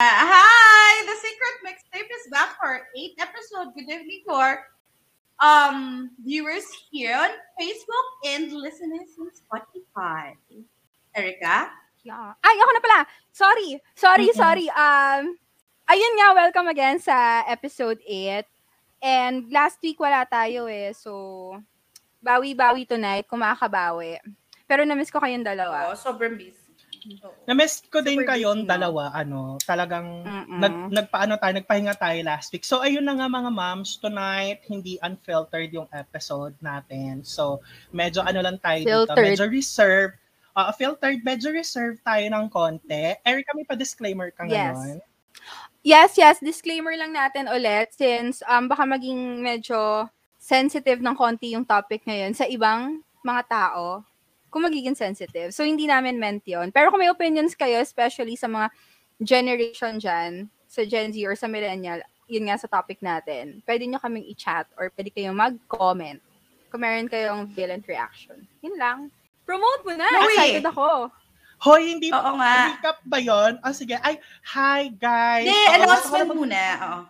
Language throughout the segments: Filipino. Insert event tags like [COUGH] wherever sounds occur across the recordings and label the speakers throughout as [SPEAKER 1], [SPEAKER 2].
[SPEAKER 1] Uh, our eighth episode. Good evening to our um, viewers here on Facebook and listeners on Spotify. Erica?
[SPEAKER 2] Yeah. Ay, ako na pala. Sorry. Sorry,
[SPEAKER 1] Mm-mm.
[SPEAKER 2] sorry. Um, ayun nga, welcome again sa episode 8. And last week wala tayo eh. So, bawi-bawi tonight. Kumakabawi. Pero na-miss ko kayong dalawa.
[SPEAKER 1] Oo, sobrang busy. Oo.
[SPEAKER 3] Na-miss ko din
[SPEAKER 2] Super
[SPEAKER 3] kayong
[SPEAKER 2] busy, no?
[SPEAKER 3] dalawa, ano, talagang
[SPEAKER 2] Mm-mm.
[SPEAKER 3] nag, nagpaano tayo, nagpahinga tayo last week. So, ayun na nga mga moms, tonight, hindi unfiltered yung episode natin. So, medyo ano lang tayo dito,
[SPEAKER 2] Filtered.
[SPEAKER 3] medyo reserved. Uh, filtered, medyo reserved tayo ng konti. Eric, kami pa disclaimer ka
[SPEAKER 2] Yes.
[SPEAKER 3] ngayon.
[SPEAKER 2] Yes, yes. Disclaimer lang natin ulit since um, baka maging medyo sensitive ng konti yung topic ngayon sa ibang mga tao kung magiging sensitive. So, hindi namin meant yun. Pero kung may opinions kayo, especially sa mga generation dyan, sa Gen Z or sa millennial, yun nga sa topic natin, pwede nyo kaming i-chat or pwede kayong mag-comment kung meron kayong violent reaction. Yun lang. Promote mo na!
[SPEAKER 1] Uy!
[SPEAKER 2] Excited ako!
[SPEAKER 3] Hoy, hindi
[SPEAKER 1] Oo nga.
[SPEAKER 3] recap ba yun? O sige, ay, hi guys!
[SPEAKER 1] Hindi,
[SPEAKER 3] Oo, gusto ko
[SPEAKER 1] announcement
[SPEAKER 3] lang
[SPEAKER 1] muna. Oo.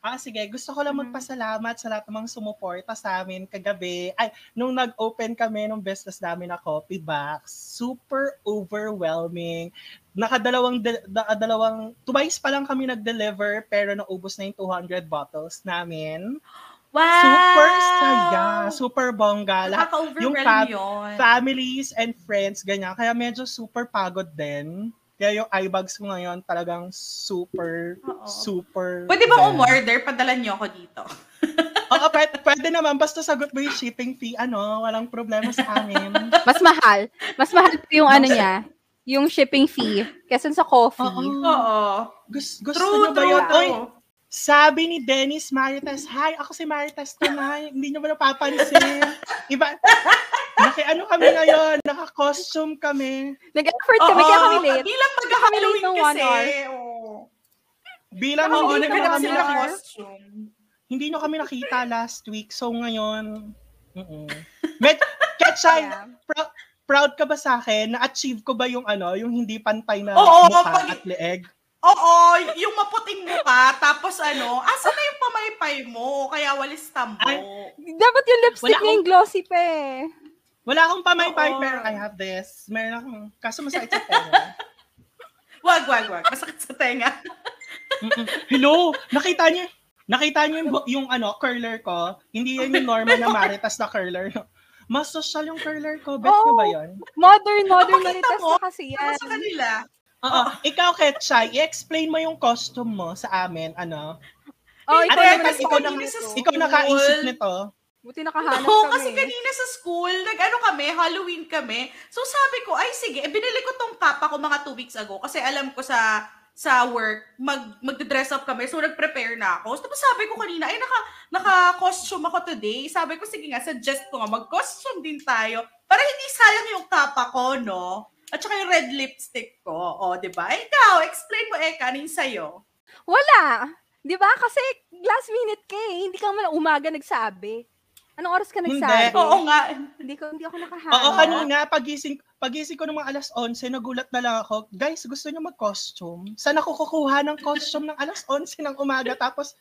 [SPEAKER 3] Ah, sige. Gusto ko lang
[SPEAKER 1] Mm-hmm.
[SPEAKER 2] Mhm.
[SPEAKER 3] magpasalamat sa lahat ng mga sumuporta sa amin kagabi. Ay, nung nag-open kami ng business namin na coffee box, super overwhelming. Nakadalawang, de- dalawang, twice pa lang kami nag-deliver pero naubos na yung 200 bottles namin.
[SPEAKER 1] Wow!
[SPEAKER 3] Super saya, super bongga. Lahat
[SPEAKER 1] Nakaka-overwhelm
[SPEAKER 3] yung fam-
[SPEAKER 1] yun.
[SPEAKER 3] families and friends, ganyan. Kaya medyo super pagod din. Kaya yung iBags ko ngayon talagang super,
[SPEAKER 1] Oo.
[SPEAKER 3] super.
[SPEAKER 1] Pwede bang
[SPEAKER 3] bongga.
[SPEAKER 1] umorder? Padala niyo ako dito.
[SPEAKER 3] Oo, pwede, pwede naman. Basta sagot mo yung shipping fee, ano, walang problema sa amin.
[SPEAKER 2] Mas mahal. Mas mahal po yung ano niya, yung shipping fee kesa sa coffee.
[SPEAKER 1] [LAUGHS]
[SPEAKER 3] Oo.
[SPEAKER 1] Oo.
[SPEAKER 3] Gus- gusto
[SPEAKER 1] True,
[SPEAKER 3] niyo ba
[SPEAKER 1] true,
[SPEAKER 3] yun? Oy,
[SPEAKER 1] true.
[SPEAKER 3] sabi ni Dennis Marites, Hi, ako si Marites tonight. Hindi niyo ba napapansin? Iba, Naki ano kami ngayon, naka-costume kami.
[SPEAKER 2] Nag-effort kami, kaya kami late.
[SPEAKER 1] Bilang
[SPEAKER 2] Kami late
[SPEAKER 1] pagka-Halloween
[SPEAKER 2] ng one
[SPEAKER 1] kasi.
[SPEAKER 2] hour.
[SPEAKER 1] Oo.
[SPEAKER 3] Bilang
[SPEAKER 1] Oo,
[SPEAKER 3] hindi,
[SPEAKER 1] naghanap
[SPEAKER 3] nyo
[SPEAKER 2] kami
[SPEAKER 1] sila
[SPEAKER 3] kami
[SPEAKER 1] ng
[SPEAKER 3] naki-
[SPEAKER 1] costume.
[SPEAKER 3] hindi niyo kami nakita last week. So ngayon, mm Med-
[SPEAKER 1] [LAUGHS]
[SPEAKER 3] Ketchay,
[SPEAKER 2] Yeah.
[SPEAKER 3] proud ka ba sa akin? Na-achieve ko ba yung ano, yung hindi pantay na
[SPEAKER 1] Oo,
[SPEAKER 3] mukha
[SPEAKER 1] pag-
[SPEAKER 3] at leeg?
[SPEAKER 1] Oo, yung maputing mukha, tapos ano, asa na yung pamaypay mo? Kaya walis tambo.
[SPEAKER 3] Ay,
[SPEAKER 2] Dapat yung lipstick
[SPEAKER 3] Wala
[SPEAKER 2] niya yung glossy pa eh.
[SPEAKER 3] Wala akong pamaypay,
[SPEAKER 1] Oo.
[SPEAKER 3] pero I have this. Meron akong, kaso masakit sa tenga.
[SPEAKER 1] Wag, wag, wag. Masakit sa tenga.
[SPEAKER 3] Mm-mm. Hello! Nakita niyo, nakita niyo yung, bu- yung ano, curler ko? Hindi yan yung normal na maritas na curler. Mas social yung curler ko. Bet ko ba yun?
[SPEAKER 2] Modern, modern
[SPEAKER 1] Nakita
[SPEAKER 2] marites
[SPEAKER 1] mo?
[SPEAKER 2] na kasi
[SPEAKER 1] Ano
[SPEAKER 2] yan.
[SPEAKER 1] sa kanila?
[SPEAKER 3] Oo. Ikaw, Ketchay, i-explain mo yung costume mo sa amin. Ano?
[SPEAKER 2] Oh,
[SPEAKER 3] Ano
[SPEAKER 2] ikaw
[SPEAKER 3] yan?
[SPEAKER 2] naman
[SPEAKER 3] Kasi
[SPEAKER 2] ikaw
[SPEAKER 3] ikaw na-
[SPEAKER 2] naman ito.
[SPEAKER 3] Ikaw nakaisip nito.
[SPEAKER 2] Buti nakahanap
[SPEAKER 1] Oo,
[SPEAKER 2] kami.
[SPEAKER 1] kasi kanina sa school, nag-ano kami, Halloween kami. So sabi ko, ay sige, eh, binili ko tong papa ko mga two weeks ago kasi alam ko sa sa work, mag, magdadress up kami. So, nag-prepare na ako. Tapos sabi ko kanina, ay, naka, naka-costume ako today. Sabi ko, sige nga, suggest ko nga, mag-costume din tayo. Para hindi sayang yung tapa ko, no? At saka yung red lipstick ko. O, di ba? Ikaw, explain mo, Eka, ano yung sa'yo?
[SPEAKER 2] Wala. Di ba? Kasi last minute ka eh. Hindi ka man umaga nagsabi. Anong oras ka
[SPEAKER 3] Hindi.
[SPEAKER 1] Eh,
[SPEAKER 2] nagsabi?
[SPEAKER 1] Oo nga.
[SPEAKER 2] Hindi, ko, hindi ako nakahanap.
[SPEAKER 3] Oo, kanina, pagising, pagising ko ng mga alas 11, nagulat na lang ako. Guys, gusto niyo mag-costume? Saan ako kukuha ng costume ng alas 11 ng umaga? Tapos,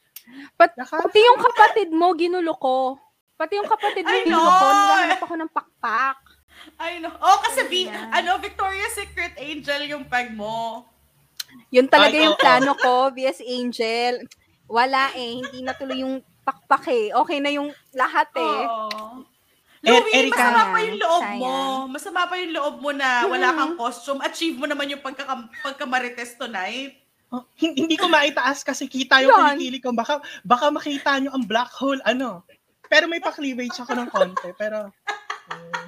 [SPEAKER 2] But-
[SPEAKER 3] naka,
[SPEAKER 2] Pati yung kapatid mo, ginulo ko. Pati yung kapatid mo,
[SPEAKER 1] Ay,
[SPEAKER 2] ginulo ko.
[SPEAKER 1] Lord!
[SPEAKER 2] Naghahanap ako ng pakpak.
[SPEAKER 1] Ay, no. Oh, kasi, vi-
[SPEAKER 2] Ayan.
[SPEAKER 1] ano, Victoria's Secret Angel yung pag mo.
[SPEAKER 2] Yun talaga
[SPEAKER 3] Ay,
[SPEAKER 2] yung
[SPEAKER 3] oo.
[SPEAKER 2] plano ko, VS Angel. Wala eh, hindi natuloy yung pakpak eh. Okay na yung lahat eh.
[SPEAKER 1] Oo.
[SPEAKER 3] Er-
[SPEAKER 1] Louie,
[SPEAKER 3] Erika.
[SPEAKER 1] masama pa yung loob
[SPEAKER 2] Sayang.
[SPEAKER 1] mo. Masama pa yung loob mo na wala
[SPEAKER 2] Mhm.
[SPEAKER 1] kang costume. Achieve mo naman yung pagkakam- pagkamarites tonight.
[SPEAKER 3] Oh, hin- hindi ko maitaas kasi kita yung
[SPEAKER 2] Yun.
[SPEAKER 3] kilikili ko. Baka, baka makita nyo ang black hole, ano. Pero may pa-cleavage ako ng konti. Pero, mm,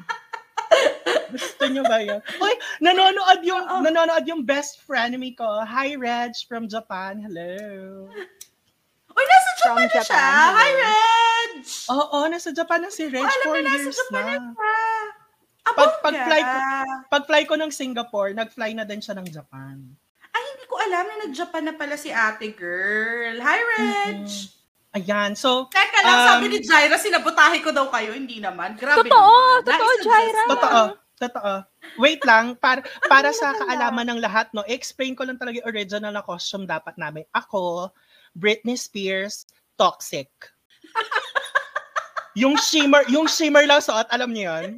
[SPEAKER 3] gusto nyo ba yun? Uy, nanonood yung,
[SPEAKER 1] Oo.
[SPEAKER 3] nanonood yung best frenemy ko. Hi, Reg, from Japan. Hello.
[SPEAKER 1] Uy, nasa
[SPEAKER 2] From
[SPEAKER 1] Japan, na siya.
[SPEAKER 2] Japan, diba?
[SPEAKER 1] Hi,
[SPEAKER 2] hello.
[SPEAKER 1] Reg!
[SPEAKER 3] Oo, nasa Japan na si Reg.
[SPEAKER 1] Alam
[SPEAKER 3] Four
[SPEAKER 1] na nasa
[SPEAKER 3] years
[SPEAKER 1] Japan na
[SPEAKER 3] na.
[SPEAKER 1] siya. Abang
[SPEAKER 3] Pag-
[SPEAKER 1] ka.
[SPEAKER 3] pag-fly ko- Pag-fly ko ng Singapore, nag-fly na din siya ng Japan.
[SPEAKER 1] Ay, hindi ko alam na nag-Japan na pala si ate girl. Hi, Reg!
[SPEAKER 3] Mhm. Ayan, so,
[SPEAKER 1] Teka lang,
[SPEAKER 3] Um,
[SPEAKER 1] sabi ni Jaira, sinabotahe ko daw kayo. Hindi naman. Grabe
[SPEAKER 2] Totoo,
[SPEAKER 1] naman.
[SPEAKER 2] totoo,
[SPEAKER 1] Naisuggest
[SPEAKER 2] Jaira.
[SPEAKER 1] lang.
[SPEAKER 3] Totoo. Totoo. Wait lang, para, para sa kaalaman ng lahat, no, explain ko lang talaga yung original na costume dapat namin. Ako, Britney Spears, toxic. yung shimmer, yung shimmer lang suot, alam niyo yun?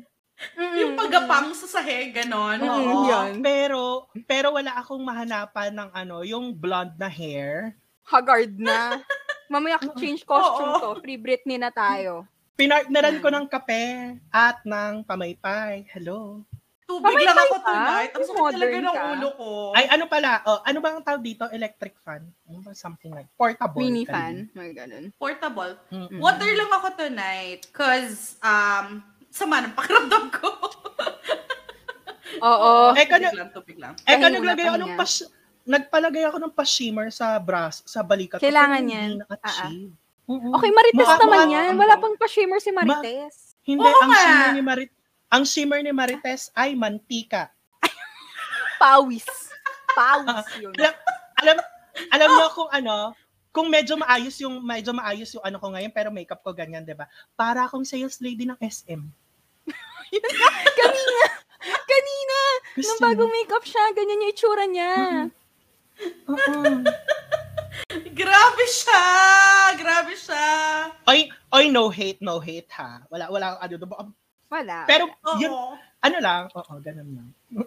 [SPEAKER 2] Mm-mm.
[SPEAKER 1] Yung pagapang sa sahig, ganon.
[SPEAKER 2] Mm,
[SPEAKER 1] Oo.
[SPEAKER 2] yun.
[SPEAKER 3] Pero, pero wala akong mahanapan ng ano, yung blonde na hair.
[SPEAKER 2] Haggard na. Mamaya
[SPEAKER 3] [LAUGHS]
[SPEAKER 2] change costume
[SPEAKER 1] Oo.
[SPEAKER 2] to. Free Britney na tayo.
[SPEAKER 3] Pinartneran ko ng kape at ng pamaypay. Hello.
[SPEAKER 1] Tubig
[SPEAKER 2] Pamay
[SPEAKER 1] lang ako
[SPEAKER 2] ka?
[SPEAKER 1] tonight. Ang sakit
[SPEAKER 2] ah? Modern
[SPEAKER 1] talaga ng
[SPEAKER 2] ka.
[SPEAKER 1] ulo ko.
[SPEAKER 3] Ay, ano pala? Oh, ano ba ang tawag dito? Electric fan? Ano ba? Something like portable.
[SPEAKER 2] Mini
[SPEAKER 3] Ganun.
[SPEAKER 2] fan. Mga ganun.
[SPEAKER 1] Portable.
[SPEAKER 3] Mm-mm.
[SPEAKER 1] Water lang ako tonight. Cause, um, sama ng pakiramdam ko. [LAUGHS]
[SPEAKER 2] Oo.
[SPEAKER 3] Eh, kanya-
[SPEAKER 1] tubig lang, tubig lang.
[SPEAKER 3] Eh,
[SPEAKER 2] Pahinga
[SPEAKER 3] kaya naglagay
[SPEAKER 2] na,
[SPEAKER 3] ako ng
[SPEAKER 2] pahinga.
[SPEAKER 3] pas... Nagpalagay ako ng pa-shimmer sa bras, sa balikat. ko,
[SPEAKER 2] Kailangan
[SPEAKER 3] pero
[SPEAKER 2] yan. Ah,
[SPEAKER 3] Hindi na-achieve. Oo.
[SPEAKER 2] Okay, Marites
[SPEAKER 3] Mukha-
[SPEAKER 2] naman
[SPEAKER 1] mukha-
[SPEAKER 2] yan. Wala pang pa-shimmer si
[SPEAKER 3] Ma-
[SPEAKER 2] Marites.
[SPEAKER 3] Hindi,
[SPEAKER 1] Oo
[SPEAKER 3] ang
[SPEAKER 1] nga.
[SPEAKER 3] shimmer ni Marit ang shimmer ni Marites ay mantika.
[SPEAKER 2] Pawis.
[SPEAKER 3] [LAUGHS]
[SPEAKER 2] Pawis yun.
[SPEAKER 3] Alam, alam, alam niyo
[SPEAKER 2] Oh.
[SPEAKER 3] kung ano, kung medyo maayos yung medyo maayos yung ano ko ngayon pero makeup ko ganyan, 'di ba? Para akong sales lady ng SM.
[SPEAKER 2] Kanina. Kanina.
[SPEAKER 3] Gusto
[SPEAKER 2] Nung
[SPEAKER 3] mo?
[SPEAKER 2] bago makeup siya, ganyan yung itsura niya.
[SPEAKER 3] Oo.
[SPEAKER 1] Grabe siya! Grabe siya!
[SPEAKER 3] Oy, oy no hate, no hate ha. Wala wala akong ano
[SPEAKER 2] Ah.
[SPEAKER 3] doon.
[SPEAKER 2] Wala.
[SPEAKER 3] Pero
[SPEAKER 1] Oo.
[SPEAKER 3] yun ano lang, oo, ganun lang. [LAUGHS]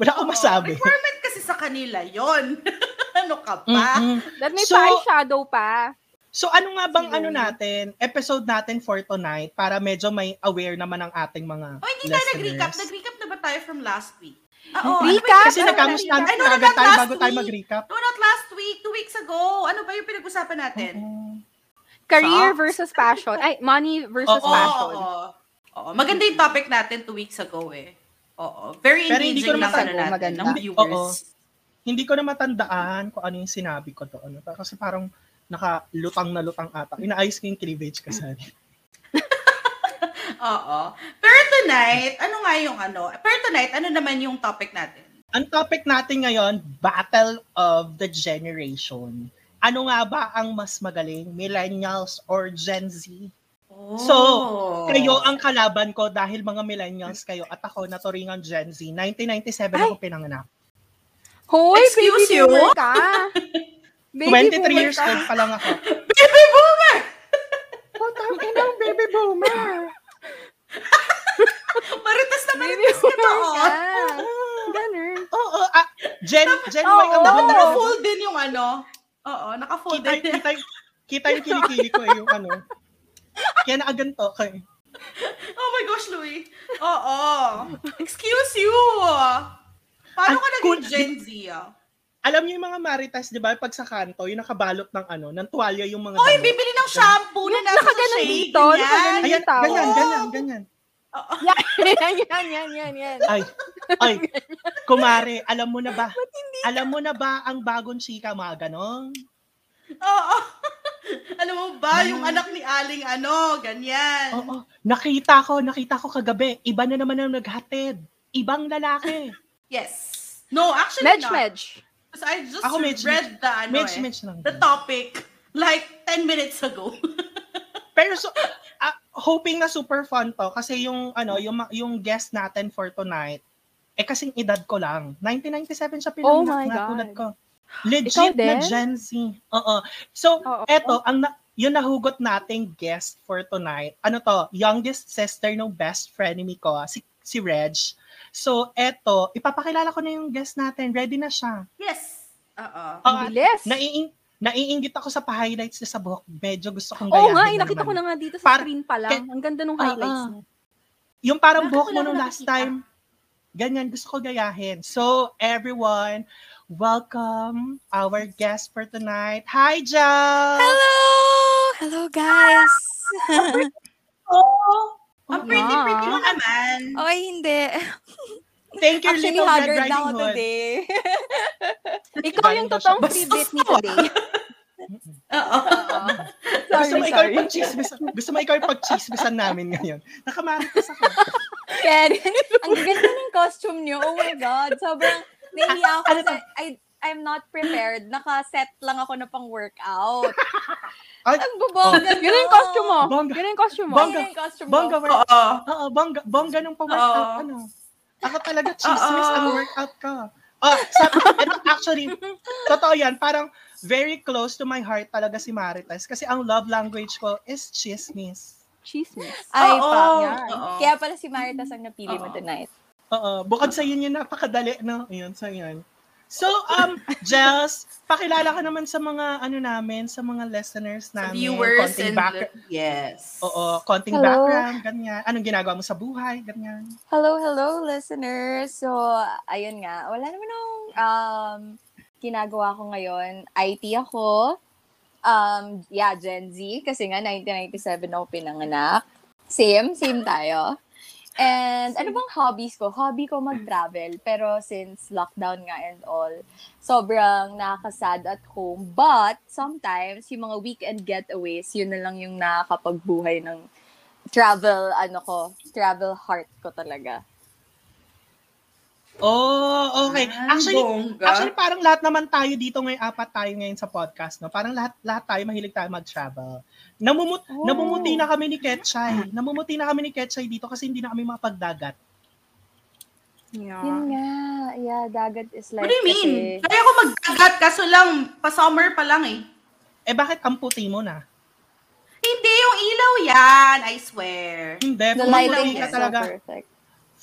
[SPEAKER 3] Wala akong
[SPEAKER 1] Oo.
[SPEAKER 3] masabi.
[SPEAKER 1] Requirement kasi sa kanila yon. [LAUGHS] ano ka ba?
[SPEAKER 3] Mm-mm.
[SPEAKER 2] That may
[SPEAKER 3] So-
[SPEAKER 2] pa-eyeshadow pa.
[SPEAKER 3] So ano nga bang
[SPEAKER 2] Sige.
[SPEAKER 3] ano natin, episode natin for tonight para medyo may aware naman ang ating mga
[SPEAKER 1] O Oh, hindi tayo
[SPEAKER 3] listeners.
[SPEAKER 1] nag-recap. Nag-recap na ba tayo from last week? Oo, ano ba yung-
[SPEAKER 2] Recap?
[SPEAKER 3] Kasi
[SPEAKER 1] ano ba yung-
[SPEAKER 3] nagkamustahan
[SPEAKER 1] Ay, no, no,
[SPEAKER 3] agad
[SPEAKER 1] not
[SPEAKER 3] tayo
[SPEAKER 1] last
[SPEAKER 3] bago tayo
[SPEAKER 1] week.
[SPEAKER 3] mag-recap.
[SPEAKER 1] No, not last week. Two weeks ago. Ano ba yung pinag-usapan natin?
[SPEAKER 3] Oo.
[SPEAKER 2] Career
[SPEAKER 1] Socks.
[SPEAKER 2] versus passion. Ay, money versus
[SPEAKER 3] Oo.
[SPEAKER 2] passion.
[SPEAKER 1] Oo. Oo. Maganda yung topic natin two weeks ago eh. Oo. Very
[SPEAKER 3] Pero hindi
[SPEAKER 1] engaging
[SPEAKER 3] ko
[SPEAKER 1] lang
[SPEAKER 3] naman
[SPEAKER 1] ano
[SPEAKER 2] sagot,
[SPEAKER 1] natin
[SPEAKER 2] maganda.
[SPEAKER 1] ng viewers.
[SPEAKER 3] Oo. hindi ko na matandaan kung ano yung sinabi ko to. Ano, kasi parang nakalutang na lutang ata. Inaayos ko yung cleavage ko sa
[SPEAKER 1] [LAUGHS] Oo. Pero tonight, ano nga yung ano? Pero tonight, ano naman yung topic natin?
[SPEAKER 3] Ang topic natin ngayon, Battle of the Generation. Ano nga ba ang mas magaling, millennials or Gen Z?
[SPEAKER 1] Oh.
[SPEAKER 3] So, Kayo ang kalaban ko dahil mga millennials kayo at ako naturingan Gen Z. 1997 ako pinanganak.
[SPEAKER 2] Hoy,
[SPEAKER 1] Excuse
[SPEAKER 2] baby
[SPEAKER 1] you?
[SPEAKER 2] boomer ka. Baby
[SPEAKER 3] 23
[SPEAKER 2] boomer
[SPEAKER 3] years
[SPEAKER 2] ka.
[SPEAKER 3] old pa lang
[SPEAKER 2] [LAUGHS]
[SPEAKER 3] ako.
[SPEAKER 1] Baby boomer!
[SPEAKER 3] Putang ina, baby boomer!
[SPEAKER 1] Marites na
[SPEAKER 2] Baby
[SPEAKER 1] marites na to. oh.
[SPEAKER 2] boomer ka.
[SPEAKER 3] Oo,
[SPEAKER 2] Ganun.
[SPEAKER 3] oo, ah, Gen, Gen Y
[SPEAKER 2] Oo.
[SPEAKER 3] ang
[SPEAKER 1] Dapat
[SPEAKER 2] Oo.
[SPEAKER 1] naka-full din yung ano. Oo, naka-full
[SPEAKER 3] kita,
[SPEAKER 1] din.
[SPEAKER 3] kita, kita yung kilikili ko eh, yung ano. Kaya nakaganto ko eh.
[SPEAKER 1] Oh my gosh, Louie. Oo. Excuse you. Paano
[SPEAKER 3] Ang
[SPEAKER 1] ka
[SPEAKER 3] cool.
[SPEAKER 1] naging Gen Z? ah?
[SPEAKER 3] Alam niyo yung mga marites, di ba? Pag sa kanto, yung nakabalot ng ano, ng tuwalya yung mga...
[SPEAKER 1] Oy,
[SPEAKER 3] damit.
[SPEAKER 1] bibili ng shampoo na nasa
[SPEAKER 2] nakaganon
[SPEAKER 1] sachet.
[SPEAKER 2] dito, nakaganon
[SPEAKER 1] ganyan.
[SPEAKER 3] Ayan,
[SPEAKER 2] yung tao.
[SPEAKER 3] ganyan,
[SPEAKER 1] Oo.
[SPEAKER 3] ganyan, ganyan.
[SPEAKER 2] Yan, yan, yan, yan, yan, yan.
[SPEAKER 3] Ay, ay, kumare, alam mo na ba? Alam mo na ba ang bagong chika, mga ganon?
[SPEAKER 1] Oo. [LAUGHS] Alam mo ba, yung
[SPEAKER 3] Hmm.
[SPEAKER 1] anak ni Aling ano, ganyan.
[SPEAKER 3] Oo, nakita ko, nakita ko kagabi. Iba na naman ang naghatid. Ibang
[SPEAKER 1] [LAUGHS]
[SPEAKER 3] lalaki.
[SPEAKER 1] Yes. No, actually
[SPEAKER 2] Medj,
[SPEAKER 1] not.
[SPEAKER 2] medj.
[SPEAKER 1] Because I just
[SPEAKER 3] Ako, medj,
[SPEAKER 1] read the ano
[SPEAKER 3] Mitch,
[SPEAKER 1] eh,
[SPEAKER 3] Mitch lang.
[SPEAKER 1] the topic like 10 minutes ago. [LAUGHS]
[SPEAKER 3] Pero so, ah, hoping na super fun to kasi yung ano, yung ma- yung guest natin for tonight eh kasing edad ko lang. 1997 siya pinanganak
[SPEAKER 2] Oh my
[SPEAKER 3] na
[SPEAKER 2] God.
[SPEAKER 3] tulad ko. Legit
[SPEAKER 2] Ikaw
[SPEAKER 3] na
[SPEAKER 2] din?
[SPEAKER 3] Gen Z. Oo. So,
[SPEAKER 2] Oo.
[SPEAKER 3] eto ang na- yung nahugot nating guest for tonight. Ano to? Youngest sister ng best frenemy ko, si si Reg. So, eto, ipapakilala ko na yung guest natin. Ready na siya.
[SPEAKER 1] yes. Oo.
[SPEAKER 2] Ang
[SPEAKER 3] Ah,
[SPEAKER 2] bilis.
[SPEAKER 3] naiing naiinggit ako sa pa-highlights niya sa buhok. Medyo gusto kong
[SPEAKER 2] Oo
[SPEAKER 3] gayahin.
[SPEAKER 2] nga,
[SPEAKER 3] na
[SPEAKER 2] inakita
[SPEAKER 3] naman.
[SPEAKER 2] ko na nga dito sa
[SPEAKER 3] Par-
[SPEAKER 2] screen pa lang. Ang ganda nung
[SPEAKER 3] Ah,
[SPEAKER 2] highlights
[SPEAKER 3] ah.
[SPEAKER 2] niya.
[SPEAKER 3] Yung parang
[SPEAKER 1] Bakit
[SPEAKER 3] buhok
[SPEAKER 1] wala
[SPEAKER 3] mo nung
[SPEAKER 1] akong
[SPEAKER 3] last
[SPEAKER 1] nakikita?
[SPEAKER 3] time, ganyan, gusto ko gayahin. So, everyone, welcome our guest for tonight. Hi, Jal!
[SPEAKER 4] Hello! Hello, guys!
[SPEAKER 3] Oh,
[SPEAKER 1] Ang
[SPEAKER 2] Oo
[SPEAKER 1] Ah, pretty,
[SPEAKER 2] nga.
[SPEAKER 1] pretty mo naman.
[SPEAKER 4] Oy, hindi.
[SPEAKER 3] Thank you,
[SPEAKER 4] Actually,
[SPEAKER 3] Little Red
[SPEAKER 4] haggard na
[SPEAKER 3] Riding
[SPEAKER 4] ako
[SPEAKER 2] eh.
[SPEAKER 3] Hood.
[SPEAKER 4] today.
[SPEAKER 2] Ikaw yung
[SPEAKER 3] Galing daw
[SPEAKER 2] totoong
[SPEAKER 3] siya.
[SPEAKER 2] free
[SPEAKER 1] Bastos
[SPEAKER 2] Britney
[SPEAKER 1] to, ah.
[SPEAKER 2] today.
[SPEAKER 1] [LAUGHS] Oo.
[SPEAKER 2] Oo.
[SPEAKER 3] Gusto
[SPEAKER 2] Sorry,
[SPEAKER 3] mo ikaw
[SPEAKER 2] sorry.
[SPEAKER 3] yung pagchismisan. Gusto mo ikaw yung pagchismisan namin ngayon. Nakamarites
[SPEAKER 1] [LAUGHS]
[SPEAKER 3] ako.
[SPEAKER 4] Karen, ang ganda ng costume niyo. Oh my God. Sobrang nahiya ako
[SPEAKER 3] Ano
[SPEAKER 4] kasi I, I'm not prepared. Naka-set lang ako na pang-workout.
[SPEAKER 3] Ay,
[SPEAKER 4] Ang bubongga
[SPEAKER 2] Yun yung costume
[SPEAKER 1] Oh,
[SPEAKER 2] mo.
[SPEAKER 3] Oh. Bongga.
[SPEAKER 2] Yun yung costume mo.
[SPEAKER 4] Bongga.
[SPEAKER 3] Bongga.
[SPEAKER 4] Yun yung costume
[SPEAKER 3] Bongga,
[SPEAKER 4] mo.
[SPEAKER 3] work.
[SPEAKER 1] Oo.
[SPEAKER 3] Oo, bongga, bongga nung pa-workout.
[SPEAKER 1] Oo.
[SPEAKER 3] Ano? Ako
[SPEAKER 1] [LAUGHS]
[SPEAKER 3] talaga, chismis
[SPEAKER 1] Oo.
[SPEAKER 3] ang workout ko. Oh, sabi, and actually, totoo yan, parang very close to my heart talaga si Marites kasi ang love language ko is chismis.
[SPEAKER 2] Chismis.
[SPEAKER 4] Ay,
[SPEAKER 1] Oo,
[SPEAKER 4] pa.
[SPEAKER 1] oo.
[SPEAKER 4] Kaya pala si Maritas ang napili
[SPEAKER 1] Oo.
[SPEAKER 4] mo tonight.
[SPEAKER 3] Oo, bukod sa yun yun, napakadali, no? Ayun, so yun. So,
[SPEAKER 1] [LAUGHS]
[SPEAKER 3] um, Jels, pakilala ka naman sa mga, ano namin, sa mga listeners
[SPEAKER 1] Sa
[SPEAKER 3] namin.
[SPEAKER 1] viewers
[SPEAKER 3] konting
[SPEAKER 1] and
[SPEAKER 3] back-
[SPEAKER 1] yes.
[SPEAKER 3] Oo, konting
[SPEAKER 4] Hello.
[SPEAKER 3] background, ganyan. Anong ginagawa mo sa buhay, ganyan.
[SPEAKER 4] Hello, hello, listeners. So, ayun nga. Wala naman akong um, ginagawa ko ngayon. IT ako. Um, yeah, Gen Z. Kasi nga, 1997 ako pinanganak. Same, same tayo. And ano bang hobbies ko? Hobby ko mag-travel. Pero since lockdown nga and all, sobrang nakakasad at home. But sometimes, yung mga weekend getaways, yun na lang yung nakakapagbuhay ng travel, ano ko, travel heart ko talaga.
[SPEAKER 3] Oh, okay.
[SPEAKER 1] Ah,
[SPEAKER 3] Actually,
[SPEAKER 1] bongga.
[SPEAKER 3] Actually, parang lahat naman tayo dito ngayon, apat tayo ngayon sa podcast, no? Parang lahat lahat tayo mahilig tayo mag-travel. Namumut
[SPEAKER 4] Oh.
[SPEAKER 3] namumuti na kami ni Ketchay. Namumuti na kami ni Ketchay dito kasi hindi na kami mapagdagat.
[SPEAKER 4] Yun
[SPEAKER 3] Ah.
[SPEAKER 4] nga. Yeah, dagat is like
[SPEAKER 1] What do you mean?
[SPEAKER 4] kasi-
[SPEAKER 1] Kaya ko magdagat, kaso lang, pa-summer pa lang eh.
[SPEAKER 3] Eh bakit ang puti mo na?
[SPEAKER 1] Hindi, yung ilaw yan, I swear.
[SPEAKER 3] Hindi,
[SPEAKER 4] The
[SPEAKER 3] kung
[SPEAKER 4] lighting
[SPEAKER 3] makulay ka
[SPEAKER 4] is so
[SPEAKER 3] talaga.
[SPEAKER 4] perfect.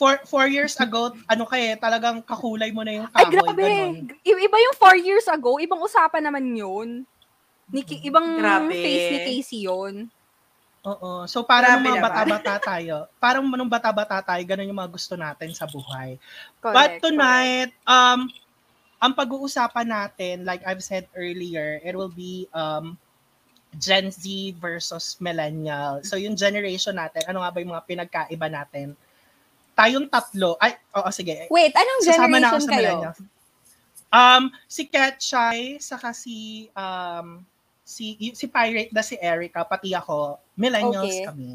[SPEAKER 3] Four, four years ago, ano ka eh, talagang kakulay mo na yung
[SPEAKER 2] Ay,
[SPEAKER 3] kahoy.
[SPEAKER 2] grabe.
[SPEAKER 3] ganun.
[SPEAKER 2] I- Iba yung four years ago, ibang usapan naman yun. Ni Ki- ibang
[SPEAKER 1] Grabe.
[SPEAKER 2] face ni Casey yun.
[SPEAKER 3] Oo. So parang
[SPEAKER 1] Grabe
[SPEAKER 3] nung mga
[SPEAKER 1] naman.
[SPEAKER 3] bata-bata tayo, parang nung bata-bata tayo, ganun yung mga gusto natin sa buhay.
[SPEAKER 2] Correct,
[SPEAKER 3] But tonight, um, ang pag-uusapan natin, like I've said earlier, it will be um, Gen Z versus Millennial. So yung generation natin, ano nga ba yung mga pinagkaiba natin? Tayong tatlo, ay, oo, sige.
[SPEAKER 4] Wait, anong
[SPEAKER 3] Sasama na ako
[SPEAKER 4] generation
[SPEAKER 3] sa
[SPEAKER 4] kayo?
[SPEAKER 3] Millennial. Um, si Ketchay, saka si, um, si, y- si Pirate na si Erica, pati ako, Millennials
[SPEAKER 4] Okay.
[SPEAKER 3] kami.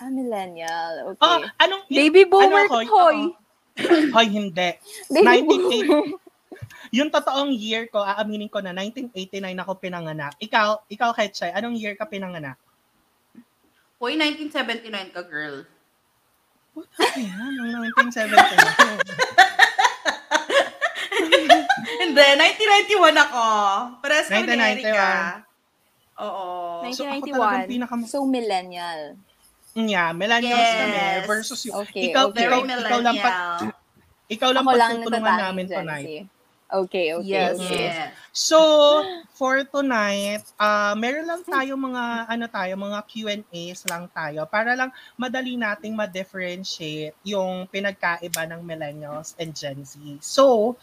[SPEAKER 4] Ah, millennial.
[SPEAKER 3] Oh,
[SPEAKER 4] Okay.
[SPEAKER 3] anong,
[SPEAKER 2] correct. Baby boomer
[SPEAKER 3] ako,
[SPEAKER 2] ano hoy.
[SPEAKER 3] oo. hoy, hindi.
[SPEAKER 4] Baby boomer.
[SPEAKER 3] 1980. Yung totoong year ko, aaminin ko na 1989 ako pinanganak. Ikaw, ikaw Ketchay, anong year ka pinanganak?
[SPEAKER 1] Hoy, 1979 ka, girl.
[SPEAKER 3] What the hell? Nung 1979.
[SPEAKER 1] Hindi, 1991 ako. Parehas kami ni Erica. Oo.
[SPEAKER 3] so ako talagang
[SPEAKER 2] 1991.
[SPEAKER 3] pinaka...
[SPEAKER 4] [LAUGHS] So, millennial.
[SPEAKER 3] Yeah, millennials
[SPEAKER 1] Yes.
[SPEAKER 3] kami versus you.
[SPEAKER 4] Okay,
[SPEAKER 3] ikaw,
[SPEAKER 4] okay.
[SPEAKER 1] Very
[SPEAKER 3] ikaw, ikaw lang, pa,
[SPEAKER 1] millennial.
[SPEAKER 3] ikaw lang
[SPEAKER 4] Oh, Ako lang
[SPEAKER 3] pagtutulungan
[SPEAKER 4] natatanging
[SPEAKER 3] namin
[SPEAKER 4] Gen
[SPEAKER 3] tonight.
[SPEAKER 4] Z. Okay, okay,
[SPEAKER 2] Yes.
[SPEAKER 4] okay.
[SPEAKER 1] Yes.
[SPEAKER 3] So, for tonight, ah meron lang tayo mga, ano tayo, mga Q&As lang tayo para lang madali nating ma-differentiate yung pinagkaiba ng millennials and Gen Z. So,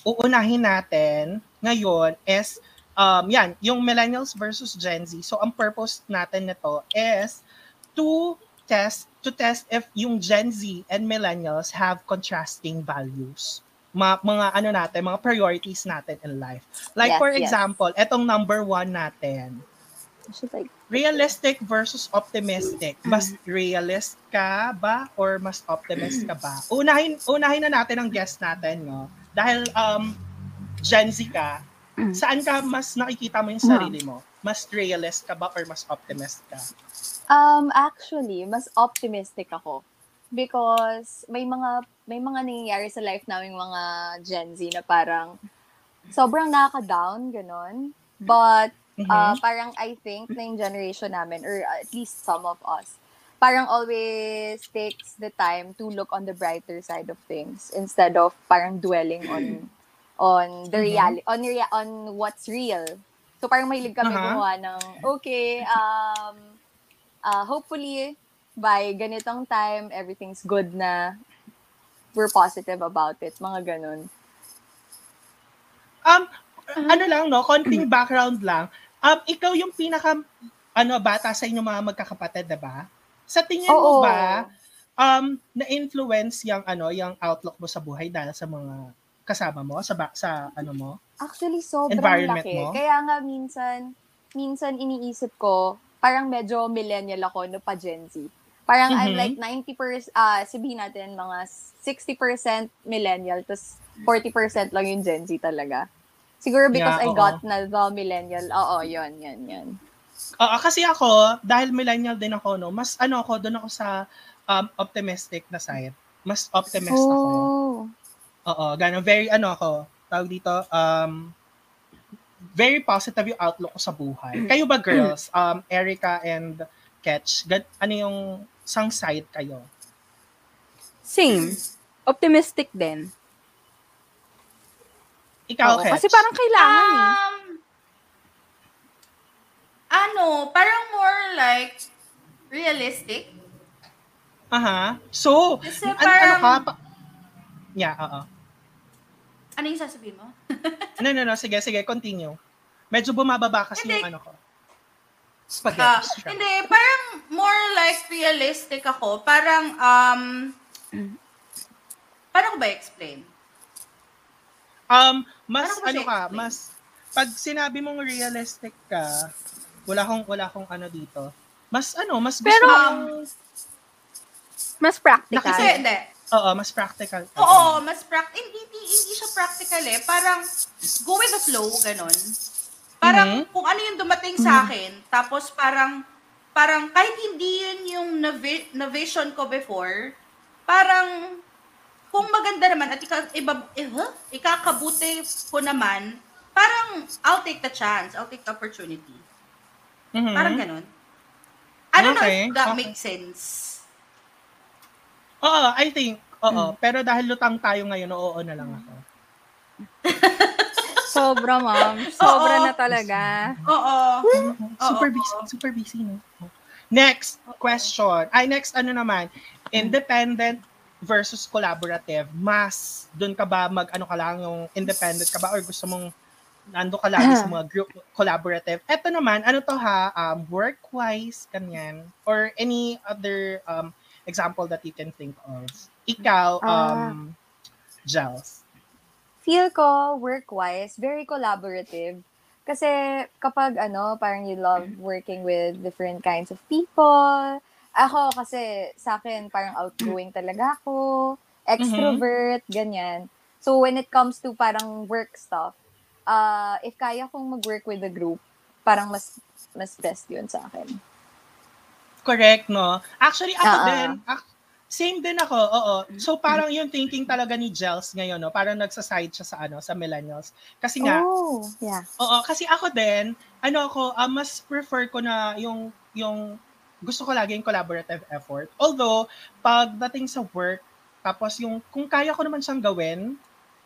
[SPEAKER 3] uunahin natin ngayon is, um, yan, yung millennials versus Gen Z. So, ang purpose natin nito is to test to test if yung Gen Z and millennials have contrasting values. Mga, mga ano natin, mga priorities natin in life. Like
[SPEAKER 4] Yes,
[SPEAKER 3] for
[SPEAKER 4] yes.
[SPEAKER 3] example, etong number one natin,
[SPEAKER 4] Should I-
[SPEAKER 3] realistic versus optimistic. Mas realist ka ba or mas optimist ka ba? Unahin, unahin na natin ang guest natin, no? Dahil um, Gen Z ka, saan ka mas nakikita mo yung sarili mo? Mas realist ka ba or mas optimist ka?
[SPEAKER 4] Um, actually, mas optimistic ako. Because may mga may mga nangyayari sa life naming mga Gen Z na parang sobrang nakaka-down, ganun. But
[SPEAKER 3] Mhm.
[SPEAKER 4] uh, parang I think na yung generation namin, or at least some of us, parang always takes the time to look on the brighter side of things instead of parang dwelling on on the
[SPEAKER 3] Mhm.
[SPEAKER 4] reality, on, rea- on what's real. So parang mahilig kami
[SPEAKER 3] Aha.
[SPEAKER 4] gumawa ng, okay, um, uh, hopefully, by ganitong time, everything's good na. We're positive about it. Mga ganun.
[SPEAKER 3] Um, ano lang, no? Konting background lang. Um, ikaw yung pinaka, ano, bata sa inyong mga magkakapatid, diba? Sa tingin mo ba, um, na-influence yung, ano, yung outlook mo sa buhay dahil sa mga kasama mo, sa, ba- sa ano mo?
[SPEAKER 4] Actually, sobrang
[SPEAKER 3] Environment
[SPEAKER 4] laki.
[SPEAKER 3] mo?
[SPEAKER 4] Kaya nga minsan, minsan iniisip ko, parang medyo millennial ako no pa Gen Z. Parang I'm
[SPEAKER 3] Mhm.
[SPEAKER 4] like 90%, ah sabihin natin mga 60% millennial, tapos 40% lang yung Gen Z talaga. Siguro because
[SPEAKER 3] Yeah,
[SPEAKER 4] I
[SPEAKER 3] oo.
[SPEAKER 4] got na the millennial. Oo, yun, yun, yun.
[SPEAKER 3] Oo, kasi ako, dahil millennial din ako, no, mas ano ako, doon ako sa um, optimistic na side. Mas optimist ako. Oo, gano'n. Very, ano ako, tawag dito, um, very positive yung outlook ko sa buhay.
[SPEAKER 2] Mm.
[SPEAKER 3] Kayo ba, girls? Um, Erica and Ketch, gan- ano yung sang side kayo?
[SPEAKER 2] Same. Optimistic din.
[SPEAKER 3] Ikaw,
[SPEAKER 2] Oo,
[SPEAKER 3] Ketch?
[SPEAKER 2] kasi parang kailangan eh.
[SPEAKER 1] Um, ano, parang more like realistic.
[SPEAKER 3] Aha. So,
[SPEAKER 1] Kasi
[SPEAKER 3] an- ano
[SPEAKER 1] parang-
[SPEAKER 3] ka? Pa- yeah, oo.
[SPEAKER 1] Ano yung sasabihin mo?
[SPEAKER 3] No, no, no. Sige, sige. Continue. Medyo bumababa kasi
[SPEAKER 1] Hindi.
[SPEAKER 3] yung ano ko. Spaghetti
[SPEAKER 1] Ah,
[SPEAKER 3] strap.
[SPEAKER 1] hindi, parang more like realistic ako. Parang, um,
[SPEAKER 3] Mm.
[SPEAKER 1] paano ko ba explain?
[SPEAKER 3] Um, mas
[SPEAKER 1] Parang kasi
[SPEAKER 3] ano ka,
[SPEAKER 1] explain.
[SPEAKER 3] mas pag sinabi mong realistic ka, wala akong wala akong ano dito. Mas ano, mas gusto
[SPEAKER 2] Pero,
[SPEAKER 3] mo
[SPEAKER 1] um,
[SPEAKER 3] yung-
[SPEAKER 2] Mas practical.
[SPEAKER 3] [LAUGHS]
[SPEAKER 1] Kasi, hindi.
[SPEAKER 3] oo, mas practical. ka.
[SPEAKER 1] Oo, mas practical. Hindi, hindi, hindi siya practical eh. Parang, go with the flow, ganon. Parang,
[SPEAKER 3] Mm-hmm.
[SPEAKER 1] kung ano yung dumating sa akin, tapos parang, parang kahit hindi yun yung navi- na-vision ko before, parang, kung maganda naman at ika, iba, eh, huh? ikakabuti ko naman, parang, I'll take the chance, I'll take the opportunity.
[SPEAKER 3] Mhm.
[SPEAKER 1] Parang ganon. I don't know
[SPEAKER 3] Okay,
[SPEAKER 1] if that
[SPEAKER 3] okay.
[SPEAKER 1] makes sense.
[SPEAKER 3] Oo, I think. Oo,
[SPEAKER 1] Mm.
[SPEAKER 3] pero dahil lutang tayo ngayon, oo na lang ako.
[SPEAKER 2] Sobra, ma'am. Sobra
[SPEAKER 1] Oo.
[SPEAKER 2] na talaga.
[SPEAKER 1] Oo.
[SPEAKER 3] Ano? super
[SPEAKER 1] Oo.
[SPEAKER 3] busy, super busy no. Next question. Ay next ano naman, independent versus collaborative. Mas doon ka ba mag ano ka lang yung independent ka ba or gusto mong nando ka lagi sa mga group collaborative? Eto naman, ano to ha, um, work-wise, kanyan, or any other um, example that you can think of. Ikaw, um, Jels.
[SPEAKER 4] feel ko work-wise, very collaborative. Kasi kapag ano, parang you love working with different kinds of people. Ako kasi sa akin parang outgoing talaga ako, extrovert, ganyan. So when it comes to parang work stuff, uh, if kaya kong mag-work with a group, parang mas mas best yun sa akin.
[SPEAKER 3] Correct, no? Actually, ako
[SPEAKER 4] Oo.
[SPEAKER 3] din. Ak- same din ako, oo. So, parang yung thinking talaga ni Gels ngayon, no? Parang nagsaside siya sa, ano, sa millennials. Kasi nga,
[SPEAKER 4] Oh, yeah.
[SPEAKER 3] oo, kasi ako din, ano ako, ah, mas prefer ko na yung, yung, gusto ko lagi yung collaborative effort. Although, pagdating sa work, tapos yung, kung kaya ko naman siyang gawin,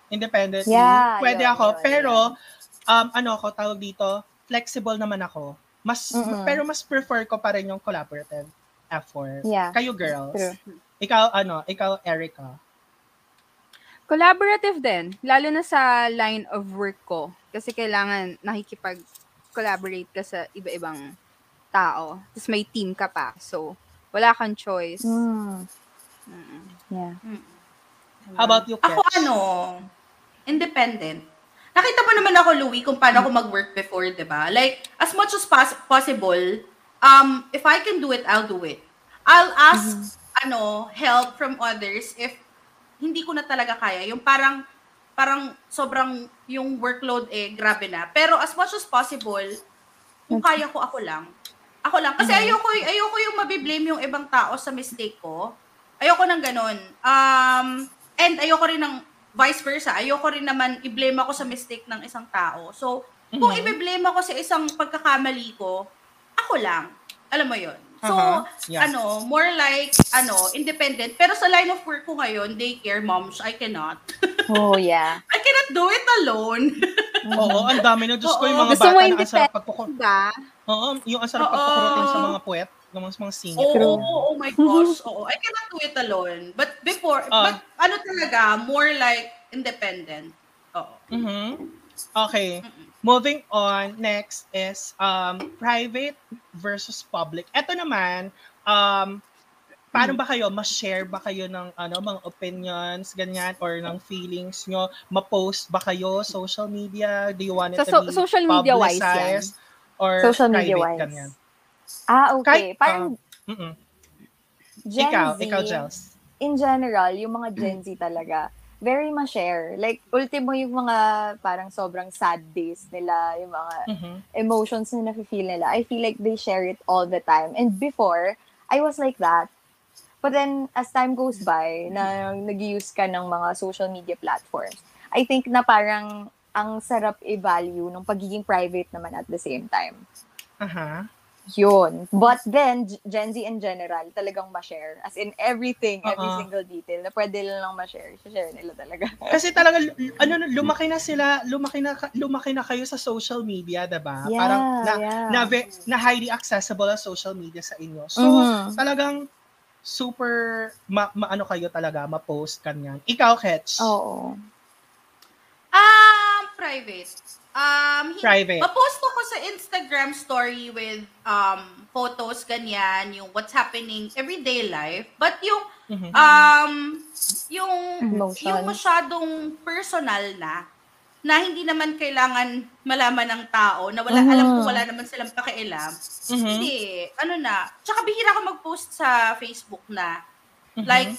[SPEAKER 3] independently,
[SPEAKER 4] Yeah,
[SPEAKER 3] pwede
[SPEAKER 4] yun,
[SPEAKER 3] ako.
[SPEAKER 4] yun,
[SPEAKER 3] pero,
[SPEAKER 4] yun.
[SPEAKER 3] um, ano ako, tawag dito, flexible naman ako. Mas,
[SPEAKER 4] Mm-mm.
[SPEAKER 3] pero mas prefer ko pa rin yung collaborative effort.
[SPEAKER 4] Yeah.
[SPEAKER 3] Kayo girls.
[SPEAKER 4] True.
[SPEAKER 3] Ikaw, ano, ikaw, Erica.
[SPEAKER 2] Collaborative din. Lalo na sa line of work ko. Kasi kailangan nakikipag-collaborate ka sa iba-ibang tao. Tapos may team ka pa. So, wala kang choice.
[SPEAKER 4] Mm,
[SPEAKER 2] Mm.
[SPEAKER 4] yeah.
[SPEAKER 1] Mm.
[SPEAKER 3] How about you,
[SPEAKER 1] Ako
[SPEAKER 3] Ketch?
[SPEAKER 1] ano, independent. Nakita mo naman ako, Louie, kung paano ako mag-work before, di ba? Like, as much as pos- possible, um, if I can do it, I'll do it. I'll ask, ano, help from others if hindi ko na talaga kaya. Yung parang, parang sobrang yung workload eh, grabe na. Pero as much as possible, kung kaya ko, ako lang. Ako lang. Kasi ayoko, ayoko yung mabiblame yung ibang tao sa mistake ko. Ayoko ng ganun. Um, and ayoko rin ng vice versa. Ayoko rin naman i-blame ako sa mistake ng isang tao. So, kung
[SPEAKER 3] Mhm.
[SPEAKER 1] i-blame ako sa isang pagkakamali ko, ako lang. Alam mo yon So,
[SPEAKER 3] Aha. Yeah.
[SPEAKER 1] ano, more like, ano, independent. Pero sa line of work ko ngayon, daycare, moms, I cannot.
[SPEAKER 4] Oh, yeah.
[SPEAKER 1] I cannot do it [LAUGHS] alone.
[SPEAKER 3] Oo, ang dami na. Diyos ko, yung
[SPEAKER 1] Oo.
[SPEAKER 3] mga
[SPEAKER 2] Gusto
[SPEAKER 3] bata
[SPEAKER 2] mo
[SPEAKER 3] na ang sarap
[SPEAKER 2] independent?
[SPEAKER 3] pagkuku-
[SPEAKER 2] Diba?
[SPEAKER 3] Oo, yung ang sarap
[SPEAKER 1] Oo.
[SPEAKER 3] pagkukurutin sa mga puwet, ng mga, mga singit.
[SPEAKER 1] Oo,
[SPEAKER 4] True.
[SPEAKER 1] oh, oh my gosh. Oo, I cannot do it alone. But before,
[SPEAKER 3] Ah.
[SPEAKER 1] but ano talaga, more like independent. Oo.
[SPEAKER 3] Mhm. Okay. Moving on, next is um, private versus public. Ito naman, um,
[SPEAKER 4] Mm.
[SPEAKER 3] paano ba kayo? Mas-share ba kayo ng ano, mga opinions, ganyan, or ng feelings nyo? Ma-post ba kayo? Social media? Do you want it
[SPEAKER 2] Sa
[SPEAKER 3] to
[SPEAKER 2] so-
[SPEAKER 3] be
[SPEAKER 2] social media-wise yan.
[SPEAKER 3] publicized? Or
[SPEAKER 4] Social media
[SPEAKER 3] private,
[SPEAKER 4] wise.
[SPEAKER 3] Ganyan?
[SPEAKER 4] Ah, okay.
[SPEAKER 3] Kahit,
[SPEAKER 4] Parang
[SPEAKER 3] uh, mm-mm.
[SPEAKER 4] Gen
[SPEAKER 3] ikaw,
[SPEAKER 4] Z.
[SPEAKER 3] ikaw, Mm. Jels.
[SPEAKER 4] in general, yung mga Gen Z talaga, very ma-share. Like, ultimo yung mga parang sobrang sad days nila, yung mga
[SPEAKER 3] Mhm.
[SPEAKER 4] emotions na nafe-feel nila. I feel like they share it all the time. And before, I was like that. But then, as time goes by, na nag-use ka ng mga social media platforms, I think na parang ang sarap i-value ng pagiging private naman at the same time.
[SPEAKER 3] Aha.
[SPEAKER 4] Yun. But then, G- Gen Z in general, talagang ma-share. As in everything, every
[SPEAKER 3] Oo.
[SPEAKER 4] single detail, na pwede nilang ma-share. Share nila talaga.
[SPEAKER 3] Kasi talaga, l- ano, lumaki na sila, lumaki na, ka- lumaki na kayo sa social media, diba? Parang na,
[SPEAKER 4] yeah.
[SPEAKER 3] na, ve- na highly accessible ang social media sa inyo. So,
[SPEAKER 4] Mhm.
[SPEAKER 3] talagang super ma, maano kayo talaga, ma-post kanyan. Ikaw, Ketch,
[SPEAKER 4] Oo.
[SPEAKER 1] Um, private. Um, hin-
[SPEAKER 3] private.
[SPEAKER 1] Papost ako sa Instagram story with um photos, ganyan, yung what's happening everyday life. But yung,
[SPEAKER 3] Mhm.
[SPEAKER 1] um, yung,
[SPEAKER 4] Emotions.
[SPEAKER 1] yung masyadong personal na, na hindi naman kailangan malaman ng tao, na wala, alam ko
[SPEAKER 4] Mhm.
[SPEAKER 1] wala naman silang pakialam.
[SPEAKER 3] Mhm.
[SPEAKER 1] Hindi, ano na, tsaka bihira ako mag-post sa Facebook na,
[SPEAKER 3] Mhm.
[SPEAKER 1] Like,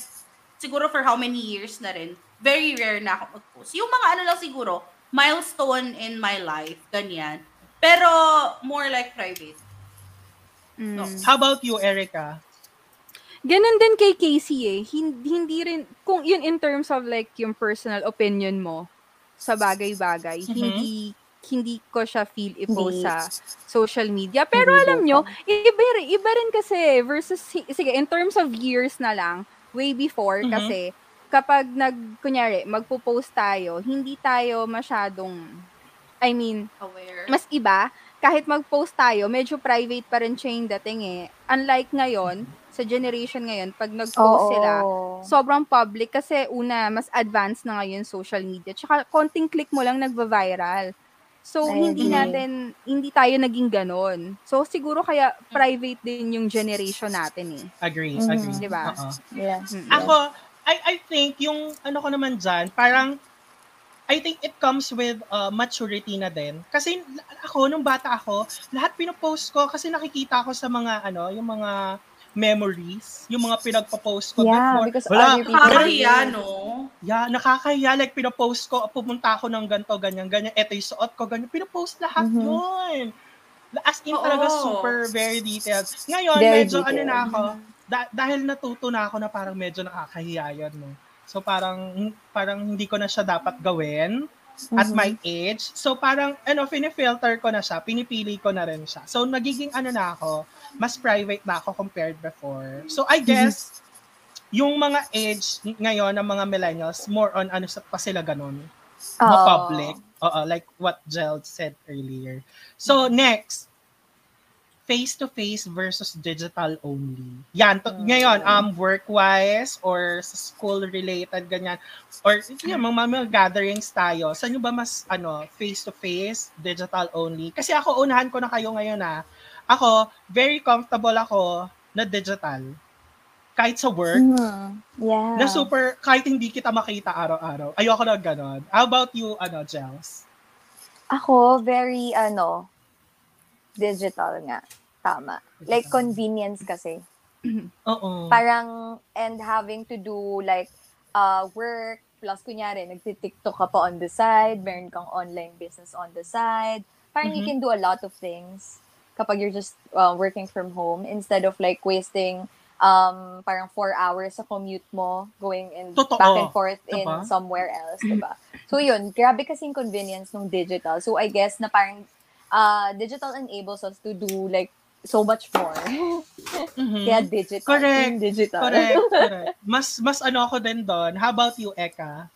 [SPEAKER 1] siguro for how many years na rin, very rare na ako mag-post. Yung mga ano lang siguro, milestone in my life, ganyan. Pero, more like private.
[SPEAKER 2] Mm.
[SPEAKER 1] No.
[SPEAKER 3] Mm-hmm. How about you, Erica?
[SPEAKER 2] Ganun din kay Casey eh. Hindi, hindi rin, kung yun in terms of like yung personal opinion mo sa bagay-bagay,
[SPEAKER 3] Mhm.
[SPEAKER 2] hindi hindi ko siya feel ipo
[SPEAKER 4] Mm-hmm. Hindi.
[SPEAKER 2] sa social media. Pero
[SPEAKER 4] Hindi
[SPEAKER 2] alam
[SPEAKER 4] ko.
[SPEAKER 2] nyo, iba, rin- iba rin kasi versus, sige, in terms of years na lang, way before
[SPEAKER 3] Mhm.
[SPEAKER 4] Mm-hmm.
[SPEAKER 2] kasi, kapag nag, kunyari, magpo-post tayo, hindi tayo masyadong, I mean,
[SPEAKER 1] Aware.
[SPEAKER 2] mas iba, kahit mag-post tayo, medyo private pa rin siya yung dating eh. Unlike ngayon, sa generation ngayon, pag nag-post sila, sobrang public kasi una, mas advanced na ngayon social media. Tsaka konting click mo lang nagva-viral. So,
[SPEAKER 4] I
[SPEAKER 2] hindi
[SPEAKER 4] agree.
[SPEAKER 2] natin, hindi tayo naging ganon. So, siguro kaya private din yung generation natin eh.
[SPEAKER 3] Agree,
[SPEAKER 4] Mhm.
[SPEAKER 3] agree. Uh-uh.
[SPEAKER 2] Di ba?
[SPEAKER 3] Oo.
[SPEAKER 4] Yeah.
[SPEAKER 2] Mm.
[SPEAKER 3] Ako, I, I think yung ano ko naman dyan, parang I think it comes with uh, maturity na din. Kasi l- ako, nung bata ako, lahat pinopost ko kasi nakikita ko sa mga, ano, yung mga memories, yung mga pinagpo-post ko
[SPEAKER 4] Yeah,
[SPEAKER 3] before.
[SPEAKER 4] because
[SPEAKER 3] Wala,
[SPEAKER 4] other people-
[SPEAKER 3] pero-
[SPEAKER 1] Nakakahiya, no?
[SPEAKER 3] yeah, nakakahiya. Like, pinopost ko, pumunta ako ng ganito, ganyan, ganyan. Eto yung suot ko, ganyan. Pinopost lahat
[SPEAKER 4] Mhm.
[SPEAKER 3] yun. As in
[SPEAKER 1] Oo.
[SPEAKER 3] talaga super very detailed. Ngayon,
[SPEAKER 4] Very
[SPEAKER 3] medyo ano
[SPEAKER 4] detailed.
[SPEAKER 3] na ako, da- dahil natuto na ako na parang medyo nakakahiya yun. No? So parang parang hindi ko na siya dapat gawin at
[SPEAKER 4] Mhm.
[SPEAKER 3] my age. So parang ano, fini-filter ko na siya, pinipili ko na rin siya. So nagiging ano na ako, mas private na ako compared before. So I guess yung mga age ngayon ng mga millennials more on ano sa- pa sila ganun mo
[SPEAKER 4] Oo.
[SPEAKER 3] public. Oo, like what Jel said earlier. So, next, face-to-face versus digital only. Yan, to,
[SPEAKER 4] Mm.
[SPEAKER 3] ngayon, um, work-wise or sa school-related, ganyan. Or yun, mga, mga gatherings tayo. Saan nyo ba mas, ano, face-to-face, digital only? Kasi ako, unahan ko na kayo ngayon, ah. Ako, very comfortable ako na digital. Kahit sa work,
[SPEAKER 4] Mhm. Yeah.
[SPEAKER 3] na super, kahit hindi kita makita araw-araw. Ayoko na ganon. How about you, ano, Jels?
[SPEAKER 4] Ako, very, ano, digital nga. Tama. Like, convenience kasi.
[SPEAKER 3] Oo.
[SPEAKER 4] Parang, and having to do, like, uh, work, plus, kunyari, nagtitiktok ka pa on the side, meron kang online business on the side. Parang you
[SPEAKER 3] Mhm.
[SPEAKER 4] can do a lot of things kapag you're just uh, working from home instead of, like, wasting um parang four hours sa commute mo going in
[SPEAKER 3] Totoo.
[SPEAKER 4] back and forth in
[SPEAKER 3] Diba?
[SPEAKER 4] somewhere else, diba? So yun, grabe kasing convenience ng digital. So I guess na parang uh, digital enables us to do like so much more. [LAUGHS]
[SPEAKER 3] Mhm.
[SPEAKER 4] Kaya digital.
[SPEAKER 3] Correct.
[SPEAKER 4] yung digital.
[SPEAKER 3] Correct, correct. Mas, mas ano ako din doon. How about you, Eka?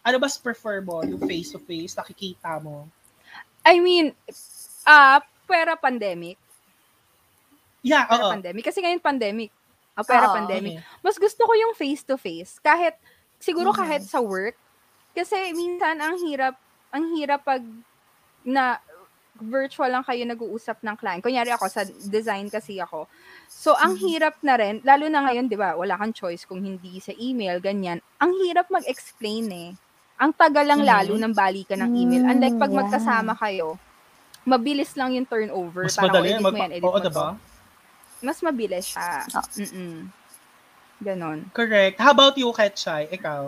[SPEAKER 3] Ano mas prefer mo? Yung face-to-face, nakikita mo?
[SPEAKER 2] I mean, ah, pera pandemic.
[SPEAKER 3] Yeah,
[SPEAKER 2] Pera
[SPEAKER 3] oo.
[SPEAKER 2] pandemic. Kasi ngayon pandemic. Ah, pera
[SPEAKER 4] Oo.
[SPEAKER 2] pandemic.
[SPEAKER 3] Okay.
[SPEAKER 2] mas gusto ko yung face to face kahit siguro
[SPEAKER 4] Mhm.
[SPEAKER 3] Mm-hmm.
[SPEAKER 2] kahit sa work kasi minsan ang hirap ang hirap pag na virtual lang kayo nag-uusap ng client. Kunyari ako, sa design kasi ako. So, ang
[SPEAKER 3] Mm-hmm.
[SPEAKER 2] hirap na rin, lalo na ngayon, di ba, wala kang choice kung hindi sa email, ganyan. Ang hirap mag-explain eh. Ang tagal lang
[SPEAKER 3] Mhm.
[SPEAKER 2] lalo ng balikan ng email.
[SPEAKER 4] Mm,
[SPEAKER 2] Unlike pag
[SPEAKER 4] yeah.
[SPEAKER 2] magkasama kayo, mabilis lang yung turnover.
[SPEAKER 3] Mas
[SPEAKER 2] Parang,
[SPEAKER 3] madali.
[SPEAKER 2] "Oh, edit mo
[SPEAKER 3] Mag-
[SPEAKER 4] eh,
[SPEAKER 2] yan, edit
[SPEAKER 3] oo,
[SPEAKER 2] mo to."
[SPEAKER 3] diba?
[SPEAKER 2] Mas mabilis siya.
[SPEAKER 4] Ah.
[SPEAKER 2] Mm-mm. Ganon.
[SPEAKER 3] Correct. How about you, Ketchay? Ikaw?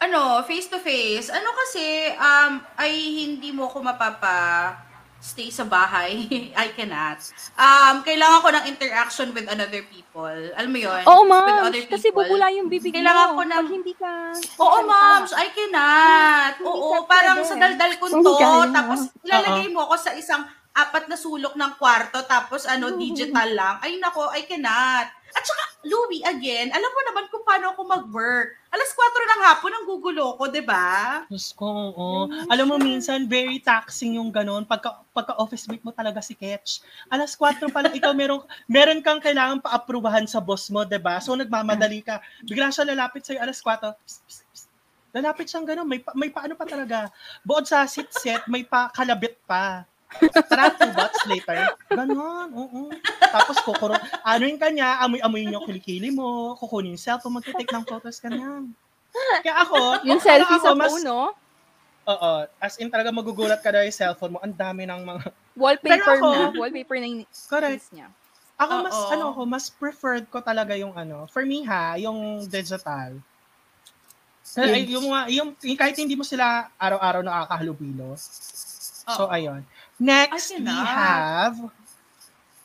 [SPEAKER 1] ano, face to face. Ano kasi um ay hindi mo ko mapapa stay sa bahay. [LAUGHS] I cannot. Um, kailangan ko ng interaction with another people. Alam mo yun? With
[SPEAKER 2] Oo, Oh, ma'am.
[SPEAKER 1] other
[SPEAKER 2] Kasi
[SPEAKER 1] people.
[SPEAKER 2] bubula yung bibig
[SPEAKER 1] Kailangan
[SPEAKER 2] mo.
[SPEAKER 1] ko ng-
[SPEAKER 2] Pag hindi ka...
[SPEAKER 1] Oo,
[SPEAKER 2] salita.
[SPEAKER 1] ma'am. I cannot.
[SPEAKER 4] Hindi
[SPEAKER 1] Oo,
[SPEAKER 4] ka
[SPEAKER 1] parang
[SPEAKER 4] pwede.
[SPEAKER 1] sa daldal ko
[SPEAKER 4] Hindi
[SPEAKER 1] to.
[SPEAKER 4] kaya.
[SPEAKER 1] Tapos ilalagay mo ako sa isang apat na sulok ng kwarto tapos ano, digital lang. Ay nako, I cannot. At saka, Louie, again, alam mo naman kung paano ako mag-work. Alas 4 ng hapon ang gugulo ko, di ba?
[SPEAKER 3] Diyos ko, oo. Alam mo, minsan, very taxing yung ganun. Pagka, pagka-office week mo talaga si Ketch. Alas 4 pa lang, ikaw meron, meron kang kailangan pa-aprobahan sa boss mo, 'di ba So, nagmamadali ka. Bigla siya lalapit sa'yo, alas 4. Psst, psst, psst. Lalapit siyang ganun. May, pa, may paano pa talaga. Bukod sa sit-set, may pa kalabit pa. Tara, two bucks later. Ganon, oo. Tapos kukuro, ano yung kanya, amoy-amoy niyo kilikili mo, kukunin yung cellphone, magte-take ng photos ka niyan. Kaya ako,
[SPEAKER 2] Yung
[SPEAKER 3] parang
[SPEAKER 2] selfie
[SPEAKER 3] ako,
[SPEAKER 2] sa
[SPEAKER 3] mas-
[SPEAKER 2] phone, no?
[SPEAKER 3] Oo. As in talaga magugulat ka na yung cellphone mo. Ang dami ng mga... [LAUGHS]
[SPEAKER 2] Wallpaper
[SPEAKER 3] Pero ako-
[SPEAKER 2] na. Wallpaper na yung
[SPEAKER 3] Correct.
[SPEAKER 2] niya.
[SPEAKER 3] Ako mas,
[SPEAKER 1] Oo.
[SPEAKER 3] ano ko, mas preferred ko talaga yung ano. For me ha, yung digital. Ay, yung, mga- yung, yung kahit hindi mo sila araw-araw nakakahalubilo.
[SPEAKER 1] Oo.
[SPEAKER 3] So, ayun. Next,
[SPEAKER 1] Ay,
[SPEAKER 3] we
[SPEAKER 1] sila.
[SPEAKER 3] have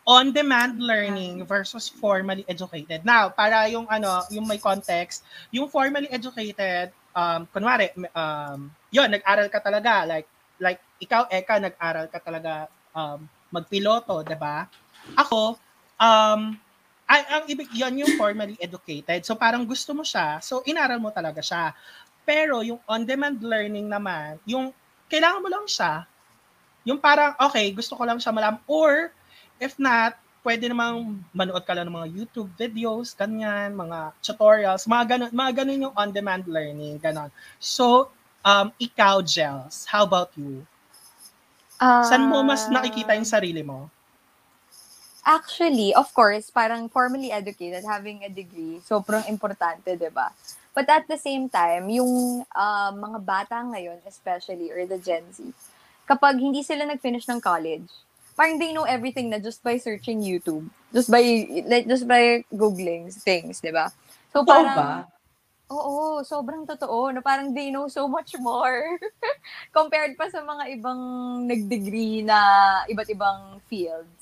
[SPEAKER 3] on-demand learning versus formally educated. Now, para yung ano, yung may context, yung formally educated, um, kunwari, um, yun, nag-aral ka talaga. Like, like ikaw, Eka, nag-aral ka talaga um, magpiloto, di ba? Ako, um, ay, ang ibig, yun yung formally educated. So, parang gusto mo siya. So, inaral mo talaga siya. Pero, yung on-demand learning naman, yung kailangan mo lang siya, yung parang, okay, gusto ko lang siya malam. Or, if not, pwede namang manood ka lang ng mga YouTube videos, ganyan, mga tutorials, mga ganun, mga ganun yung on-demand learning, ganun. So, um, ikaw, Gels, how about you?
[SPEAKER 4] Ah.
[SPEAKER 3] San mo mas nakikita yung sarili mo?
[SPEAKER 4] Actually, of course, parang formally educated, having a degree, sobrang importante, di ba? But at the same time, yung ah, mga bata ngayon, especially, or the Gen Z, kapag hindi sila nag-finish ng college, parang they know everything na just by searching YouTube. Just by, like, just by googling things, di ba? So,
[SPEAKER 5] Totoo
[SPEAKER 4] parang,
[SPEAKER 5] ba?
[SPEAKER 4] Oo, sobrang totoo. Na parang they know so much more [LAUGHS] compared pa sa mga ibang nag-degree na iba't ibang fields.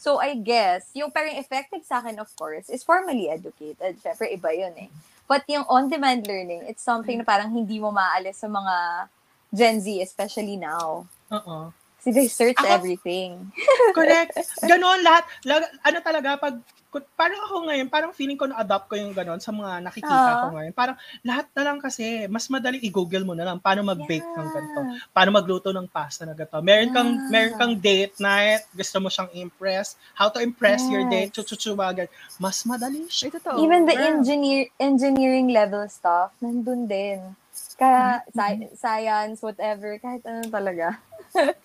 [SPEAKER 4] So, I guess, yung parang effective sa akin, of course, is formally educated. Siyempre, iba yun eh. But yung on-demand learning, it's something na parang hindi mo maalis sa mga Gen Z, especially now.
[SPEAKER 3] Oo.
[SPEAKER 4] Kasi they search
[SPEAKER 3] Ako-
[SPEAKER 4] everything.
[SPEAKER 3] Correct. Ganon lahat. Lag- ano talaga, pag, ku- parang ako ngayon, parang feeling ko na-adopt ko yung ganon sa mga nakikita ko
[SPEAKER 4] Ah.
[SPEAKER 3] ngayon. Parang lahat na lang kasi, mas madali i-google mo na lang paano mag-bake ng ganito.
[SPEAKER 4] Yeah.
[SPEAKER 3] paano magluto ng pasta na gato. Meron kang
[SPEAKER 4] Ah.
[SPEAKER 3] meron kang date night, gusto mo siyang impress, how to impress your date,
[SPEAKER 4] Yes.
[SPEAKER 3] chuchuchuwagan. Mas madali siya.
[SPEAKER 2] Ay, totoo.
[SPEAKER 4] Even the
[SPEAKER 3] Yeah.
[SPEAKER 4] engineer engineering level stuff, nandun din. Kaya sci- science, whatever, kahit ano talaga.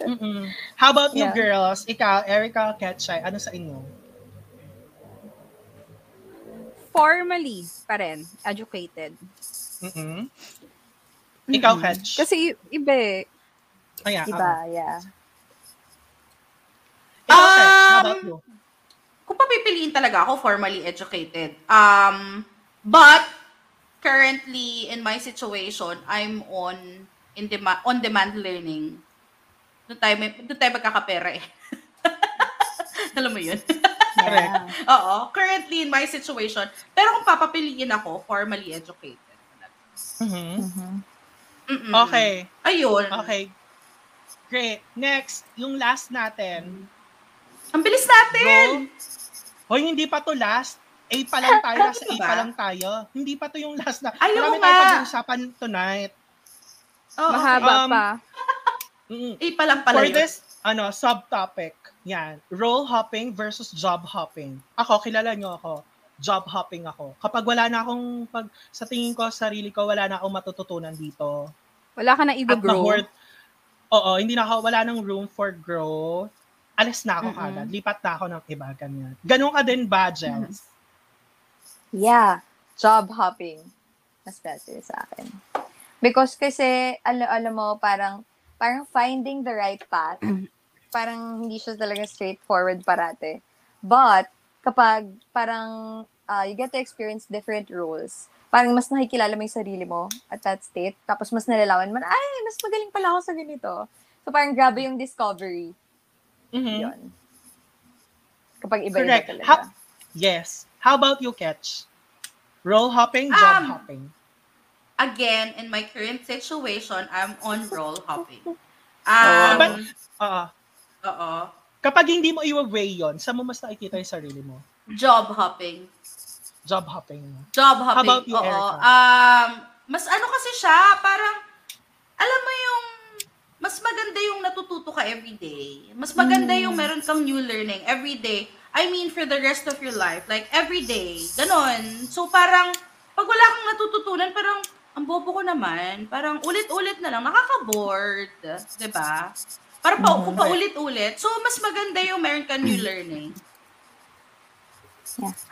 [SPEAKER 3] Mm-mm. How about you
[SPEAKER 4] Yeah.
[SPEAKER 3] girls? Ikaw, Erica, Ketchay, ano sa inyo?
[SPEAKER 2] Formally pa rin. Educated.
[SPEAKER 3] Mm-mm. Ikaw,
[SPEAKER 1] Mm-mm.
[SPEAKER 3] Ketch.
[SPEAKER 2] Kasi iba eh.
[SPEAKER 3] Ayan, ah.
[SPEAKER 4] Iba, yeah.
[SPEAKER 3] Ikaw, Ketch, how
[SPEAKER 1] Um,
[SPEAKER 3] about you?
[SPEAKER 1] kung papipiliin talaga ako, formally educated. Um, but, currently, in my situation, I'm on in dema- on-demand learning. Doon tayo, may, doon tayo magkakapera eh. [LAUGHS] Alam mo yun?
[SPEAKER 3] Correct.
[SPEAKER 4] Yeah.
[SPEAKER 1] Oo. Currently, in my situation. Pero kung papapiliin ako, formally educated.
[SPEAKER 3] Mhm.
[SPEAKER 4] Mhm.
[SPEAKER 1] Mm-mm.
[SPEAKER 3] Okay.
[SPEAKER 1] Ayun.
[SPEAKER 3] Okay. Great. Next, yung last natin.
[SPEAKER 1] Ang bilis natin!
[SPEAKER 3] Go. Hoy, hindi pa to last. A pa lang tayo. Nasa A
[SPEAKER 1] Ano ba?
[SPEAKER 3] pa lang tayo. Hindi pa to yung last na.
[SPEAKER 1] Ayaw
[SPEAKER 3] Marami
[SPEAKER 1] nga.
[SPEAKER 3] tayong pag-uusapan tonight.
[SPEAKER 1] Oo.
[SPEAKER 2] Mahaba
[SPEAKER 3] Um,
[SPEAKER 2] pa.
[SPEAKER 3] Mm.
[SPEAKER 1] Eh, pa lang pala
[SPEAKER 3] For
[SPEAKER 1] yun.
[SPEAKER 3] this, ano, subtopic, yan, role hopping versus job hopping. Ako, kilala nyo ako, job hopping ako. Kapag wala na akong, pag, sa tingin ko, sarili ko, wala na akong matututunan dito.
[SPEAKER 2] Wala ka na
[SPEAKER 3] At
[SPEAKER 2] i-grow.
[SPEAKER 3] na-hoard, oo, hindi na ako, wala nang room for growth. Alis na ako
[SPEAKER 2] Mm-mm.
[SPEAKER 3] kagad. Lipat na ako ng iba, ganyan. Ganun ka din ba, Jels?
[SPEAKER 4] Yeah, job hopping. Mas better sa akin. Because kasi, alam, alam mo, parang, parang finding the right
[SPEAKER 3] [CLEARS THROAT]
[SPEAKER 4] path, parang hindi siya talaga straightforward parate. But, kapag parang ah, you get to experience different roles, parang mas nakikilala mo yung sarili mo at that state, tapos mas nalalaman mo, na, ay, mas magaling pala ako sa ganito. So, parang grabe yung discovery
[SPEAKER 2] Mm-hmm.
[SPEAKER 3] Mhm.
[SPEAKER 4] Yun. Kapag iba
[SPEAKER 3] Correct.
[SPEAKER 4] talaga.
[SPEAKER 3] Ha- Yes. How about you, Catch? Role hopping, job
[SPEAKER 1] Um,
[SPEAKER 3] hopping.
[SPEAKER 1] Again, in my current situation, I'm on roll hopping.
[SPEAKER 3] Oh, Ah, but-
[SPEAKER 1] Um,
[SPEAKER 3] Oo.
[SPEAKER 1] oo.
[SPEAKER 3] Kapag hindi mo i-weigh yon, saan mo mas nakikita yung sarili mo?
[SPEAKER 1] Job hopping.
[SPEAKER 3] Job hopping.
[SPEAKER 1] Job hopping.
[SPEAKER 3] about you,
[SPEAKER 1] Oo.
[SPEAKER 3] Erica?
[SPEAKER 1] Um, mas ano kasi siya, parang, alam mo yung, mas maganda yung natututo ka every day. Mas maganda
[SPEAKER 3] Hmm.
[SPEAKER 1] yung meron kang new learning every day. I mean, for the rest of your life. Like, every day. Ganon. So, parang, pag wala kang natututunan, parang, ang bobo ko naman. Parang, ulit-ulit na lang. Nakaka-bored. 'Di ba? Para pa,
[SPEAKER 3] Hmm.
[SPEAKER 1] kung paulit-ulit. So, mas maganda yung meron kang new learning.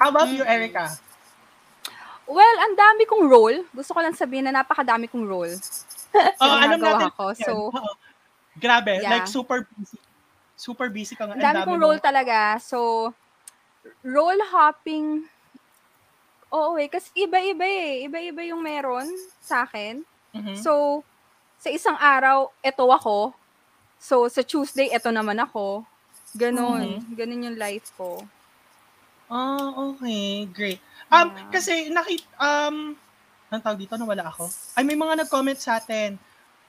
[SPEAKER 3] How about
[SPEAKER 1] Mm.
[SPEAKER 3] you, Erica?
[SPEAKER 2] Well, ang dami kong role. Gusto ko lang sabihin na napakadami kong role.
[SPEAKER 3] Oh, alam
[SPEAKER 2] ginagawa
[SPEAKER 3] natin.
[SPEAKER 2] ko.
[SPEAKER 3] yan.
[SPEAKER 2] So,
[SPEAKER 3] Oo. grabe.
[SPEAKER 2] yeah.
[SPEAKER 3] Like, super busy. Super busy ka nga.
[SPEAKER 2] Ang dami kong
[SPEAKER 3] mo.
[SPEAKER 2] role talaga. So, role hopping, oo eh, kasi iba-iba eh. Iba-iba yung meron sa akin.
[SPEAKER 3] Mhm.
[SPEAKER 2] So, sa isang araw, eto ako. So, sa Tuesday, eto naman ako. Ganon.
[SPEAKER 3] Mm-hmm.
[SPEAKER 2] Ganon yung life ko.
[SPEAKER 3] Oh, okay. Great.
[SPEAKER 2] Yeah.
[SPEAKER 3] Um, kasi nakit um anong tawag dito nawala ako. Ay may mga nag-comment sa atin.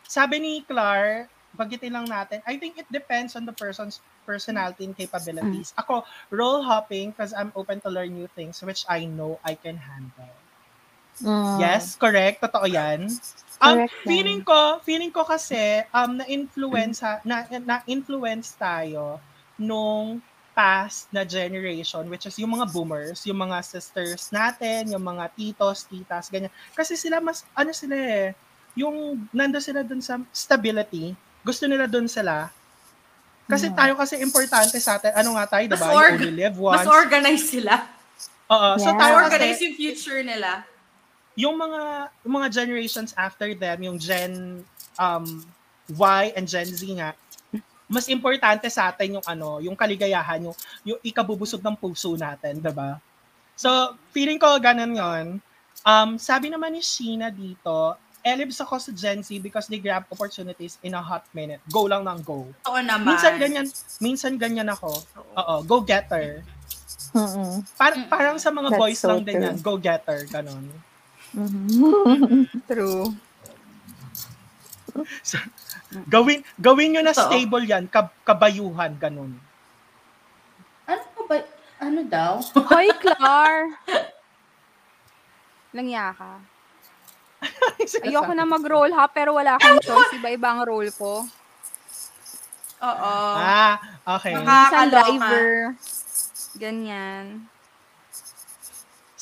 [SPEAKER 3] Sabi ni Clar, bagitin lang natin. I think it depends on the person's personality and capabilities. Ako, role hopping because I'm open to learn new things which I know I can handle.
[SPEAKER 4] Mm.
[SPEAKER 3] Yes, correct. Totoo 'yan. Um,
[SPEAKER 4] Correct yan.
[SPEAKER 3] feeling ko, feeling ko kasi um na-influence ha- na na-influence tayo nung past na generation which is yung mga boomers, yung mga sisters natin, yung mga titos, titas, ganyan. Kasi sila mas ano sila eh, yung nando sila dun sa stability, gusto nila dun sila. Kasi
[SPEAKER 4] Yeah.
[SPEAKER 3] tayo kasi importante sa atin, ano nga tayo, diba?
[SPEAKER 1] Mas
[SPEAKER 3] You
[SPEAKER 1] org-
[SPEAKER 3] only live once.
[SPEAKER 1] Mas organized sila.
[SPEAKER 3] Oo, so
[SPEAKER 4] Yeah.
[SPEAKER 3] tayo
[SPEAKER 1] Mas
[SPEAKER 3] kasi,
[SPEAKER 1] organized yung future nila.
[SPEAKER 3] yung mga yung mga generations after them, yung Gen um, Y and Gen Z nga, mas importante sa atin yung ano, yung kaligayahan, yung, yung ikabubusog ng puso natin, 'di ba? So, feeling ko ganun 'yon. Um, sabi naman ni Sheena dito, elibs ako sa Gen Z because they grab opportunities in a hot minute. Go lang ng go.
[SPEAKER 1] Oo naman.
[SPEAKER 3] Minsan ganyan, minsan ganyan ako. Oo, go getter.
[SPEAKER 4] Mm-mm.
[SPEAKER 3] Par-
[SPEAKER 1] Mm-mm.
[SPEAKER 3] parang sa mga
[SPEAKER 4] That's
[SPEAKER 3] boys
[SPEAKER 4] so
[SPEAKER 3] lang din
[SPEAKER 4] true.
[SPEAKER 3] yan, go getter, ganun.
[SPEAKER 4] Mhm.
[SPEAKER 2] True.
[SPEAKER 3] Gawin gawin nyo na
[SPEAKER 1] Totoo.
[SPEAKER 3] stable 'yan, kab- kabayuhan ganun.
[SPEAKER 1] Ano pa ba? Ano daw?
[SPEAKER 2] Hoy, Clar! Langya ka. [LAUGHS] Ayoko na mag-roll hop, pero wala akong choice. Iba-iba ang role ko.
[SPEAKER 1] Oo.
[SPEAKER 3] Ah, okay.
[SPEAKER 1] Maka-
[SPEAKER 2] Isang
[SPEAKER 1] Nakakaloka.
[SPEAKER 2] driver. Ganyan.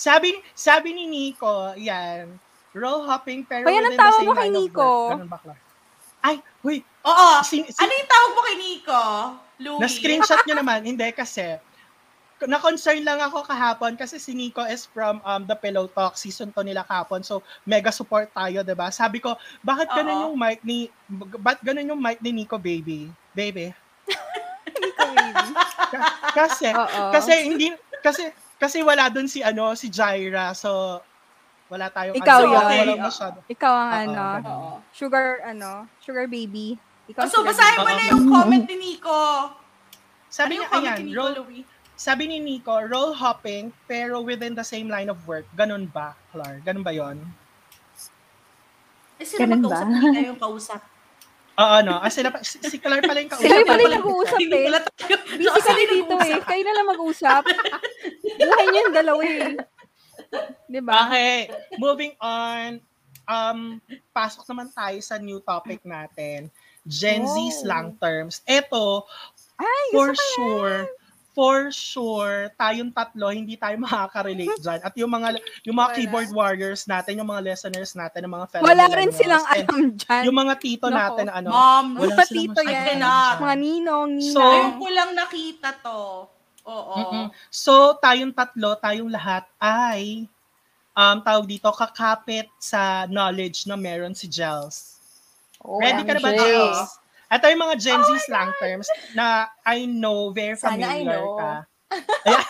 [SPEAKER 3] Sabi sabi ni Nico, 'yan. Roll hopping pero
[SPEAKER 2] Hoy, anong
[SPEAKER 3] within the
[SPEAKER 2] tawag
[SPEAKER 3] same
[SPEAKER 2] mo kay
[SPEAKER 3] line of
[SPEAKER 2] Nico?
[SPEAKER 3] work. Ganun bakla. Ay, huy.
[SPEAKER 1] Oo.
[SPEAKER 3] Si, si,
[SPEAKER 1] Ano yung tawag mo kay Nico? Louie?
[SPEAKER 3] na screenshot nyo naman, hindi kasi na-concern lang ako kahapon kasi si Nico is from um, the Pillow Talk season to nila kahapon. So, mega support tayo, 'di ba? Sabi ko, bakit ganun
[SPEAKER 1] Oo.
[SPEAKER 3] yung mic ni bakit ganun yung mic ni Nico, baby?
[SPEAKER 1] [LAUGHS]
[SPEAKER 3] Baby.
[SPEAKER 2] Ikaw, baby.
[SPEAKER 3] Kasi
[SPEAKER 2] Oo.
[SPEAKER 3] Kasi hindi kasi kasi wala doon si ano si Jaira. So wala tayong
[SPEAKER 2] Ikaw
[SPEAKER 3] ano,
[SPEAKER 1] yun.
[SPEAKER 3] wala
[SPEAKER 1] Okay.
[SPEAKER 3] masyado.
[SPEAKER 2] Ikaw ang
[SPEAKER 3] Oo,
[SPEAKER 2] ano,
[SPEAKER 3] ganun.
[SPEAKER 1] Oo.
[SPEAKER 2] sugar ano, sugar baby. Ikaw
[SPEAKER 1] Oh,
[SPEAKER 2] ang
[SPEAKER 1] so,
[SPEAKER 2] sugar
[SPEAKER 1] basahin
[SPEAKER 2] baby.
[SPEAKER 1] mo na yung comment ni Nico. Ano
[SPEAKER 3] Sabi
[SPEAKER 1] yung
[SPEAKER 3] niya
[SPEAKER 1] comment
[SPEAKER 3] ayan,
[SPEAKER 1] ni Nico,
[SPEAKER 3] roll,
[SPEAKER 1] Louie?
[SPEAKER 3] sabi ni Nico, role hopping pero within the same line of work. Ganun ba, Clar? Ganun ba 'yon?
[SPEAKER 1] Eh, sino
[SPEAKER 4] Ganun
[SPEAKER 1] magkausap?
[SPEAKER 4] ba?
[SPEAKER 1] Hindi tayo yung [LAUGHS] kausap.
[SPEAKER 3] Oo, no. Ah, sila pa, si, si Clar pala yung kausap.
[SPEAKER 2] Sila pala yung
[SPEAKER 3] Wala-
[SPEAKER 2] nag-uusap
[SPEAKER 1] Hindi
[SPEAKER 2] eh.
[SPEAKER 1] pala
[SPEAKER 3] [LAUGHS]
[SPEAKER 1] tayo.
[SPEAKER 2] Busy kami dito eh.
[SPEAKER 1] nag-uusap.
[SPEAKER 2] Kayo na lang mag-usap. Buhay niyo yung dalawa
[SPEAKER 3] [LAUGHS]
[SPEAKER 2] eh. Diba?
[SPEAKER 3] Okay, moving on. Um, pasok naman tayo sa new topic natin. Gen Z
[SPEAKER 2] Oh.
[SPEAKER 3] slang terms. Ito,
[SPEAKER 2] Ay,
[SPEAKER 3] for
[SPEAKER 2] gusto ko yan.
[SPEAKER 3] sure, for sure, tayong tatlo, hindi tayo
[SPEAKER 2] [LAUGHS]
[SPEAKER 3] makaka-relate dyan. At yung mga, yung mga
[SPEAKER 2] Wala.
[SPEAKER 3] keyboard warriors natin, yung mga listeners natin, yung mga fellow
[SPEAKER 2] Wala rin
[SPEAKER 3] millennials,
[SPEAKER 2] silang
[SPEAKER 3] and
[SPEAKER 2] alam dyan.
[SPEAKER 3] Yung mga tito
[SPEAKER 2] Nako.
[SPEAKER 3] natin, na ano,
[SPEAKER 1] Mom,
[SPEAKER 3] wala
[SPEAKER 2] mga
[SPEAKER 3] silang
[SPEAKER 2] tito
[SPEAKER 3] masyadong
[SPEAKER 2] yan.
[SPEAKER 3] alam dyan.
[SPEAKER 2] Mga ninong, ninang.
[SPEAKER 3] So,
[SPEAKER 1] Ngayon ko lang nakita to. Oo.
[SPEAKER 3] Mm-mm. So, tayong tatlo, tayong lahat ay um, tawag dito, kakapit sa knowledge na meron si Gels.
[SPEAKER 4] Oh,
[SPEAKER 3] Ready ka na ba,
[SPEAKER 4] OMG.
[SPEAKER 3] Gels? Ito yung mga Gen Z slang terms na I know, very
[SPEAKER 4] Sana I
[SPEAKER 3] familiar
[SPEAKER 4] know.
[SPEAKER 3] ka. [LAUGHS] Ayan.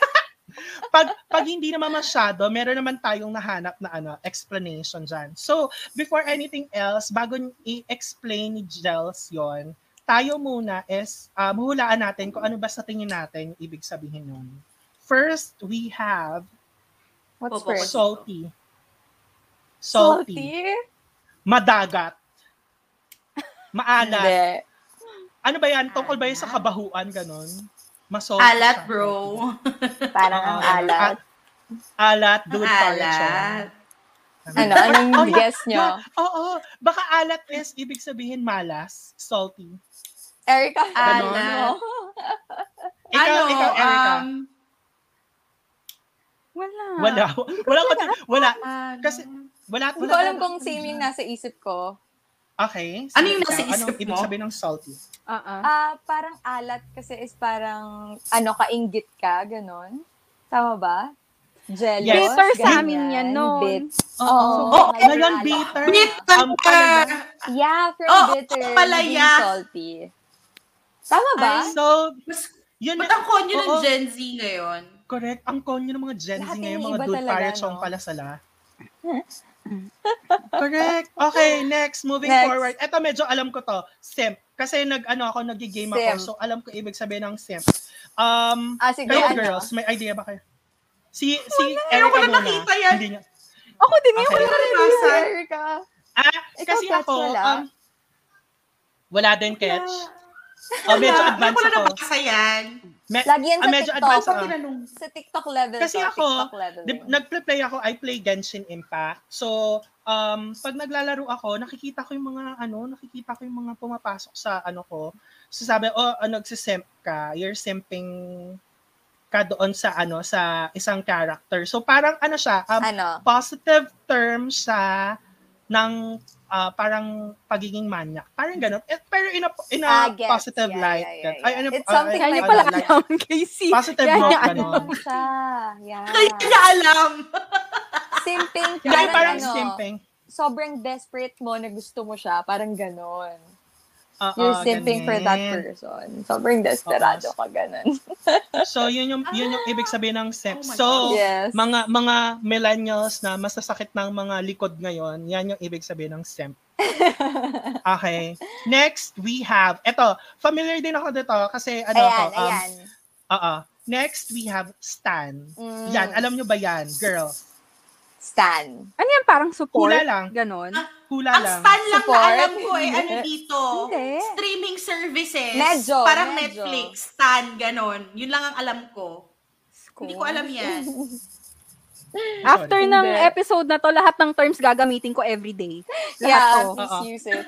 [SPEAKER 3] pag, pag hindi naman masyado, meron naman tayong nahanap na ano, explanation dyan. So, before anything else, bago i-explain ni Gels yon tayo muna is um, hulaan natin kung ano ba sa tingin natin yung ibig sabihin nun. First, we have
[SPEAKER 4] What's
[SPEAKER 1] Bobo.
[SPEAKER 4] first?
[SPEAKER 3] salty. Salty. Madagat. Maalat.
[SPEAKER 4] Hindi.
[SPEAKER 3] Ano ba yan? Tungkol ba yan sa
[SPEAKER 1] Alat.
[SPEAKER 3] kabahuan? Ganon? Masalty.
[SPEAKER 1] Alat,
[SPEAKER 3] siya.
[SPEAKER 1] bro.
[SPEAKER 4] Parang ang
[SPEAKER 3] Oo.
[SPEAKER 4] alat.
[SPEAKER 3] Alat,
[SPEAKER 1] Ang
[SPEAKER 3] dude.
[SPEAKER 1] alat.
[SPEAKER 4] Ano? Anong
[SPEAKER 3] [LAUGHS] Oh, yeah.
[SPEAKER 4] guess nyo?
[SPEAKER 3] Oo. Baka alat is ibig sabihin malas, salty.
[SPEAKER 4] Erica,
[SPEAKER 1] Ganon.
[SPEAKER 4] ano?
[SPEAKER 3] Ikaw,
[SPEAKER 1] ano,
[SPEAKER 3] ikaw, Erica.
[SPEAKER 1] um,
[SPEAKER 2] Wala.
[SPEAKER 3] wala. Wala, ko wala.
[SPEAKER 1] ano?
[SPEAKER 3] Kasi- Wala.
[SPEAKER 4] Hindi
[SPEAKER 3] wala
[SPEAKER 4] ko alam
[SPEAKER 3] talaga
[SPEAKER 4] kung
[SPEAKER 3] ako
[SPEAKER 4] same
[SPEAKER 3] dyan.
[SPEAKER 4] yung nasa isip ko.
[SPEAKER 3] Okay.
[SPEAKER 1] Ano
[SPEAKER 3] sige,
[SPEAKER 1] yung nasa
[SPEAKER 3] ikaw,
[SPEAKER 1] isip
[SPEAKER 3] anong ibig
[SPEAKER 1] mo?
[SPEAKER 3] sabihin ng salty?
[SPEAKER 2] Oo.
[SPEAKER 4] Ah, parang alat kasi is parang, ano, kainggit ka, ganon. Tama ba? Jealous?
[SPEAKER 3] Yes.
[SPEAKER 2] Bitter
[SPEAKER 3] Ganyan.
[SPEAKER 2] sa amin yan noon.
[SPEAKER 4] Bits.
[SPEAKER 3] Oo.
[SPEAKER 4] Oo,
[SPEAKER 3] Ano yun,
[SPEAKER 4] alat.
[SPEAKER 3] bitter?
[SPEAKER 1] Bitter
[SPEAKER 3] Ang palaga.
[SPEAKER 1] ka!
[SPEAKER 4] Yeah, from
[SPEAKER 3] Oh,
[SPEAKER 1] Oo,
[SPEAKER 4] bitter,
[SPEAKER 1] palaya.
[SPEAKER 4] naging salty. Tama ba?
[SPEAKER 1] Ay,
[SPEAKER 3] So,
[SPEAKER 1] Mas,
[SPEAKER 3] yun
[SPEAKER 1] ba't
[SPEAKER 3] na-
[SPEAKER 1] ang konyo ng
[SPEAKER 3] Oo.
[SPEAKER 1] Gen Z ngayon?
[SPEAKER 3] Correct. Ang konyo ng mga Gen Z
[SPEAKER 4] Lahat
[SPEAKER 3] ngayon,
[SPEAKER 4] yung
[SPEAKER 3] mga
[SPEAKER 4] iba
[SPEAKER 3] dude
[SPEAKER 4] talaga,
[SPEAKER 3] pala,
[SPEAKER 4] no?
[SPEAKER 3] chong pala
[SPEAKER 4] [LAUGHS]
[SPEAKER 3] sala. Correct. Okay, next. Moving
[SPEAKER 4] Next.
[SPEAKER 3] forward. Ito, medyo alam ko to. Simp. Kasi nag, ano, ako, nag-game ako.
[SPEAKER 4] Simp.
[SPEAKER 3] So, alam ko ibig sabihin ng simp. Um,
[SPEAKER 4] Ah, sige,
[SPEAKER 3] kayo,
[SPEAKER 4] ano?
[SPEAKER 3] girls, may idea ba kayo? Si, si
[SPEAKER 1] Ayoko
[SPEAKER 3] Erica
[SPEAKER 1] na
[SPEAKER 3] muna.
[SPEAKER 1] nakita yan.
[SPEAKER 3] Hindi niya.
[SPEAKER 2] Ako din yung
[SPEAKER 3] Okay.
[SPEAKER 2] wala rin.
[SPEAKER 1] Nasa,
[SPEAKER 4] Erica.
[SPEAKER 3] Ah,
[SPEAKER 4] Ikaw,
[SPEAKER 3] kasi
[SPEAKER 4] Ketch,
[SPEAKER 3] ako,
[SPEAKER 4] wala?
[SPEAKER 3] um, wala din, Ketch. Oh, medyo advanced
[SPEAKER 1] Wala na
[SPEAKER 3] ako.
[SPEAKER 1] nabasa yan.
[SPEAKER 3] Me-
[SPEAKER 4] Lagi yan sa
[SPEAKER 3] ah, medyo
[SPEAKER 4] TikTok.
[SPEAKER 3] advanced
[SPEAKER 1] Pag
[SPEAKER 3] ako.
[SPEAKER 1] tinanong.
[SPEAKER 4] Sa TikTok level
[SPEAKER 3] Kasi
[SPEAKER 4] to,
[SPEAKER 3] ako,
[SPEAKER 4] TikTok level.
[SPEAKER 3] Di- nagpe-play ako, I play Genshin Impact. So, um, pag naglalaro ako, nakikita ko yung mga, ano, nakikita ko yung mga pumapasok sa, ano ko. So, sabi, oh, uh, nagsisimp ka, you're simping ka doon sa, ano, sa isang character. So, parang, ano siya, um,
[SPEAKER 4] ano?
[SPEAKER 3] positive term siya ng ah, parang pagiging manyak. Parang ganun. Eh, pero in a, in a
[SPEAKER 4] Ah, gets.
[SPEAKER 3] positive
[SPEAKER 4] Yeah,
[SPEAKER 3] light.
[SPEAKER 4] yeah, yeah,
[SPEAKER 3] gan- Ay,
[SPEAKER 4] yeah.
[SPEAKER 3] ano,
[SPEAKER 4] It's
[SPEAKER 3] ah,
[SPEAKER 4] something
[SPEAKER 2] Kaya
[SPEAKER 3] ano,
[SPEAKER 2] niya
[SPEAKER 4] like
[SPEAKER 2] pala
[SPEAKER 3] ano,
[SPEAKER 2] alam, [LAUGHS] Casey.
[SPEAKER 3] Positive
[SPEAKER 2] Kaya
[SPEAKER 3] rock,
[SPEAKER 2] niya
[SPEAKER 3] ano.
[SPEAKER 2] alam.
[SPEAKER 4] Ano siya? Yeah.
[SPEAKER 1] Kaya niya alam.
[SPEAKER 4] Simping.
[SPEAKER 3] Hindi,
[SPEAKER 4] Parang,
[SPEAKER 3] [LAUGHS] parang
[SPEAKER 4] ano,
[SPEAKER 3] simping.
[SPEAKER 4] sobrang desperate mo na gusto mo siya. Parang ganon.
[SPEAKER 3] Oo,
[SPEAKER 4] You're simping for that
[SPEAKER 3] Ah, ganun.
[SPEAKER 4] person. Sobrang desperado
[SPEAKER 3] Oo.
[SPEAKER 4] ka ganon.
[SPEAKER 3] So, yun yung, yun yung ibig sabihin ng simp.
[SPEAKER 1] Oh my
[SPEAKER 3] so,
[SPEAKER 1] God.
[SPEAKER 4] yes. [LAUGHS]
[SPEAKER 3] mga mga millennials na masasakit ng mga likod ngayon, yan yung ibig sabihin ng simp. Okay. Next, we have, eto, familiar din ako dito kasi ano ako,
[SPEAKER 4] ayan,
[SPEAKER 3] um,
[SPEAKER 4] ayan.
[SPEAKER 3] oo. Next, we have Stan.
[SPEAKER 4] Mm.
[SPEAKER 3] um, Yan, alam nyo ba yan, girl?
[SPEAKER 4] Stan.
[SPEAKER 2] Ano yan, parang support?
[SPEAKER 3] Hula lang. Ah,
[SPEAKER 2] Ganon.
[SPEAKER 3] Hula
[SPEAKER 1] Ang
[SPEAKER 3] lang.
[SPEAKER 1] stan lang na
[SPEAKER 4] Support?
[SPEAKER 1] alam ko eh, ano dito?
[SPEAKER 2] Hindi.
[SPEAKER 1] Streaming services.
[SPEAKER 4] Medyo,
[SPEAKER 1] Parang
[SPEAKER 4] medyo.
[SPEAKER 1] Netflix, stan, ganon. Yun lang ang alam ko. Hindi ko
[SPEAKER 2] School.
[SPEAKER 1] alam
[SPEAKER 2] [LAUGHS]
[SPEAKER 1] yan.
[SPEAKER 2] After
[SPEAKER 4] Hindi.
[SPEAKER 2] ng episode na to, lahat ng terms gagamitin ko everyday. Lahat
[SPEAKER 4] Yeah,
[SPEAKER 2] to.
[SPEAKER 3] Oo.
[SPEAKER 4] please use
[SPEAKER 3] [LAUGHS]
[SPEAKER 4] it.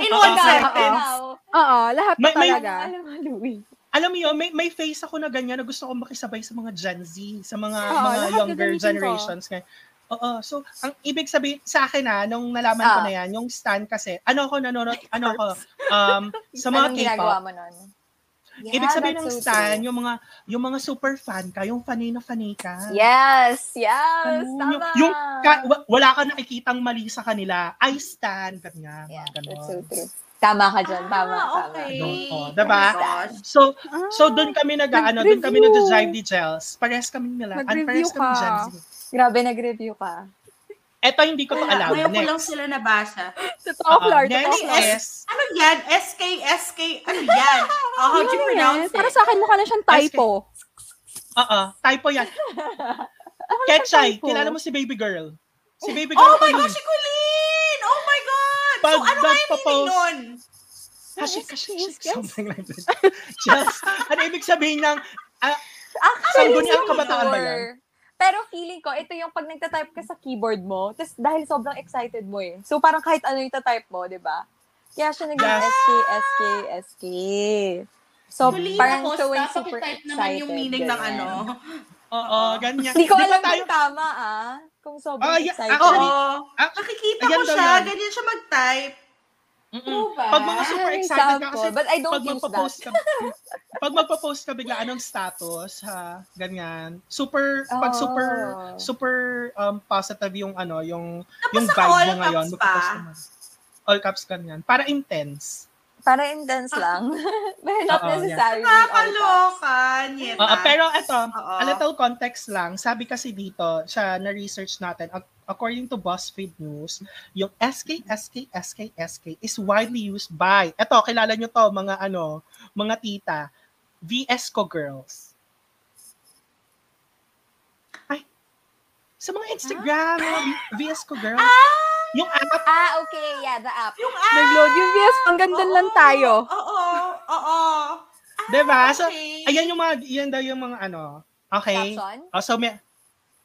[SPEAKER 1] In
[SPEAKER 3] Oo.
[SPEAKER 1] one
[SPEAKER 3] Oo.
[SPEAKER 1] sentence.
[SPEAKER 2] Oo, lahat to
[SPEAKER 3] May- may-
[SPEAKER 2] talaga.
[SPEAKER 4] Alam mo, Louie.
[SPEAKER 3] Alam mo yun, may, may face ako na ganyan na gusto ko makisabay sa mga Gen Z, sa mga,
[SPEAKER 2] Oo,
[SPEAKER 3] mga
[SPEAKER 2] lahat
[SPEAKER 3] younger
[SPEAKER 2] gagamitin ko.
[SPEAKER 3] generations. Ngayon. Oo, so ang ibig sabihin sa akin na nung nalaman ko
[SPEAKER 4] Ah.
[SPEAKER 3] na yan, yung stan kasi, ano ako nanonood,
[SPEAKER 4] [LAUGHS]
[SPEAKER 3] ano ako, um, sa mga
[SPEAKER 4] Anong
[SPEAKER 3] K-pop,
[SPEAKER 4] ginagawa mo nun?
[SPEAKER 3] ibig sabihin
[SPEAKER 4] that's
[SPEAKER 3] ng
[SPEAKER 4] so
[SPEAKER 3] stan,
[SPEAKER 4] true.
[SPEAKER 3] yung mga, yung mga super fan ka, yung fanay na fanay ka.
[SPEAKER 4] Ah. Yes, yes,
[SPEAKER 3] Ganun,
[SPEAKER 4] tama.
[SPEAKER 3] yung, yung ka- wa- wala ka nakikitang mali sa kanila, I stan, ganyan,
[SPEAKER 4] Yeah,
[SPEAKER 3] mga
[SPEAKER 4] that's so
[SPEAKER 3] ganon.
[SPEAKER 4] true. Tama ka dyan, tama,
[SPEAKER 1] Ah,
[SPEAKER 4] tama.
[SPEAKER 1] okay.
[SPEAKER 3] Oo, diba?
[SPEAKER 1] Oh my gosh.
[SPEAKER 3] So,
[SPEAKER 2] Ah,
[SPEAKER 3] So doon kami nag ano, doon kami
[SPEAKER 2] Nag-review.
[SPEAKER 3] nag-drive ni Gels. Parehas kami nila. And
[SPEAKER 2] Nag-review
[SPEAKER 3] parehas kami
[SPEAKER 2] ka.
[SPEAKER 3] Gen Z.
[SPEAKER 4] Grabe, nag-review ka.
[SPEAKER 3] Eto hindi ko to alam.
[SPEAKER 1] Ngayon ko lang
[SPEAKER 3] Next.
[SPEAKER 1] sila nabasa.
[SPEAKER 2] totoo,
[SPEAKER 3] Oo,
[SPEAKER 2] Clark. Totoo,
[SPEAKER 3] Ah, next
[SPEAKER 2] Clark.
[SPEAKER 3] is
[SPEAKER 1] Ano yan? SK, SK, ano yan? Oh, how do you
[SPEAKER 2] Ano yan?
[SPEAKER 1] pronounce it?
[SPEAKER 2] Para sa akin, mukha na siyang typo.
[SPEAKER 3] oo, uh-uh, typo yan. Ketchay, kilala mo si Baby Girl? Si Baby Girl.
[SPEAKER 1] Oh my
[SPEAKER 3] ko
[SPEAKER 1] gosh,
[SPEAKER 3] yun.
[SPEAKER 1] si Colleen! Oh my God!
[SPEAKER 3] Pag
[SPEAKER 1] so, ano nga yung meaning
[SPEAKER 3] nagpo-post-
[SPEAKER 1] nun?
[SPEAKER 3] Kashi,
[SPEAKER 2] Yes,
[SPEAKER 3] kashi,
[SPEAKER 2] yes,
[SPEAKER 3] kashi,
[SPEAKER 2] yes.
[SPEAKER 3] something like that. Gels, ano ibig sabihin ng
[SPEAKER 4] [LAUGHS] Actually,
[SPEAKER 3] Sangguniang
[SPEAKER 4] sure.
[SPEAKER 3] kabataan ba yan?
[SPEAKER 4] Pero feeling ko, ito yung pag nagtatype ka sa keyboard mo, tas dahil sobrang excited mo eh. So parang kahit ano yung tatype mo, di ba? Kaya siya naging
[SPEAKER 3] Yes.
[SPEAKER 4] SK, SK, SK.
[SPEAKER 3] Oh,
[SPEAKER 4] So
[SPEAKER 1] Colleen,
[SPEAKER 4] parang
[SPEAKER 1] ako,
[SPEAKER 4] showing
[SPEAKER 1] stop,
[SPEAKER 4] super
[SPEAKER 1] type
[SPEAKER 4] excited.
[SPEAKER 1] naman yung meaning ng
[SPEAKER 4] ganyan.
[SPEAKER 1] ano.
[SPEAKER 3] oo, ganyan.
[SPEAKER 4] Hindi ko
[SPEAKER 3] Di ba
[SPEAKER 4] alam
[SPEAKER 3] tayo.
[SPEAKER 4] kung tama ah. Kung sobrang
[SPEAKER 3] Oh, yeah,
[SPEAKER 4] excited.
[SPEAKER 1] Oo.
[SPEAKER 3] Actually, ah,
[SPEAKER 1] nakikita
[SPEAKER 3] ayan
[SPEAKER 1] ko
[SPEAKER 3] daw
[SPEAKER 1] siya,
[SPEAKER 3] yan.
[SPEAKER 1] ganyan siya mag-type.
[SPEAKER 3] Mm-mm.
[SPEAKER 1] Oo ba?
[SPEAKER 3] Pag mga super
[SPEAKER 4] Ay,
[SPEAKER 3] excited ka
[SPEAKER 4] sample.
[SPEAKER 3] kasi
[SPEAKER 4] But I don't
[SPEAKER 3] pag
[SPEAKER 4] use
[SPEAKER 3] magpo-post ka, pag magpo-post ka bigla anong status ha, ganyan. Super pag
[SPEAKER 4] Oo.
[SPEAKER 3] super super um, positive yung ano, yung
[SPEAKER 1] Tapos
[SPEAKER 3] yung
[SPEAKER 1] ako,
[SPEAKER 3] vibe
[SPEAKER 1] all
[SPEAKER 3] mo ngayon,
[SPEAKER 1] caps pa.
[SPEAKER 3] magpo-post ka mo. All caps ganyan. Para intense.
[SPEAKER 4] Para intense lang. [LAUGHS] But not
[SPEAKER 3] Oo, yeah.
[SPEAKER 4] necessarily. all tops.
[SPEAKER 1] Nakakaloka, Nietas.
[SPEAKER 3] Oo, Ah, pero ito,
[SPEAKER 1] Oo.
[SPEAKER 3] a little context lang. Sabi kasi dito, sa na-research natin, ac- according to BuzzFeed News, yung SK, SK, SK, SK is widely used by, eto, kilala nyo to, mga ano, mga tita, VS ko girls. Ay, sa mga Instagram,
[SPEAKER 1] Ah.
[SPEAKER 3] mga VS ko girls. Yung app,
[SPEAKER 4] Ah, okay. Yeah, the app.
[SPEAKER 1] Yung ah!
[SPEAKER 2] Nag-load yung VS, ang ganda lang
[SPEAKER 3] Ah!
[SPEAKER 2] tayo.
[SPEAKER 1] Oo, oo. Ah,
[SPEAKER 3] Diba? So,
[SPEAKER 1] okay.
[SPEAKER 3] ayan yung mga, yan daw yung mga ano, okay?
[SPEAKER 4] Caption?
[SPEAKER 3] Oh, so may,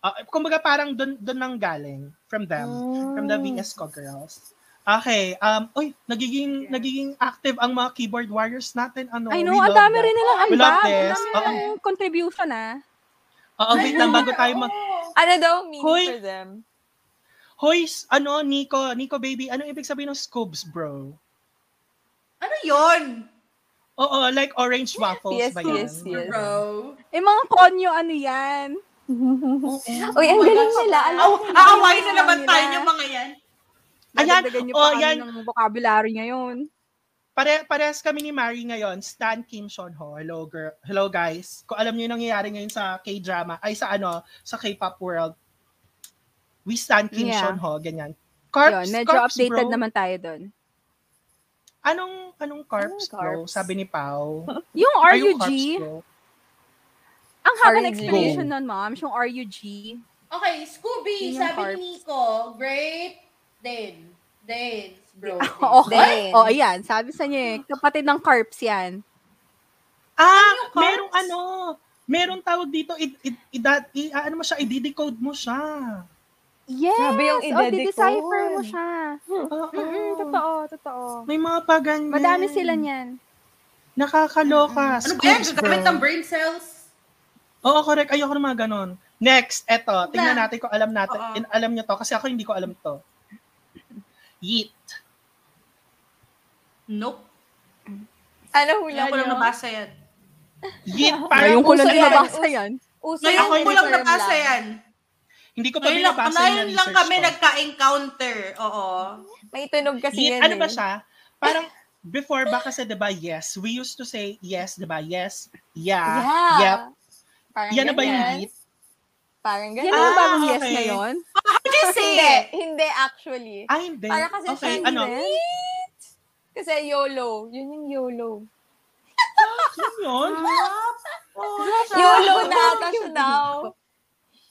[SPEAKER 3] ah, kumbaga parang doon doon nang galing from them, Um, from the
[SPEAKER 4] Mm.
[SPEAKER 3] VS ko girls. Okay, um, oy, nagiging nagiging active ang mga keyboard warriors natin. Ano,
[SPEAKER 2] I
[SPEAKER 3] we
[SPEAKER 2] know, ang
[SPEAKER 3] love
[SPEAKER 2] dami
[SPEAKER 3] that.
[SPEAKER 2] rin nilang
[SPEAKER 3] We love
[SPEAKER 2] ambag. Ang
[SPEAKER 3] this.
[SPEAKER 2] dami nilang contribution, ah.
[SPEAKER 3] Oo, wait lang bago tayo mag...
[SPEAKER 2] [LAUGHS]
[SPEAKER 1] Oo.
[SPEAKER 4] Ano daw ang meaning
[SPEAKER 3] Hoy!
[SPEAKER 4] for
[SPEAKER 3] [LAUGHS]
[SPEAKER 4] them?
[SPEAKER 3] Hoy, s- ano, Nico, Nico baby, ano ibig sabihin ng scoops, bro?
[SPEAKER 1] Ano yun,
[SPEAKER 3] Oo, like orange waffles
[SPEAKER 4] Yes,
[SPEAKER 3] ba yan?
[SPEAKER 4] yes, yes.
[SPEAKER 1] bro?
[SPEAKER 2] Eh, mga konyo, ano yan?
[SPEAKER 4] Uy,
[SPEAKER 1] Oh
[SPEAKER 4] ang
[SPEAKER 1] my
[SPEAKER 4] galing
[SPEAKER 1] God,
[SPEAKER 4] nila. Alam
[SPEAKER 1] Aw,
[SPEAKER 4] nila
[SPEAKER 1] aaway
[SPEAKER 4] yung
[SPEAKER 1] na naman
[SPEAKER 2] nila.
[SPEAKER 1] tayo ng mga yan.
[SPEAKER 3] Ayan,
[SPEAKER 2] Dadagdagan niyo
[SPEAKER 3] oh,
[SPEAKER 2] pa kami
[SPEAKER 3] yan.
[SPEAKER 2] ng vocabulary ngayon.
[SPEAKER 3] Pare, parehas kami ni Mari ngayon, Stan Kim Sean Ho. Hello, girl. Hello, guys. Kung alam niyo yung nangyayari ngayon sa K-drama, ay sa ano, sa K-pop world, we Stan Kim
[SPEAKER 2] Yeah.
[SPEAKER 3] Sean Ho, ganyan. Corpse,
[SPEAKER 2] Yun, medyo
[SPEAKER 3] corpse,
[SPEAKER 2] updated
[SPEAKER 3] bro.
[SPEAKER 2] naman tayo doon.
[SPEAKER 3] Anong, anong corpse,
[SPEAKER 4] Anong corpse?
[SPEAKER 3] bro? Sabi ni
[SPEAKER 2] [LAUGHS]
[SPEAKER 3] Pau.
[SPEAKER 2] Yung
[SPEAKER 3] Ay,
[SPEAKER 2] RUG,
[SPEAKER 3] yung corpse, bro.
[SPEAKER 2] ang haba
[SPEAKER 4] RUG.
[SPEAKER 2] ng explanation nun, ma'am, yung RUG.
[SPEAKER 5] Okay, Scooby,
[SPEAKER 2] Yun yung
[SPEAKER 5] sabi
[SPEAKER 2] carbs.
[SPEAKER 5] ni Nico, great din. Dance, bro.
[SPEAKER 3] [LAUGHS]
[SPEAKER 2] Okay.
[SPEAKER 4] Then-
[SPEAKER 2] O, oh, ayan. Sabi sa niya, eh, kapatid ng carps yan.
[SPEAKER 3] Ah,
[SPEAKER 1] yung corpse?
[SPEAKER 3] merong ano, merong tawag dito, i, i, i, da- i- ano mo siya, i-decode mo siya.
[SPEAKER 2] Yes!
[SPEAKER 4] Grabe
[SPEAKER 2] o,
[SPEAKER 4] yung idedecode.
[SPEAKER 2] didecipher mo siya.
[SPEAKER 3] Oo.
[SPEAKER 2] Mm-mm, totoo, totoo.
[SPEAKER 3] May mga pa ganyan.
[SPEAKER 2] Madami sila niyan.
[SPEAKER 1] Ano
[SPEAKER 3] Nakakaloka.
[SPEAKER 1] ba yan?
[SPEAKER 3] Scoops,
[SPEAKER 1] Gagamit
[SPEAKER 3] bro.
[SPEAKER 1] ng brain cells?
[SPEAKER 3] Oo, correct. Ayoko ng mga ganon. Next, eto. Tingnan
[SPEAKER 5] Na.
[SPEAKER 3] natin kung alam natin.
[SPEAKER 1] Oo.
[SPEAKER 3] in Alam nyo to. Kasi ako hindi ko alam to. Yeet.
[SPEAKER 1] Nope.
[SPEAKER 4] Ano
[SPEAKER 1] Wala
[SPEAKER 4] hula
[SPEAKER 1] ko lang
[SPEAKER 4] nyo?
[SPEAKER 1] nabasa yan.
[SPEAKER 2] [LAUGHS]
[SPEAKER 3] Yeet.
[SPEAKER 2] Ngayon
[SPEAKER 3] Parang eh.
[SPEAKER 2] ko lang
[SPEAKER 4] uso
[SPEAKER 2] din
[SPEAKER 4] yan,
[SPEAKER 2] nabasa
[SPEAKER 4] uso.
[SPEAKER 2] yan.
[SPEAKER 4] Uso
[SPEAKER 1] Ngayon
[SPEAKER 4] yung
[SPEAKER 3] ako
[SPEAKER 1] ko lang
[SPEAKER 4] term
[SPEAKER 1] nabasa
[SPEAKER 3] eh.
[SPEAKER 1] yan.
[SPEAKER 3] hindi ko pa
[SPEAKER 1] Ngayon
[SPEAKER 3] din
[SPEAKER 1] lang,
[SPEAKER 3] nabasa
[SPEAKER 1] ngayon
[SPEAKER 3] yung
[SPEAKER 1] lang
[SPEAKER 3] research
[SPEAKER 1] kami
[SPEAKER 3] ko.
[SPEAKER 1] nagka-encounter. Oo.
[SPEAKER 4] May tunog kasi
[SPEAKER 3] Yeet,
[SPEAKER 4] yan.
[SPEAKER 3] ano
[SPEAKER 4] eh.
[SPEAKER 3] ba siya? Parang, before ba kasi, di ba, yes. We used to say yes, di ba? Yes, yeah,
[SPEAKER 4] Yeah.
[SPEAKER 3] yep.
[SPEAKER 4] Parang
[SPEAKER 3] Yan na ba yung
[SPEAKER 4] ganyan.
[SPEAKER 3] yeet?
[SPEAKER 4] Parang
[SPEAKER 2] Yan
[SPEAKER 4] ganyan.
[SPEAKER 2] ang
[SPEAKER 3] Ah,
[SPEAKER 2] bagong yes
[SPEAKER 3] okay.
[SPEAKER 2] ngayon.
[SPEAKER 1] How do you say
[SPEAKER 4] hindi.
[SPEAKER 1] it?
[SPEAKER 4] Hindi, actually.
[SPEAKER 3] Ah, hindi.
[SPEAKER 4] Para kasi
[SPEAKER 3] okay,
[SPEAKER 4] siya
[SPEAKER 3] ano?
[SPEAKER 2] hindi.
[SPEAKER 4] Yeet! Kasi YOLO. Yun yung YOLO.
[SPEAKER 3] Yun yun?
[SPEAKER 1] Ah.
[SPEAKER 3] Ah.
[SPEAKER 4] YOLO
[SPEAKER 3] [LAUGHS]
[SPEAKER 4] na ata siya now.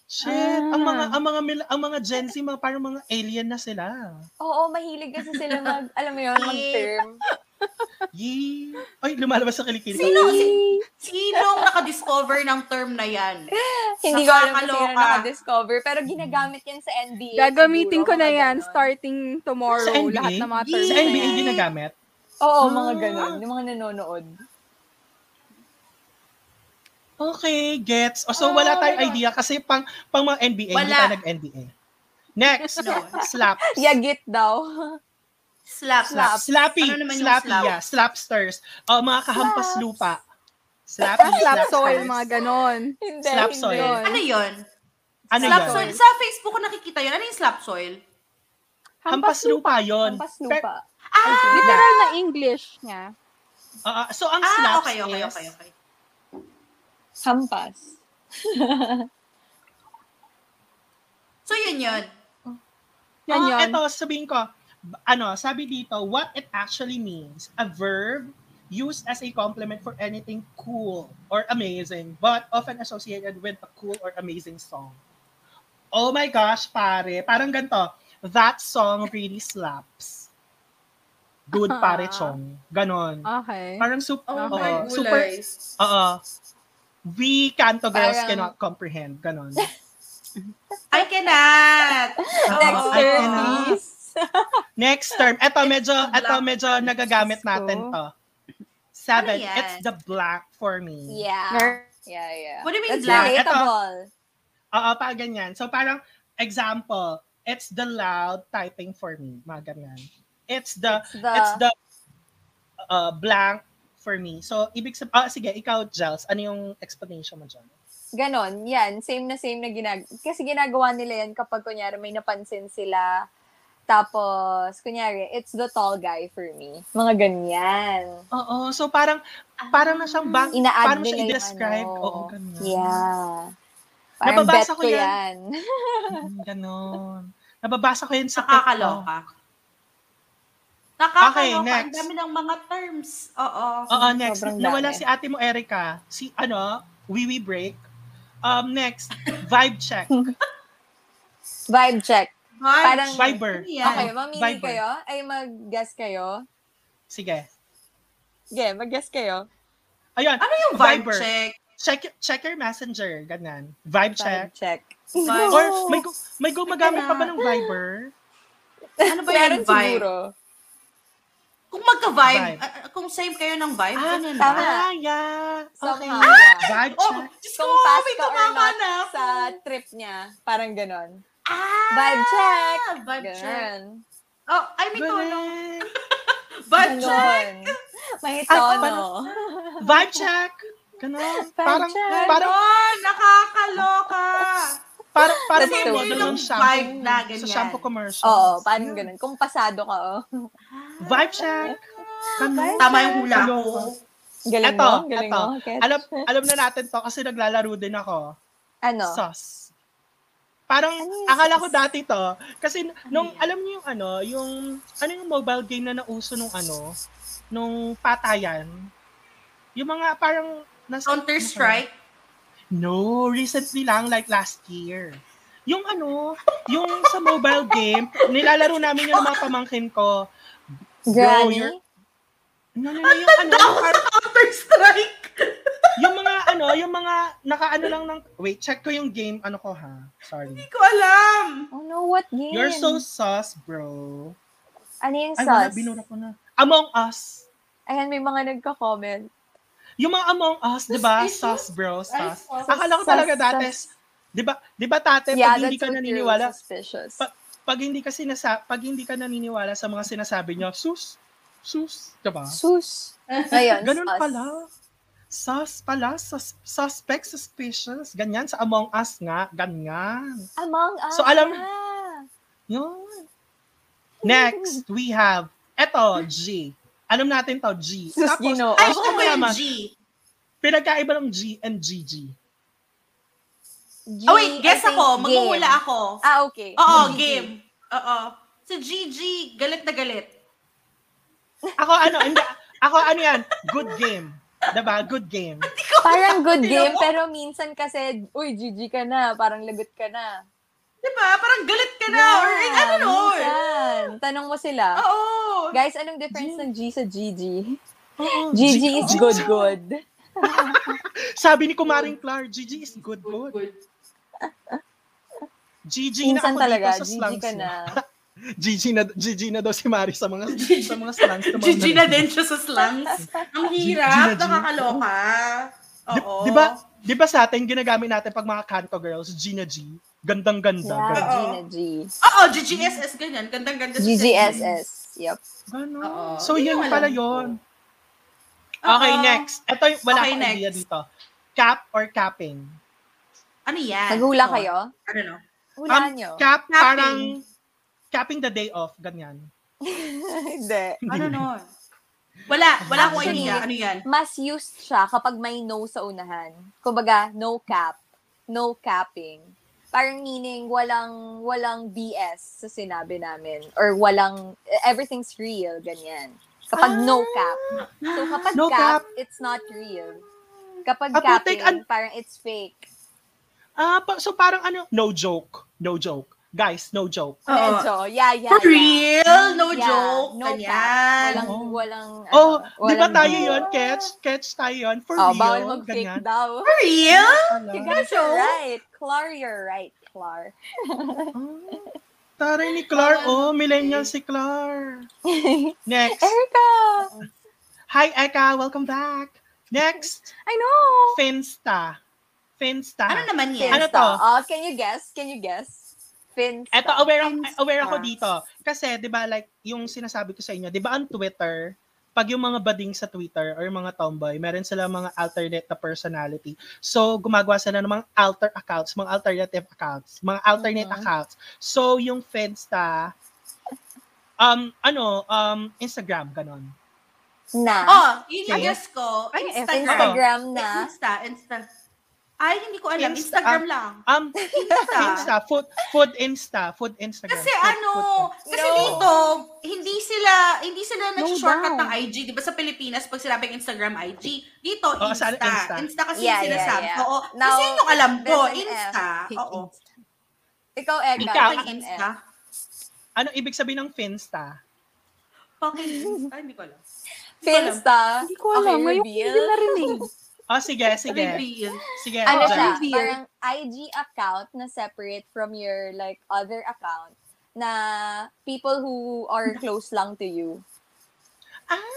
[SPEAKER 3] Shit. Ang mga,
[SPEAKER 2] Ah.
[SPEAKER 3] ang mga, mil- ang mga Gen Z, mga, parang mga alien na sila.
[SPEAKER 4] Oo, mahilig kasi sila
[SPEAKER 1] [LAUGHS]
[SPEAKER 4] mag, alam mo yun, mag-term.
[SPEAKER 3] Yeet. Ay, lumalabas sa kilikili.
[SPEAKER 1] Sino? Si, sinong nakadiscover ng term na yan?
[SPEAKER 4] [LAUGHS] Hindi ko alam kung
[SPEAKER 1] Nakakaloka.
[SPEAKER 4] sino naka-discover, pero ginagamit yan sa NBA.
[SPEAKER 2] Gagamitin ko
[SPEAKER 4] siguro,
[SPEAKER 2] na
[SPEAKER 4] mga
[SPEAKER 2] yan
[SPEAKER 4] ganon.
[SPEAKER 2] starting tomorrow.
[SPEAKER 3] Sa NBA?
[SPEAKER 2] Lahat ng mga terms
[SPEAKER 3] Sa
[SPEAKER 2] na
[SPEAKER 3] NBA
[SPEAKER 2] yan.
[SPEAKER 3] ginagamit?
[SPEAKER 4] Oo,
[SPEAKER 2] Hmm.
[SPEAKER 4] mga
[SPEAKER 3] Ah.
[SPEAKER 4] ganon. Yung mga nanonood.
[SPEAKER 3] Okay, gets. O,
[SPEAKER 5] Oh
[SPEAKER 3] so,
[SPEAKER 5] my
[SPEAKER 3] wala tayong
[SPEAKER 5] God.
[SPEAKER 3] idea kasi pang, pang mga NBA, hindi
[SPEAKER 1] Wala.
[SPEAKER 3] tayo nag-NBA. Next,
[SPEAKER 1] No.
[SPEAKER 3] slap.
[SPEAKER 4] Yagit daw. [LAUGHS]
[SPEAKER 1] Slap.
[SPEAKER 4] Slap.
[SPEAKER 3] Slappy.
[SPEAKER 1] Ano naman yung
[SPEAKER 3] slappy,
[SPEAKER 1] slap?
[SPEAKER 3] yeah. Slapsters. O, mga kahampas
[SPEAKER 4] Slaps.
[SPEAKER 3] lupa.
[SPEAKER 2] Ah,
[SPEAKER 3] Slappy.
[SPEAKER 2] slap soil,
[SPEAKER 3] slapsters.
[SPEAKER 2] mga ganon.
[SPEAKER 4] hindi,
[SPEAKER 3] Slap
[SPEAKER 4] hindi.
[SPEAKER 3] soil.
[SPEAKER 2] Yun.
[SPEAKER 1] Ano yun?
[SPEAKER 3] Ano
[SPEAKER 1] slap
[SPEAKER 3] yun?
[SPEAKER 1] soil. Sa Facebook ko nakikita yun. Ano yung slap soil?
[SPEAKER 3] Hampas lupa yun. Pe-
[SPEAKER 4] Pampas lupa.
[SPEAKER 2] Literal na English niya.
[SPEAKER 3] ah, ah, so, ang
[SPEAKER 1] Ah,
[SPEAKER 3] slaps
[SPEAKER 1] okay, okay,
[SPEAKER 3] is,
[SPEAKER 1] okay, okay.
[SPEAKER 4] Hampas. [LAUGHS]
[SPEAKER 1] So, yun yun.
[SPEAKER 2] Yan
[SPEAKER 3] Ah,
[SPEAKER 2] yun.
[SPEAKER 3] Ito, sabihin ko, b- ano, sabi dito, what it actually means, a verb used as a complement for anything cool or amazing, but often associated with a cool or amazing song. Oh my gosh, pare, parang ganito, that song really slaps. Good pare chong. Ganon.
[SPEAKER 2] Ah. Okay.
[SPEAKER 3] Parang sup-
[SPEAKER 5] Oh
[SPEAKER 2] Okay.
[SPEAKER 5] my
[SPEAKER 3] oo,
[SPEAKER 5] gulay.
[SPEAKER 3] super, oo. we canto girls
[SPEAKER 4] Parang-
[SPEAKER 3] cannot comprehend. Ganon.
[SPEAKER 1] I cannot. Oo.
[SPEAKER 4] Next
[SPEAKER 3] I
[SPEAKER 4] term,
[SPEAKER 3] cannot.
[SPEAKER 4] please.
[SPEAKER 3] Next term. Ito medyo,
[SPEAKER 1] the
[SPEAKER 3] ito
[SPEAKER 1] black.
[SPEAKER 3] medyo nagagamit
[SPEAKER 2] Diyos ko.
[SPEAKER 3] natin to. Seven,
[SPEAKER 1] Ano yan?
[SPEAKER 3] it's the black for me.
[SPEAKER 4] Yeah.
[SPEAKER 2] Mer-
[SPEAKER 4] Yeah, yeah.
[SPEAKER 1] What do you mean
[SPEAKER 4] That's
[SPEAKER 1] black?
[SPEAKER 3] right.
[SPEAKER 4] relatable.
[SPEAKER 3] Oo, pa ganyan. So parang, example, it's the loud typing for me. Mga ganyan. It's the,
[SPEAKER 4] It's the,
[SPEAKER 3] it's the uh, blank for me. So, ibig sabihin, ah, sige, ikaw, Jels, ano yung explanation mo dyan?
[SPEAKER 4] ganon, yan, same na same na ginag... Kasi ginagawa nila yan kapag kunyari may napansin sila Tapos, kunyari, it's the tall guy for me. Mga ganyan.
[SPEAKER 3] Oo, so parang parang na siyang bank,
[SPEAKER 4] Ina-add
[SPEAKER 3] parang siya
[SPEAKER 4] nila yung
[SPEAKER 3] i-describe.
[SPEAKER 4] ano.
[SPEAKER 3] Oo, ganun.
[SPEAKER 4] Yeah. Parang
[SPEAKER 3] Nababasa
[SPEAKER 4] bet
[SPEAKER 3] ko
[SPEAKER 4] ko
[SPEAKER 3] yan.
[SPEAKER 4] yan. [LAUGHS]
[SPEAKER 3] Mm, [LAUGHS] Ganun. Nababasa ko yun sa TikTok.
[SPEAKER 1] Nakakaloka. Nakakaloka.
[SPEAKER 3] Okay, next.
[SPEAKER 1] Ang dami ng mga terms. Oo.
[SPEAKER 3] Oo, next.
[SPEAKER 4] Sobrang
[SPEAKER 3] Nawala
[SPEAKER 4] dami.
[SPEAKER 3] si ate mo, Erica. Si, ano, Wiwi Break. Um, next, vibe
[SPEAKER 4] [LAUGHS]
[SPEAKER 3] check.
[SPEAKER 4] Vibe check.
[SPEAKER 1] Vibes.
[SPEAKER 4] Parang-
[SPEAKER 3] Viber.
[SPEAKER 1] Ano Yan.
[SPEAKER 4] Okay, mamili
[SPEAKER 3] Viber.
[SPEAKER 4] kayo. Ay, mag-guess kayo.
[SPEAKER 3] Sige.
[SPEAKER 4] Sige, mag-guess kayo.
[SPEAKER 3] Ayun,
[SPEAKER 1] Ano yung vibe
[SPEAKER 3] Viber.
[SPEAKER 1] check?
[SPEAKER 3] check, check your messenger. Ganyan. Vibe check.
[SPEAKER 4] Vibe check.
[SPEAKER 1] Vibe.
[SPEAKER 4] [LAUGHS]
[SPEAKER 3] Or may, gu- may gumagamit
[SPEAKER 1] Sige
[SPEAKER 3] pa ba
[SPEAKER 1] na.
[SPEAKER 3] ng Viber?
[SPEAKER 1] Ano ba yung
[SPEAKER 4] Meron
[SPEAKER 1] vibe?
[SPEAKER 4] siguro.
[SPEAKER 1] Kung magka-vibe,
[SPEAKER 3] Vibe.
[SPEAKER 1] ah, ah, kung same kayo ng vibe,
[SPEAKER 3] Ah,
[SPEAKER 1] ganun
[SPEAKER 4] tama.
[SPEAKER 1] ba?
[SPEAKER 3] Ah, yeah. Okay.
[SPEAKER 4] Somehow, yeah.
[SPEAKER 3] Vibe
[SPEAKER 1] Oh,
[SPEAKER 3] check.
[SPEAKER 1] Diyos ko,
[SPEAKER 4] Kung pass
[SPEAKER 1] may
[SPEAKER 4] ka or
[SPEAKER 1] tumama
[SPEAKER 4] not
[SPEAKER 1] na.
[SPEAKER 4] sa trip niya. Parang ganon.
[SPEAKER 1] Ah,
[SPEAKER 4] Vibe check.
[SPEAKER 1] Vibe check.
[SPEAKER 4] Ganon.
[SPEAKER 1] Oh, ay, may tono.
[SPEAKER 3] Galing.
[SPEAKER 1] Vibe check.
[SPEAKER 4] Ganon. May
[SPEAKER 3] Ah,
[SPEAKER 4] tono.
[SPEAKER 3] Vibe check. Ganun.
[SPEAKER 4] Vibe
[SPEAKER 3] Parang,
[SPEAKER 4] check.
[SPEAKER 3] parang,
[SPEAKER 1] Ganon, Oh, nakakaloka.
[SPEAKER 3] parang, parang
[SPEAKER 4] Kasi
[SPEAKER 3] may
[SPEAKER 4] yun
[SPEAKER 3] model
[SPEAKER 1] yung
[SPEAKER 3] ng shampoo.
[SPEAKER 1] vibe na ganyan.
[SPEAKER 3] Sa shampoo commercial.
[SPEAKER 4] Oo, parang Ah, ganon. Kung pasado ka, oh.
[SPEAKER 3] Vibe check. Ganun.
[SPEAKER 1] Tama yung hula ko.
[SPEAKER 3] Kaloka.
[SPEAKER 4] Galing
[SPEAKER 3] Eto,
[SPEAKER 4] mo, galing
[SPEAKER 3] eto. Ano-
[SPEAKER 4] mo. Kat.
[SPEAKER 3] Alam, alam na natin to kasi naglalaro din ako.
[SPEAKER 4] ano?
[SPEAKER 3] Sauce. Parang
[SPEAKER 4] Ano yung
[SPEAKER 3] akala ko
[SPEAKER 4] sauce?
[SPEAKER 3] dati to kasi nung
[SPEAKER 1] yan?
[SPEAKER 3] alam niyo yung ano, yung ano yung mobile game na nauso nung ano, nung patayan. Yung mga parang nasa
[SPEAKER 1] Counter Strike.
[SPEAKER 3] No, recently lang like last year. Yung ano, yung sa mobile game, nilalaro namin yung mga pamangkin ko.
[SPEAKER 4] Granny?
[SPEAKER 3] you're- No, no, no, yung ano, yung parang-
[SPEAKER 1] Counter Strike.
[SPEAKER 3] yung mga ano, yung mga nakaano lang ng wait, check ko yung game ano ko ha. Sorry.
[SPEAKER 1] Hindi ko alam.
[SPEAKER 4] Oh no, what game?
[SPEAKER 3] You're so sus, bro.
[SPEAKER 4] Ano yung
[SPEAKER 3] Ay, wala,
[SPEAKER 4] sauce?
[SPEAKER 3] binura ko na. Among Us.
[SPEAKER 4] Ayan, may mga nagka-comment.
[SPEAKER 3] Yung mga Among Us, di ba?
[SPEAKER 5] Sus, sus.
[SPEAKER 3] Sus,
[SPEAKER 5] Ay,
[SPEAKER 3] bro, sus.
[SPEAKER 5] sus,
[SPEAKER 3] Akala ko
[SPEAKER 4] sus,
[SPEAKER 3] talaga dati,
[SPEAKER 4] sus.
[SPEAKER 3] di ba, di ba tate,
[SPEAKER 4] yeah,
[SPEAKER 3] pag hindi
[SPEAKER 4] that's
[SPEAKER 3] ka
[SPEAKER 4] what you're
[SPEAKER 3] naniniwala,
[SPEAKER 4] suspicious.
[SPEAKER 3] Pa- pag hindi ka sinasa, pag hindi ka naniniwala sa mga sinasabi niya, sus, sus, di ba?
[SPEAKER 1] [LAUGHS]
[SPEAKER 4] Sus. Ayun,
[SPEAKER 3] Ganun
[SPEAKER 4] sus.
[SPEAKER 3] pala. Sus pala, sus, suspect, suspicious, ganyan sa Among Us nga, ganyan.
[SPEAKER 4] Among Us.
[SPEAKER 3] So, alam-
[SPEAKER 4] ah.
[SPEAKER 3] Yun. Next, we have, eto, G. Alam natin to, G.
[SPEAKER 4] Sus, oh.
[SPEAKER 3] Tapos,
[SPEAKER 4] Ginoo.
[SPEAKER 1] Ay,
[SPEAKER 3] gusto
[SPEAKER 1] ako
[SPEAKER 3] ko
[SPEAKER 1] ba yung
[SPEAKER 3] malaman,
[SPEAKER 1] G?
[SPEAKER 3] pinagkaiba ng G and GG.
[SPEAKER 4] G,
[SPEAKER 1] Oh, wait, guess
[SPEAKER 4] I think
[SPEAKER 1] ako.
[SPEAKER 4] game.
[SPEAKER 1] Maghuhula ako.
[SPEAKER 4] Ah,
[SPEAKER 1] [LAUGHS]
[SPEAKER 4] okay.
[SPEAKER 1] Oo,
[SPEAKER 4] G.
[SPEAKER 1] game. Oo. Si GG, galit na galit.
[SPEAKER 3] Ako ano, hindi, ako ano yan, good game. Diba? Good game.
[SPEAKER 4] Parang good game,
[SPEAKER 1] Ayoko.
[SPEAKER 4] pero minsan kasi, uy, GG ka na. Parang lagot ka na.
[SPEAKER 1] Di ba? Parang galit ka na.
[SPEAKER 4] Yeah,
[SPEAKER 1] Or, eh, I don't know.
[SPEAKER 4] Minsan. Tanong mo sila.
[SPEAKER 3] Oh.
[SPEAKER 1] Oo.
[SPEAKER 4] Guys, anong difference ng G sa GG?
[SPEAKER 3] Oo,
[SPEAKER 4] GG Oh, is good,
[SPEAKER 3] Oo.
[SPEAKER 4] good.
[SPEAKER 3] Sabi ni Kumaring Clar, GG is good, good.
[SPEAKER 5] Good.
[SPEAKER 3] GG na
[SPEAKER 4] Minsan
[SPEAKER 3] ako
[SPEAKER 4] talaga,
[SPEAKER 3] dito sa
[SPEAKER 4] GG
[SPEAKER 3] slangs
[SPEAKER 4] ka
[SPEAKER 3] [LAUGHS] mo.
[SPEAKER 4] na.
[SPEAKER 3] GG na, GG na daw si Mari sa mga, sa mga slangs. ng mga
[SPEAKER 1] GG na
[SPEAKER 3] nalilito.
[SPEAKER 1] din siya sa slangs. Ang
[SPEAKER 3] G na
[SPEAKER 1] hirap.
[SPEAKER 3] G.
[SPEAKER 1] Nakakaloka.
[SPEAKER 3] Di,
[SPEAKER 1] Oo.
[SPEAKER 3] di ba, di ba sa atin, ginagamit natin pag mga kanto girls, G na G. Gandang ganda.
[SPEAKER 1] Oo.
[SPEAKER 4] Yeah, G na
[SPEAKER 3] Oh.
[SPEAKER 4] G.
[SPEAKER 1] Oo, GGSS, ganyan. Gandang-ganda. sa sexy.
[SPEAKER 4] GGSS. Yep.
[SPEAKER 3] Ganon.
[SPEAKER 1] Oo.
[SPEAKER 3] So,
[SPEAKER 1] Yun
[SPEAKER 3] yun
[SPEAKER 1] yung
[SPEAKER 3] pala
[SPEAKER 1] alam ko.
[SPEAKER 3] yun.
[SPEAKER 1] Oo.
[SPEAKER 3] Okay, next. Ito yung, wala
[SPEAKER 1] Okay,
[SPEAKER 3] akong idea
[SPEAKER 1] next.
[SPEAKER 3] dito. Cap or capping?
[SPEAKER 1] Ano yan?
[SPEAKER 4] Naghula
[SPEAKER 1] Oh,
[SPEAKER 4] kayo?
[SPEAKER 1] I don't know.
[SPEAKER 3] Um,
[SPEAKER 4] Hulaan nyo.
[SPEAKER 3] Cap,
[SPEAKER 1] Capping.
[SPEAKER 3] parang, capping the day off, ganyan.
[SPEAKER 4] [LAUGHS] Hindi.
[SPEAKER 1] I don't know. Wala. Wala akong
[SPEAKER 4] Actually,
[SPEAKER 1] idea. Ano yan?
[SPEAKER 4] Mas used siya kapag may no sa unahan. Kumbaga, no cap. No capping. Parang meaning walang walang BS sa sinabi namin or walang everything's real ganyan. Kapag no cap. So kapag
[SPEAKER 3] No cap.
[SPEAKER 4] cap, it's not real. Kapag
[SPEAKER 3] Ah, putik,
[SPEAKER 4] capping,
[SPEAKER 3] an-
[SPEAKER 4] parang it's fake.
[SPEAKER 3] Ah, pa- so parang ano, no joke. No joke. Guys, no joke.
[SPEAKER 4] Ano?
[SPEAKER 1] Oo.
[SPEAKER 4] Medyo, yeah, yeah,
[SPEAKER 1] For
[SPEAKER 4] yeah.
[SPEAKER 1] real? No
[SPEAKER 4] Yeah,
[SPEAKER 1] joke?
[SPEAKER 4] no
[SPEAKER 1] ganyan.
[SPEAKER 4] Walang,
[SPEAKER 3] Oo.
[SPEAKER 4] walang,
[SPEAKER 3] Oh,
[SPEAKER 4] ano,
[SPEAKER 3] di ba
[SPEAKER 4] walang
[SPEAKER 3] tayo
[SPEAKER 4] joke.
[SPEAKER 3] yun? Catch, catch tayo yun. For
[SPEAKER 4] Oh,
[SPEAKER 3] real.
[SPEAKER 4] bawal mag-fake
[SPEAKER 3] ganyan.
[SPEAKER 4] daw.
[SPEAKER 1] For real?
[SPEAKER 3] Ala.
[SPEAKER 4] You guys are right. Clar, you're right, Clar.
[SPEAKER 3] Ah, Taray ni Clar. Oh, millennial si Clar. Next.
[SPEAKER 1] Ano
[SPEAKER 4] Erica!
[SPEAKER 3] Hi, Eka. Welcome back. Next,
[SPEAKER 4] I know!
[SPEAKER 3] Finsta. Finsta.
[SPEAKER 1] Ano naman yan?
[SPEAKER 3] Ano
[SPEAKER 4] Finsta.
[SPEAKER 3] to?
[SPEAKER 4] Oh, can you guess? Can you guess? Finsta.
[SPEAKER 3] Eto, aware ako,
[SPEAKER 1] Finsta.
[SPEAKER 3] aware ako dito. Kasi, di ba, like, yung sinasabi ko sa inyo, di ba, ang Twitter, pag yung mga bading sa Twitter or yung mga tomboy, meron sila mga alternate na personality. So, gumagawa sila ng mga alter accounts, mga alternative accounts, mga alternate
[SPEAKER 4] Mhm.
[SPEAKER 3] accounts. So, yung Finsta, Um, ano, um, Instagram, ganon.
[SPEAKER 4] Na.
[SPEAKER 1] Oh, yun yung
[SPEAKER 3] Okay.
[SPEAKER 1] guess ko.
[SPEAKER 2] Ay,
[SPEAKER 1] Instagram.
[SPEAKER 4] Instagram na.
[SPEAKER 1] Insta, Insta. Ay, hindi ko alam.
[SPEAKER 3] Insta-
[SPEAKER 1] Instagram lang.
[SPEAKER 3] Um,
[SPEAKER 4] [LAUGHS]
[SPEAKER 1] Insta.
[SPEAKER 3] Insta, food, food Insta, food Instagram.
[SPEAKER 1] Kasi
[SPEAKER 3] food,
[SPEAKER 1] ano,
[SPEAKER 3] food, food.
[SPEAKER 1] kasi
[SPEAKER 4] No.
[SPEAKER 1] dito, hindi sila, hindi sila
[SPEAKER 2] No
[SPEAKER 1] nag-shortcut
[SPEAKER 2] daw.
[SPEAKER 1] ng IG. Di ba sa Pilipinas, pag sinabing Instagram IG, dito,
[SPEAKER 3] Oo,
[SPEAKER 1] Insta.
[SPEAKER 3] sa
[SPEAKER 1] Insta.
[SPEAKER 3] Insta.
[SPEAKER 1] kasi
[SPEAKER 4] Yeah,
[SPEAKER 1] yung sinasabi.
[SPEAKER 4] yeah, yeah.
[SPEAKER 1] Oo,
[SPEAKER 4] Now,
[SPEAKER 1] kasi yun yung alam ko,
[SPEAKER 4] there's an
[SPEAKER 1] Insta. Ah, Oo.
[SPEAKER 4] Ikaw, Edgar.
[SPEAKER 3] Ikaw.
[SPEAKER 1] Pag
[SPEAKER 4] Anong
[SPEAKER 1] Insta.
[SPEAKER 4] F?
[SPEAKER 3] Ano ibig sabihin ng Finsta?
[SPEAKER 1] Fucking
[SPEAKER 4] [LAUGHS]
[SPEAKER 1] Insta, hindi ko alam.
[SPEAKER 4] Finsta.
[SPEAKER 2] Hindi ko alam.
[SPEAKER 4] Okay,
[SPEAKER 2] Ngayon,
[SPEAKER 4] reveal.
[SPEAKER 2] hindi ko narinig.
[SPEAKER 3] Oh, sige, sige.
[SPEAKER 1] Reveal.
[SPEAKER 3] Sige.
[SPEAKER 4] ano
[SPEAKER 2] Oo,
[SPEAKER 4] siya,
[SPEAKER 3] Jan.
[SPEAKER 2] reveal.
[SPEAKER 4] parang IG account na separate from your like other account na people who are close lang to you.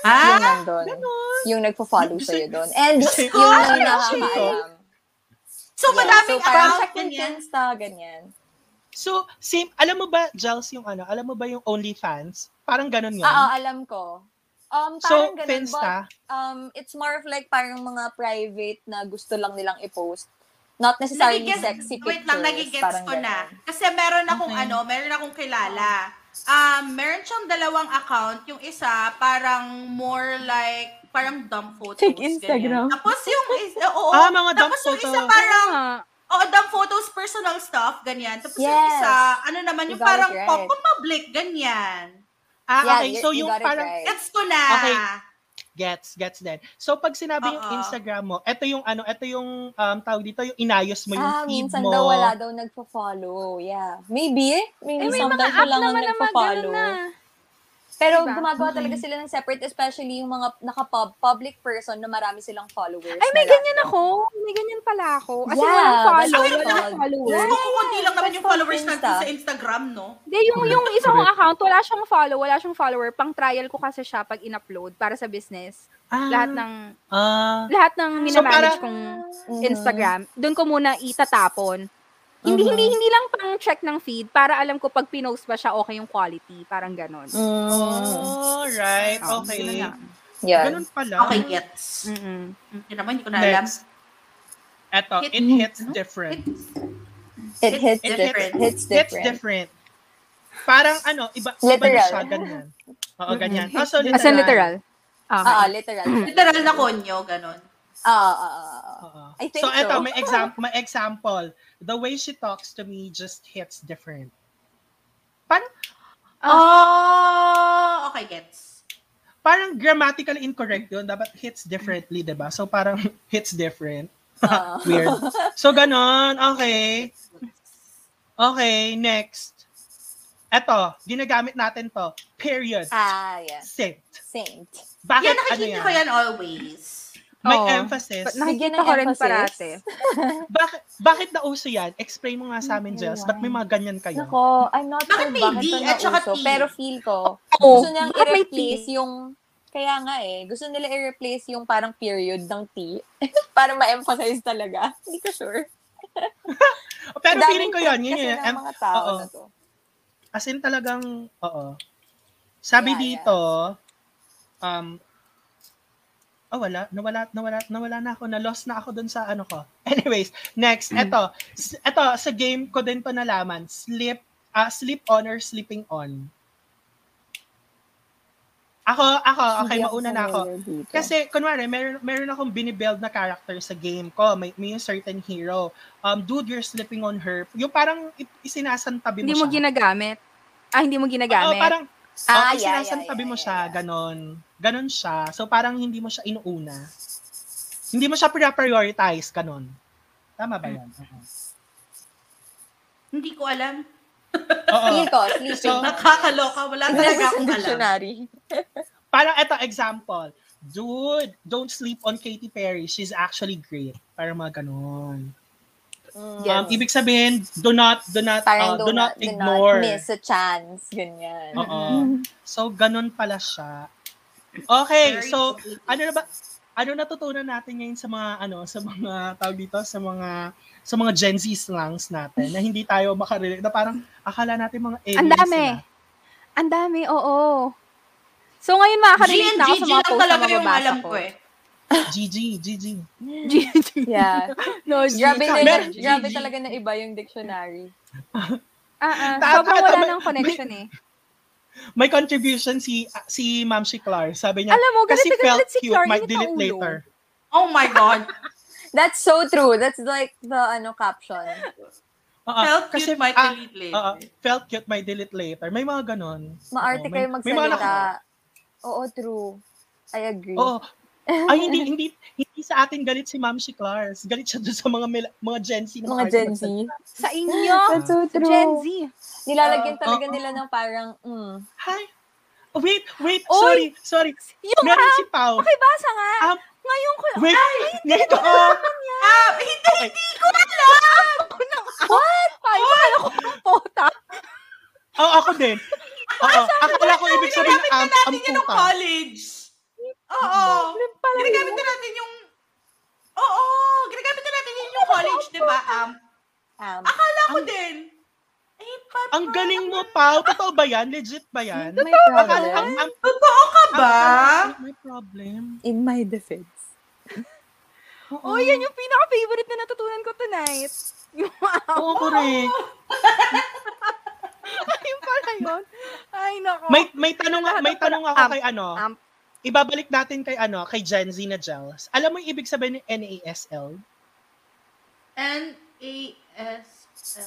[SPEAKER 1] Ah,
[SPEAKER 4] yung nandun.
[SPEAKER 3] Ganon.
[SPEAKER 4] Yung nagpo-follow
[SPEAKER 3] Kasi-
[SPEAKER 4] sa'yo doon. And
[SPEAKER 3] kasi-
[SPEAKER 4] yung
[SPEAKER 1] Ah,
[SPEAKER 4] nakakaalam.
[SPEAKER 1] so
[SPEAKER 4] Yeah.
[SPEAKER 1] madaming
[SPEAKER 4] so, parang
[SPEAKER 1] account,
[SPEAKER 4] check yung
[SPEAKER 1] ganyan.
[SPEAKER 4] Insta, ganyan.
[SPEAKER 3] So, same, alam mo ba, Jels, yung ano, alam mo ba yung OnlyFans? Parang ganon yun.
[SPEAKER 4] Oo, Ah, alam ko. Um,
[SPEAKER 3] so,
[SPEAKER 4] parang ganun, but
[SPEAKER 3] Finsta.
[SPEAKER 4] um, it's more of like parang mga private na gusto lang nilang i-post. Not necessarily
[SPEAKER 1] Nagigets-
[SPEAKER 4] sexy pictures.
[SPEAKER 1] Wait lang, nagigets
[SPEAKER 4] parang
[SPEAKER 1] ko na.
[SPEAKER 4] ganun.
[SPEAKER 1] Kasi meron akong
[SPEAKER 3] Okay.
[SPEAKER 1] ano, meron akong kilala. Um, meron siyang dalawang account. Yung isa, parang more like, parang dumb photos.
[SPEAKER 4] Check
[SPEAKER 1] ganyan.
[SPEAKER 4] Instagram.
[SPEAKER 1] Tapos yung, is, oo.
[SPEAKER 3] [LAUGHS] Ah, mga dumb
[SPEAKER 1] Tapos yung
[SPEAKER 3] photos.
[SPEAKER 1] isa parang,
[SPEAKER 2] Ah,
[SPEAKER 1] oo, dumb photos, personal stuff, ganyan. Tapos yung
[SPEAKER 4] Yes.
[SPEAKER 1] isa, ano naman, yung
[SPEAKER 4] You got it
[SPEAKER 1] parang
[SPEAKER 4] right.
[SPEAKER 1] pop, public, ganyan.
[SPEAKER 3] Ah,
[SPEAKER 4] Yeah,
[SPEAKER 3] okay.
[SPEAKER 4] you-
[SPEAKER 3] So,
[SPEAKER 4] you
[SPEAKER 3] yung
[SPEAKER 4] got it
[SPEAKER 3] parang
[SPEAKER 4] right.
[SPEAKER 1] Gets ko na.
[SPEAKER 3] Okay. gets, gets din. So, pag sinabi
[SPEAKER 4] Ah,
[SPEAKER 3] yung
[SPEAKER 1] Oo.
[SPEAKER 3] Instagram mo, eto yung ano, eto yung um, tawag dito, yung inayos mo, yung
[SPEAKER 4] Ah,
[SPEAKER 3] feed
[SPEAKER 4] minsan
[SPEAKER 3] mo.
[SPEAKER 4] daw wala daw nagpo-follow. Yeah. Maybe. Maybe
[SPEAKER 2] eh, may mga
[SPEAKER 4] sometimes
[SPEAKER 2] app
[SPEAKER 4] wala nga
[SPEAKER 2] naman na
[SPEAKER 4] nagpo-follow.
[SPEAKER 2] mag-ano na.
[SPEAKER 4] Pero
[SPEAKER 2] Diba?
[SPEAKER 4] gumagawa
[SPEAKER 3] Okay.
[SPEAKER 4] talaga sila ng separate, especially yung mga naka-public person na marami silang followers.
[SPEAKER 2] Ay, may
[SPEAKER 4] na
[SPEAKER 2] ganyan ako. May ganyan pala ako. As in,
[SPEAKER 4] Yeah,
[SPEAKER 2] walang
[SPEAKER 4] that's
[SPEAKER 2] follow,
[SPEAKER 1] what it's
[SPEAKER 2] walang
[SPEAKER 4] called.
[SPEAKER 2] follower.
[SPEAKER 1] Gusto ko kukunti lang naman
[SPEAKER 4] That's
[SPEAKER 1] yung followers
[SPEAKER 4] called
[SPEAKER 1] natin
[SPEAKER 4] Insta.
[SPEAKER 1] sa Instagram, no?
[SPEAKER 2] Hindi, yung, yung isang
[SPEAKER 3] Correct.
[SPEAKER 2] account, wala siyang follow, wala siyang follower. Pang trial ko kasi siya pag in-upload para sa business.
[SPEAKER 3] Ah,
[SPEAKER 2] Lahat ng,
[SPEAKER 3] ah,
[SPEAKER 2] lahat ng
[SPEAKER 3] So,
[SPEAKER 2] minamanage
[SPEAKER 3] para-
[SPEAKER 2] kong
[SPEAKER 4] Mhm.
[SPEAKER 2] Mm-hmm. Instagram. Doon ko muna itatapon. Hindi,
[SPEAKER 3] Mm-hmm.
[SPEAKER 2] hindi, hindi lang pang check ng feed para alam ko pag pinost ba siya okay yung quality. Parang ganon.
[SPEAKER 4] Mm.
[SPEAKER 3] alright,
[SPEAKER 2] Oh, yun
[SPEAKER 3] okay.
[SPEAKER 2] lang.
[SPEAKER 4] Yeah.
[SPEAKER 3] Ganun pala.
[SPEAKER 1] Okay, gets.
[SPEAKER 2] Mm-mm.
[SPEAKER 1] Yun naman, hindi ko na alam.
[SPEAKER 3] Next. Eto,
[SPEAKER 1] Hit-
[SPEAKER 3] it hits
[SPEAKER 1] Ano?
[SPEAKER 3] different.
[SPEAKER 4] It
[SPEAKER 1] It's
[SPEAKER 4] hits
[SPEAKER 3] It
[SPEAKER 4] different. Hits
[SPEAKER 3] Hits
[SPEAKER 4] different.
[SPEAKER 3] different. Parang ano, iba, iba na
[SPEAKER 4] Literal.
[SPEAKER 3] siya, ganyan. Oo,
[SPEAKER 4] [LAUGHS]
[SPEAKER 3] ganyan.
[SPEAKER 2] Mm-mm.
[SPEAKER 3] Also, literal.
[SPEAKER 2] As in literal. Ah,
[SPEAKER 4] Ah, ah, literal.
[SPEAKER 1] Literal na konyo, ganun.
[SPEAKER 4] Ah, ah, ah, ah.
[SPEAKER 3] Oo.
[SPEAKER 4] I think
[SPEAKER 3] so, eto,
[SPEAKER 4] so.
[SPEAKER 3] may, exam- may example. The way she talks to me just hits different.
[SPEAKER 1] Oh,
[SPEAKER 2] Ah.
[SPEAKER 1] okay, gets.
[SPEAKER 3] Parang grammatically incorrect yun. Dapat hits differently, di ba? So, parang [LAUGHS] hits different.
[SPEAKER 4] Ah.
[SPEAKER 3] [LAUGHS]
[SPEAKER 4] [LAUGHS]
[SPEAKER 3] Weird. So, ganon. Okay. Okay, next. Eto, ginagamit natin to. Period.
[SPEAKER 4] ah, yeah.
[SPEAKER 3] Saint.
[SPEAKER 4] Saint.
[SPEAKER 3] Bakit
[SPEAKER 1] Yan,
[SPEAKER 3] ano
[SPEAKER 1] nakikita
[SPEAKER 3] yan?
[SPEAKER 1] ko yan always.
[SPEAKER 3] May
[SPEAKER 2] Oo.
[SPEAKER 3] emphasis.
[SPEAKER 2] But
[SPEAKER 4] Bigyan
[SPEAKER 2] nakikita
[SPEAKER 4] ng
[SPEAKER 2] ko rin
[SPEAKER 4] emphasis.
[SPEAKER 2] parate.
[SPEAKER 3] bakit, bakit nauso yan? Explain mo nga sa amin,
[SPEAKER 4] Ay,
[SPEAKER 3] Jels. Ba't may mga ganyan kayo?
[SPEAKER 4] Nako, I'm not
[SPEAKER 1] Bakit
[SPEAKER 4] sure
[SPEAKER 1] may
[SPEAKER 4] bakit
[SPEAKER 1] D
[SPEAKER 4] ito
[SPEAKER 1] at saka
[SPEAKER 4] nauso,
[SPEAKER 1] T?
[SPEAKER 4] pero feel ko,
[SPEAKER 2] Oo.
[SPEAKER 4] gusto niyang
[SPEAKER 2] Bakit may
[SPEAKER 4] i-replace yung, kaya nga eh, gusto nila i-replace yung parang period ng T [LAUGHS] para ma-emphasize talaga. [LAUGHS] Hindi ko sure.
[SPEAKER 3] Pero
[SPEAKER 4] Daming
[SPEAKER 3] feeling ko yun.
[SPEAKER 4] type
[SPEAKER 3] yun,
[SPEAKER 4] kasi
[SPEAKER 3] yun.
[SPEAKER 4] ng
[SPEAKER 3] Em-
[SPEAKER 4] mga tao
[SPEAKER 3] oo.
[SPEAKER 4] na to.
[SPEAKER 3] As in talagang, oo. Sabi
[SPEAKER 4] Yeah,
[SPEAKER 3] dito, um, oh wala, nawala, nawala, nawala na ako, na-lost na ako dun sa ano ko. [LAUGHS] Anyways, next, eto, S- eto, sa game ko din to nalaman, sleep, ah sleep on or sleeping on. Ako, ako, okay,
[SPEAKER 4] Hindi
[SPEAKER 3] mauna na ako.
[SPEAKER 4] familiar dito.
[SPEAKER 3] Kasi, kunwari, meron, meron akong binibuild na character sa game ko. May, may yung certain hero. Um, dude, you're sleeping on her. Yung parang i- isinasantabi mo
[SPEAKER 2] Hindi
[SPEAKER 3] siya.
[SPEAKER 2] mo ginagamit. Ah, hindi mo ginagamit.
[SPEAKER 3] Oo, parang,
[SPEAKER 4] Ah,
[SPEAKER 3] ah,
[SPEAKER 4] yeah, yeah,
[SPEAKER 3] isinasantabi
[SPEAKER 4] yeah,
[SPEAKER 3] mo
[SPEAKER 4] yeah,
[SPEAKER 3] siya,
[SPEAKER 4] yeah.
[SPEAKER 3] ganon. Ganon siya. So, parang hindi mo siya inuuna. Hindi mo siya prioritize, ganon. Tama
[SPEAKER 4] Mm.
[SPEAKER 3] ba yan?
[SPEAKER 1] Hindi ko alam.
[SPEAKER 3] Oo.
[SPEAKER 4] Feel ko, sleeping.
[SPEAKER 3] So,
[SPEAKER 1] [LAUGHS] Nakakaloka. Wala talaga akong alam.
[SPEAKER 4] dictionary.
[SPEAKER 3] Parang eto, example. Dude, don't sleep on Katy Perry. She's actually great. Parang mga ganon.
[SPEAKER 4] Mm.
[SPEAKER 3] Um, ibig sabihin, do not, do not,
[SPEAKER 4] parang
[SPEAKER 3] uh, do,
[SPEAKER 4] do
[SPEAKER 3] not,
[SPEAKER 4] do
[SPEAKER 3] ignore. Oh.
[SPEAKER 4] miss Mm-hmm. a chance. Ganyan.
[SPEAKER 3] Oo. So, ganun pala siya. Okay,
[SPEAKER 1] Very
[SPEAKER 3] so,
[SPEAKER 1] complicated.
[SPEAKER 3] ano na ba, ano natutunan natin ngayon sa mga, ano, sa mga, tawag dito, sa mga, sa mga Gen Z slangs natin na hindi tayo makarelate, na parang akala natin mga aliens
[SPEAKER 2] Ang dami.
[SPEAKER 3] sila.
[SPEAKER 2] Ang dami, oo. So ngayon makakarelate na ako
[SPEAKER 1] G&G
[SPEAKER 2] sa mga
[SPEAKER 1] lang
[SPEAKER 2] post na
[SPEAKER 1] talaga yung
[SPEAKER 2] mababasa
[SPEAKER 1] alam
[SPEAKER 2] ko.
[SPEAKER 1] ko eh.
[SPEAKER 3] GG, GG.
[SPEAKER 2] GG.
[SPEAKER 4] Yeah.
[SPEAKER 2] No, G.
[SPEAKER 4] grabe, na,
[SPEAKER 3] Meron-
[SPEAKER 4] grabe
[SPEAKER 3] Gigi.
[SPEAKER 4] talaga na iba yung dictionary.
[SPEAKER 2] Ah, ah,
[SPEAKER 3] Ta-
[SPEAKER 2] sobrang
[SPEAKER 3] ta-
[SPEAKER 2] wala
[SPEAKER 3] may-
[SPEAKER 2] ng connection eh.
[SPEAKER 3] May contribution si si Ma'am Shiklar. Sabi niya,
[SPEAKER 2] Alam mo, galit
[SPEAKER 3] kasi
[SPEAKER 2] na
[SPEAKER 3] felt
[SPEAKER 2] galit si
[SPEAKER 3] cute,
[SPEAKER 2] Clark.
[SPEAKER 3] might
[SPEAKER 2] init ang
[SPEAKER 3] delete
[SPEAKER 2] ulo.
[SPEAKER 3] later.
[SPEAKER 1] Oh my God.
[SPEAKER 4] That's so true. That's like the ano
[SPEAKER 1] [LAUGHS]
[SPEAKER 4] caption.
[SPEAKER 3] Oo,
[SPEAKER 1] Felt
[SPEAKER 3] kasi,
[SPEAKER 1] cute, might
[SPEAKER 3] [LAUGHS] ah,
[SPEAKER 1] delete
[SPEAKER 3] oo,
[SPEAKER 1] later.
[SPEAKER 3] felt cute, might delete later. May mga ganon.
[SPEAKER 1] Oh,
[SPEAKER 4] Maarte
[SPEAKER 3] Oo, may-
[SPEAKER 4] kayo
[SPEAKER 3] may mga naka-
[SPEAKER 4] magsalita. Oo, true. I agree.
[SPEAKER 1] Oh,
[SPEAKER 3] Oo. Ay, hindi, hindi, hindi sa atin galit si Ma'am Shiklar. Galit siya doon sa mga, mil- mga Gen Z. na
[SPEAKER 4] Mga
[SPEAKER 3] artist
[SPEAKER 4] Gen Z.
[SPEAKER 3] nagsalita.
[SPEAKER 2] Sa inyo,
[SPEAKER 4] [LAUGHS]
[SPEAKER 1] Ah.
[SPEAKER 4] That's so
[SPEAKER 2] sa
[SPEAKER 4] true.
[SPEAKER 2] Gen Z.
[SPEAKER 4] Nilalagyan
[SPEAKER 3] Oo.
[SPEAKER 4] talaga
[SPEAKER 3] Oo.
[SPEAKER 4] nila ng parang, mm.
[SPEAKER 3] Hi. Oh, Wait, wait,
[SPEAKER 2] Oy!
[SPEAKER 3] sorry, sorry.
[SPEAKER 2] Yung
[SPEAKER 3] Meron
[SPEAKER 2] ha,
[SPEAKER 3] si Pau.
[SPEAKER 2] pakibasa nga.
[SPEAKER 3] Ah,
[SPEAKER 2] Ngayon ko,
[SPEAKER 3] Wait, ngayon ko.
[SPEAKER 1] Ah, hindi, hindi ko alam!
[SPEAKER 2] ako nang, what? Ay, akala ko pang pota.
[SPEAKER 3] Oh, ako din. Oo, akala ko ibig sabihin
[SPEAKER 1] Ginagamit na
[SPEAKER 3] am,
[SPEAKER 1] natin
[SPEAKER 3] am
[SPEAKER 1] yun ng
[SPEAKER 3] puta.
[SPEAKER 1] college. Oo.
[SPEAKER 2] Ganun pala
[SPEAKER 1] Ginagamit
[SPEAKER 2] yun.
[SPEAKER 1] na natin yung... Oo, ginagamit na natin yun yung college, di ba? Um,
[SPEAKER 4] Um,
[SPEAKER 1] akala ko din. Ay, pa-
[SPEAKER 3] Ang galing mo, Pau. Totoo ba yan? Legit ba yan?
[SPEAKER 4] my
[SPEAKER 3] Akala,
[SPEAKER 4] problem.
[SPEAKER 3] ang, ang,
[SPEAKER 1] Totoo ka ba?
[SPEAKER 3] ang- my problem.
[SPEAKER 4] In my defense.
[SPEAKER 2] Oh, yan yung pinaka-favorite na natutunan ko tonight. Yung
[SPEAKER 3] Oo, correct.
[SPEAKER 2] yung pala yun. Ay, nako.
[SPEAKER 3] May, may tanong, may tanong ako
[SPEAKER 2] Am-
[SPEAKER 3] kay ano.
[SPEAKER 2] am.
[SPEAKER 3] Ibabalik natin kay ano, kay Gen Z na gels. Alam mo yung ibig sabihin ng NASL?
[SPEAKER 1] N-A-S...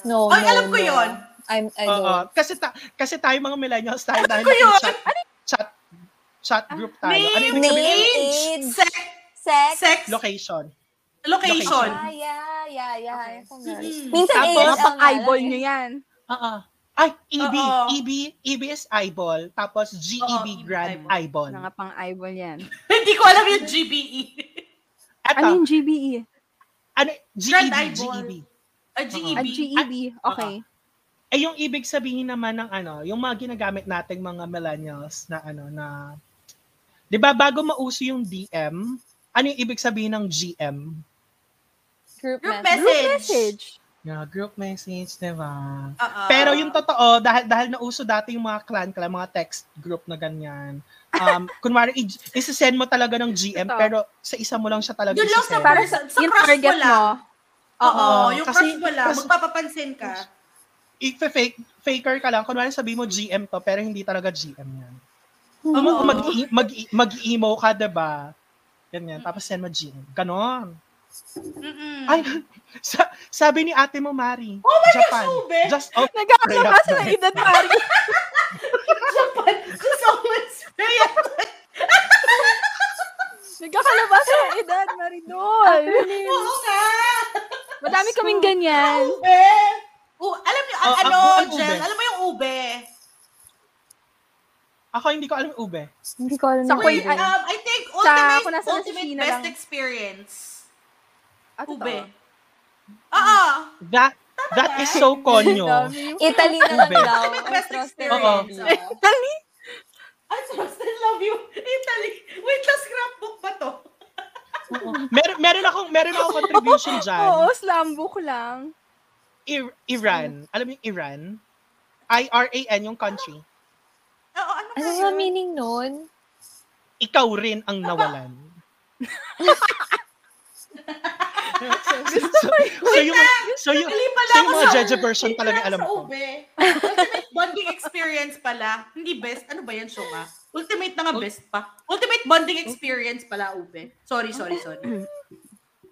[SPEAKER 4] No,
[SPEAKER 1] Ay,
[SPEAKER 4] no,
[SPEAKER 1] alam ko
[SPEAKER 4] no.
[SPEAKER 1] yun. Ah,
[SPEAKER 4] I'm, I
[SPEAKER 3] Oo.
[SPEAKER 4] don't.
[SPEAKER 3] Kasi, ta- kasi tayo mga millennials, tayo tayo
[SPEAKER 1] ko Ano yun. Ah,
[SPEAKER 3] chat, chat, chat group tayo. Ano
[SPEAKER 1] Name,
[SPEAKER 3] ibig sabihin?
[SPEAKER 4] Name,
[SPEAKER 1] age,
[SPEAKER 4] age,
[SPEAKER 1] sex,
[SPEAKER 4] Sex.
[SPEAKER 1] sex,
[SPEAKER 3] Location.
[SPEAKER 1] location.
[SPEAKER 4] Ah, yeah, yeah, yeah. I forgot.
[SPEAKER 1] Mm-mm.
[SPEAKER 4] Minsan
[SPEAKER 3] Tapos,
[SPEAKER 4] ASL nga lang
[SPEAKER 2] Pang-eyeball
[SPEAKER 4] eh.
[SPEAKER 2] nyo yan.
[SPEAKER 3] Oo. Ay, E EB.
[SPEAKER 1] Oo.
[SPEAKER 3] EB. EB E is eyeball. Tapos GEB,
[SPEAKER 1] Oo, E
[SPEAKER 3] grand
[SPEAKER 1] EB
[SPEAKER 3] eyeball.
[SPEAKER 2] Mga pang-eyeball yan.
[SPEAKER 1] Hindi ko alam yung E. GBE.
[SPEAKER 3] Eto,
[SPEAKER 2] Ano yung GBE?
[SPEAKER 1] E.
[SPEAKER 3] ano,
[SPEAKER 1] Grand
[SPEAKER 3] GEB,
[SPEAKER 1] eyeball.
[SPEAKER 3] GEB.
[SPEAKER 1] A E
[SPEAKER 2] Ah,
[SPEAKER 1] GEB.
[SPEAKER 2] GEB. Okay.
[SPEAKER 1] ah,
[SPEAKER 3] Eh, yung ibig sabihin naman ng ano, yung mga ginagamit nating mga millennials na ano, na, di ba, bago mauso yung DM, ano yung ibig sabihin ng GM?
[SPEAKER 4] Group
[SPEAKER 1] Group
[SPEAKER 4] message.
[SPEAKER 2] Group
[SPEAKER 1] Message.
[SPEAKER 2] message.
[SPEAKER 3] Yeah, group message, di ba?
[SPEAKER 1] Oo.
[SPEAKER 3] Pero yung totoo, dahil, dahil nauso dati yung mga clan, clan, mga text group na ganyan,
[SPEAKER 1] [LAUGHS]
[SPEAKER 3] um, kunwari, i- isi-send mo talaga ng GM,
[SPEAKER 2] Totoo.
[SPEAKER 3] pero sa isa mo lang siya talaga
[SPEAKER 1] Yun lang sa
[SPEAKER 3] isi-send.
[SPEAKER 2] Para
[SPEAKER 1] Sa-
[SPEAKER 2] sa,
[SPEAKER 1] sa
[SPEAKER 2] yung
[SPEAKER 1] crush
[SPEAKER 2] target
[SPEAKER 1] mo lang.
[SPEAKER 2] mo.
[SPEAKER 1] Oo,
[SPEAKER 3] Oo,
[SPEAKER 1] yung
[SPEAKER 3] kasi-
[SPEAKER 1] crush mo lang,
[SPEAKER 3] kasi-
[SPEAKER 1] magpapapansin ka.
[SPEAKER 3] i-fake faker ka lang. Kunwari sabi mo GM to, pero hindi talaga GM yan.
[SPEAKER 1] Oo.
[SPEAKER 3] Mag, mag, mag-emo ka, diba? Ganyan. Tapos send mo GM. Ganon.
[SPEAKER 1] Mm-mm.
[SPEAKER 3] Ay, [LAUGHS] sa, sabi ni ate mo, Mari.
[SPEAKER 1] Oh my
[SPEAKER 3] Japan.
[SPEAKER 1] gosh, ube!
[SPEAKER 3] Just, oh,
[SPEAKER 2] Nagkakabasa sa
[SPEAKER 3] Kaya-
[SPEAKER 2] edad pari.
[SPEAKER 1] [LAUGHS] Japan, just always prayer.
[SPEAKER 2] Nagkakalabasa ng edad, Maridol.
[SPEAKER 1] Oo nga!
[SPEAKER 2] Ah, Madami kaming ganyan.
[SPEAKER 1] Ube! U- alam niyo, ang
[SPEAKER 3] Oh,
[SPEAKER 1] ano,
[SPEAKER 3] ako ang
[SPEAKER 1] Jen,
[SPEAKER 3] ube.
[SPEAKER 1] alam mo yung ube?
[SPEAKER 3] ako hindi ko alam yung ube.
[SPEAKER 4] Hindi ko alam.
[SPEAKER 2] Sa
[SPEAKER 4] yung
[SPEAKER 2] Koy-
[SPEAKER 4] ibig.
[SPEAKER 1] um, I think ultimate,
[SPEAKER 2] kung nasa
[SPEAKER 1] ultimate
[SPEAKER 2] Lucena
[SPEAKER 1] best
[SPEAKER 2] lang. Ah,
[SPEAKER 1] experience.
[SPEAKER 2] At
[SPEAKER 1] Ube. Ah, Oo.
[SPEAKER 3] That, that is
[SPEAKER 1] [LAUGHS]
[SPEAKER 3] so konyo.
[SPEAKER 4] Italy na lang
[SPEAKER 3] Ube.
[SPEAKER 4] daw.
[SPEAKER 1] Ultimate
[SPEAKER 4] I
[SPEAKER 1] best
[SPEAKER 4] trust the
[SPEAKER 1] experience.
[SPEAKER 4] radio.
[SPEAKER 1] Oo. I just love you, Italy. Wait, lang, scrapbook ba to?
[SPEAKER 3] Oo. Meron, meron akong, meron akong [LAUGHS] contribution dyan.
[SPEAKER 2] Oo, slam book lang.
[SPEAKER 3] Ir- Iran. Alam mo yung Iran? I-R-A-N yung country.
[SPEAKER 1] Oo, ano
[SPEAKER 4] Ano
[SPEAKER 1] ba
[SPEAKER 4] nga
[SPEAKER 1] yun?
[SPEAKER 4] meaning nun?
[SPEAKER 3] Ikaw rin ang nawalan. so, so, yung, so, yung,
[SPEAKER 1] Nagkali pala
[SPEAKER 3] so yung
[SPEAKER 1] ako
[SPEAKER 3] mga
[SPEAKER 1] sa-
[SPEAKER 3] Jeje version talaga
[SPEAKER 1] Ultimate
[SPEAKER 3] alam
[SPEAKER 1] sa
[SPEAKER 3] ko.
[SPEAKER 1] ube. Ultimate bonding experience pala. Hindi best. Ano ba yan, Shoma? Ultimate na nga best pa. Ultimate bonding experience pala, ube. Sorry, sorry, sorry.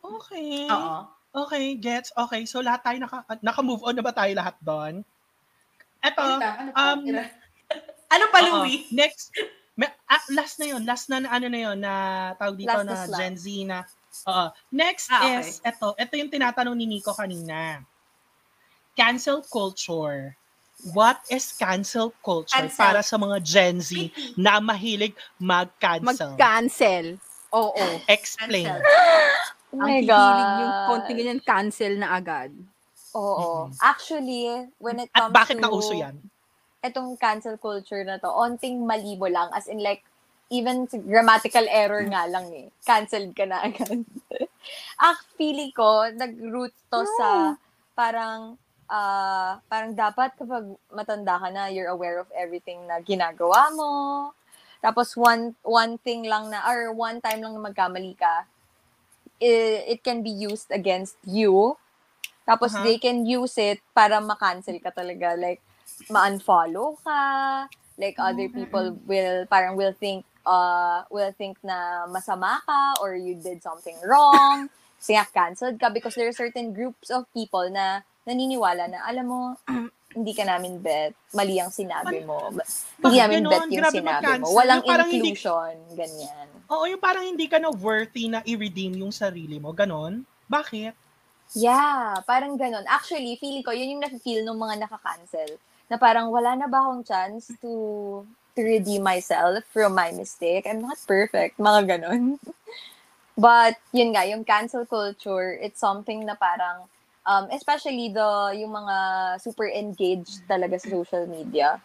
[SPEAKER 3] Okay.
[SPEAKER 1] Oo.
[SPEAKER 3] Okay, gets. Okay, so lahat tayo naka, naka-move on na ba tayo lahat doon?
[SPEAKER 5] Wait
[SPEAKER 3] Eto,
[SPEAKER 5] lang, ano pa?
[SPEAKER 3] um,
[SPEAKER 5] Ira-
[SPEAKER 1] Ano pa,
[SPEAKER 3] oo,
[SPEAKER 1] Louie?
[SPEAKER 3] next. Me- ah, last na yon last na na ano na yon na tawag dito
[SPEAKER 4] Last na
[SPEAKER 3] na
[SPEAKER 4] slot.
[SPEAKER 3] Gen Z na. Oo. Next
[SPEAKER 1] Ah, okay.
[SPEAKER 3] is, eto, eto yung tinatanong ni Nico kanina. Cancel culture. What is cancel culture
[SPEAKER 1] Cancel.
[SPEAKER 3] para sa mga Gen Z na mahilig mag-cancel?
[SPEAKER 2] Mag-cancel. Oo.
[SPEAKER 3] Explain.
[SPEAKER 1] Cancel.
[SPEAKER 4] Oh
[SPEAKER 2] Ang
[SPEAKER 4] my
[SPEAKER 2] hihilig
[SPEAKER 4] God.
[SPEAKER 2] yung konti ganyan, cancel na agad.
[SPEAKER 4] Oo.
[SPEAKER 3] Mhm.
[SPEAKER 4] Actually, when it
[SPEAKER 3] At
[SPEAKER 4] comes
[SPEAKER 3] bakit
[SPEAKER 4] to...
[SPEAKER 3] nauso yan?
[SPEAKER 4] Itong cancel culture na to, onting malibo lang. As in like, even grammatical error nga lang eh. Cancelled ka na agad. Ang Ah, feeling ko, nag-root to
[SPEAKER 2] No.
[SPEAKER 4] sa parang ah, parang dapat kapag matanda ka na, you're aware of everything na ginagawa mo. Tapos one one thing lang na or one time lang na magkamali ka, i- it, can be used against you. Tapos
[SPEAKER 3] Uh-huh.
[SPEAKER 4] they can use it para makancel ka talaga like ma-unfollow ka, Like other people will parang will think uh will think na masama ka or you did something wrong. Kasi nga canceled ka because there are certain groups of people na naniniwala na alam mo [CLEARS THROAT] hindi ka namin bet. Mali ang sinabi mo. Hindi
[SPEAKER 3] Bakit
[SPEAKER 4] namin
[SPEAKER 3] ganon?
[SPEAKER 4] bet yung
[SPEAKER 3] Grabe
[SPEAKER 4] sinabi mo.
[SPEAKER 3] mag-cancel.
[SPEAKER 4] Walang
[SPEAKER 3] Yung parang hindi-
[SPEAKER 4] inclusion. Ganyan.
[SPEAKER 3] Oo, yung parang hindi ka na worthy na i-redeem yung sarili mo. Ganon. Bakit?
[SPEAKER 4] Yeah, parang ganun. Actually, feeling ko, yun yung nafe-feel ng mga nakakancel. Na parang wala na ba akong chance to to redeem myself from my mistake. I'm not perfect. Mga ganun. [LAUGHS] But, yun nga, yung cancel culture, it's something na parang, um, especially the, yung mga super engaged talaga sa social media,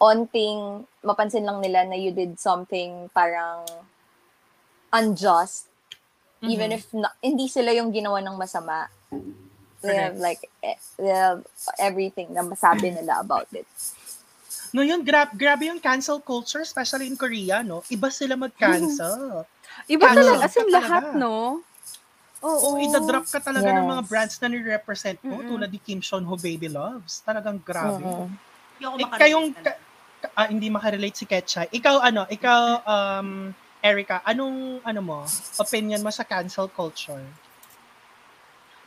[SPEAKER 4] onting, mapansin lang nila na you did something parang unjust, even if na- hindi sila yung ginawa ng masama. They have like, eh, they have everything na masabi
[SPEAKER 3] Mm.
[SPEAKER 4] nila about it.
[SPEAKER 3] No, yun, grab, grabe yung cancel culture, especially in Korea, no? Iba sila mag-cancel.
[SPEAKER 2] Iba
[SPEAKER 3] Ano?
[SPEAKER 2] talaga, as in
[SPEAKER 3] Talaga.
[SPEAKER 2] lahat, no?
[SPEAKER 3] Oo,
[SPEAKER 2] Oo.
[SPEAKER 3] Oh, idadrop ka talaga ng mga
[SPEAKER 4] Yes.
[SPEAKER 3] brands na ni-represent mo,
[SPEAKER 2] Mm-mm.
[SPEAKER 3] tulad ni Kim Sean Ho Baby Loves. Talagang grabe.
[SPEAKER 4] Mm-mm.
[SPEAKER 1] Hindi ako
[SPEAKER 3] Eh,
[SPEAKER 1] makarelate
[SPEAKER 3] kayong-
[SPEAKER 1] talaga.
[SPEAKER 3] Ah, hindi makarelate si Ketchay. Ikaw, ano, ikaw, um, Erica, anong, ano mo, opinion mo sa cancel culture?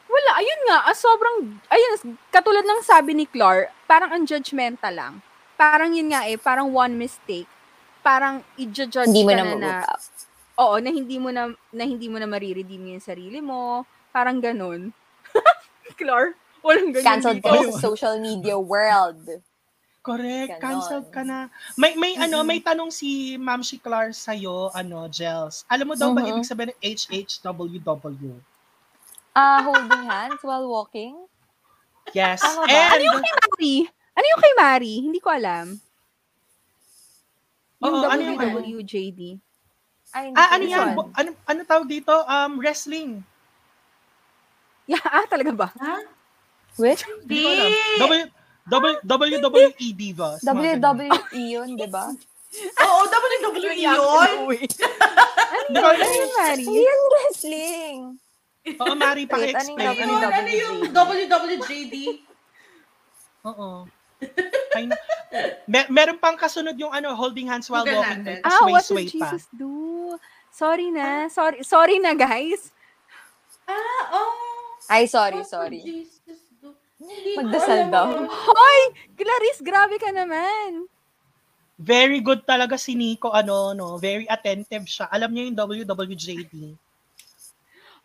[SPEAKER 2] Wala, ayun nga, ah, sobrang, ayun, katulad ng sabi ni Clar, parang ang judgmental lang. Parang yun nga eh, parang one mistake, parang i-judge
[SPEAKER 4] Hindi mo
[SPEAKER 2] ka
[SPEAKER 4] na
[SPEAKER 2] na, na
[SPEAKER 4] mag
[SPEAKER 2] oo, na hindi mo na, na hindi mo na mariredeem yung sarili mo, parang ganun. [LAUGHS] Clar, walang ganun
[SPEAKER 4] Cancelled
[SPEAKER 2] dito. Oh,
[SPEAKER 4] ka na sa social media world.
[SPEAKER 3] Correct,
[SPEAKER 4] Ganon.
[SPEAKER 3] cancel ka na. May may ano, may tanong si Ma'am Shiklar sa ano, Gels. Alam mo daw ba
[SPEAKER 4] Mhm.
[SPEAKER 3] ibig sabihin ng HHWW?
[SPEAKER 4] Ah, holding hands while walking?
[SPEAKER 3] Yes.
[SPEAKER 4] Tama ba?
[SPEAKER 2] Ano yung
[SPEAKER 3] And
[SPEAKER 2] kay Mari? Ano yung kay Mari? Hindi ko alam. Yung
[SPEAKER 3] Oo, ano yung ano?
[SPEAKER 2] WWJD.
[SPEAKER 4] Ay, hindi
[SPEAKER 3] ah,
[SPEAKER 4] ko
[SPEAKER 3] ano yan?
[SPEAKER 4] yun.
[SPEAKER 3] Bo- Ano ano tawag dito? Um wrestling.
[SPEAKER 2] Yeah, ah, talaga ba?
[SPEAKER 4] Which?
[SPEAKER 3] Hindi ko alam.
[SPEAKER 1] Di!
[SPEAKER 3] W- W- WWE divas. mga ganun.
[SPEAKER 4] WWE E yun, di [LAUGHS] ba?
[SPEAKER 1] Oo, WWE yun.
[SPEAKER 2] Uy.
[SPEAKER 3] Di ba-
[SPEAKER 2] Ano yung Mari?
[SPEAKER 4] Ayun, wrestling.
[SPEAKER 3] Oo, Mari,
[SPEAKER 4] Wait,
[SPEAKER 3] paki-explain.
[SPEAKER 4] ano
[SPEAKER 1] Ano
[SPEAKER 4] yung
[SPEAKER 1] yun? Ano yung WWJD?
[SPEAKER 3] Oo. Ay, na- Mer- meron pang kasunod yung ano, holding hands while
[SPEAKER 1] Google natin.
[SPEAKER 3] walking.
[SPEAKER 2] Ah, what
[SPEAKER 3] sway,
[SPEAKER 2] does
[SPEAKER 3] sway pa.
[SPEAKER 2] Jesus do? Sorry na. Sorry, sorry na, guys.
[SPEAKER 1] Ah, oh.
[SPEAKER 4] Ay, sorry,
[SPEAKER 1] What
[SPEAKER 4] sorry.
[SPEAKER 1] would Jesus do? Hindi ko
[SPEAKER 4] Magdasal
[SPEAKER 1] alam
[SPEAKER 4] daw.
[SPEAKER 1] yun.
[SPEAKER 2] Hoy! Clarice, grabe ka naman.
[SPEAKER 3] Very good talaga si Nico, ano, no? Very attentive siya. Alam niya yung WWJD.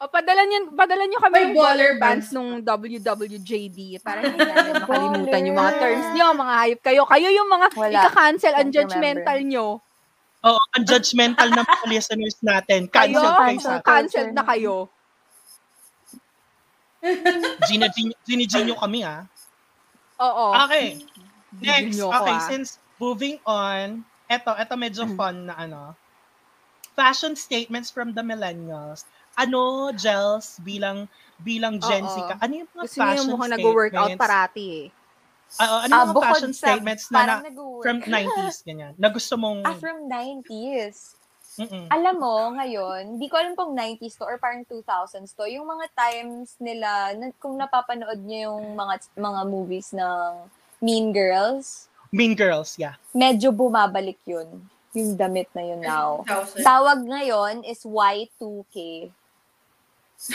[SPEAKER 2] O, padala niyo, padala niyo kami
[SPEAKER 1] May
[SPEAKER 2] ng
[SPEAKER 1] baller bands.
[SPEAKER 2] nung WWJD para hindi namin makalimutan yung mga terms niyo, mga hype kayo. Kayo yung mga
[SPEAKER 4] Wala.
[SPEAKER 2] ika-cancel ang
[SPEAKER 4] Can't
[SPEAKER 2] judgmental niyo.
[SPEAKER 3] Oo, ang judgmental ng mga listeners natin.
[SPEAKER 2] Kayo,
[SPEAKER 3] Cancel kayo sa
[SPEAKER 4] cancel.
[SPEAKER 2] cancel na kayo.
[SPEAKER 3] Gina, Gina, Gina, Gino kami, ah.
[SPEAKER 2] Oo.
[SPEAKER 4] [LAUGHS]
[SPEAKER 3] Okay. Next.
[SPEAKER 2] Gino ako,
[SPEAKER 3] Okay,
[SPEAKER 2] ah.
[SPEAKER 3] since moving on, eto, eto medyo
[SPEAKER 4] Mm-hmm.
[SPEAKER 3] fun na ano. Fashion statements from the millennials. Ano, Gels, bilang bilang Gen Z
[SPEAKER 2] Oo.
[SPEAKER 3] ka, ano yung mga
[SPEAKER 2] Gusto niyo
[SPEAKER 3] fashion
[SPEAKER 2] yung mukhang
[SPEAKER 3] statements?
[SPEAKER 2] nag-workout parati eh.
[SPEAKER 3] Oo, ano
[SPEAKER 4] Ah,
[SPEAKER 3] yung mga
[SPEAKER 4] bukod
[SPEAKER 3] fashion
[SPEAKER 4] sa-
[SPEAKER 3] statements na, na
[SPEAKER 4] parang nag-work.
[SPEAKER 3] from 90s, ganyan, na gusto
[SPEAKER 4] [LAUGHS]
[SPEAKER 3] mong...
[SPEAKER 4] Ah, from 90s.
[SPEAKER 3] Mm-mm.
[SPEAKER 4] Alam mo, ngayon, di ko alam pong 90s to or parang 2000s to, yung mga times nila, na, kung napapanood niyo yung mga mga movies ng Mean Girls,
[SPEAKER 3] Mean Girls, yeah.
[SPEAKER 4] medyo bumabalik yun. Yung damit na yun now.
[SPEAKER 1] 2000.
[SPEAKER 4] Tawag ngayon is Y2K.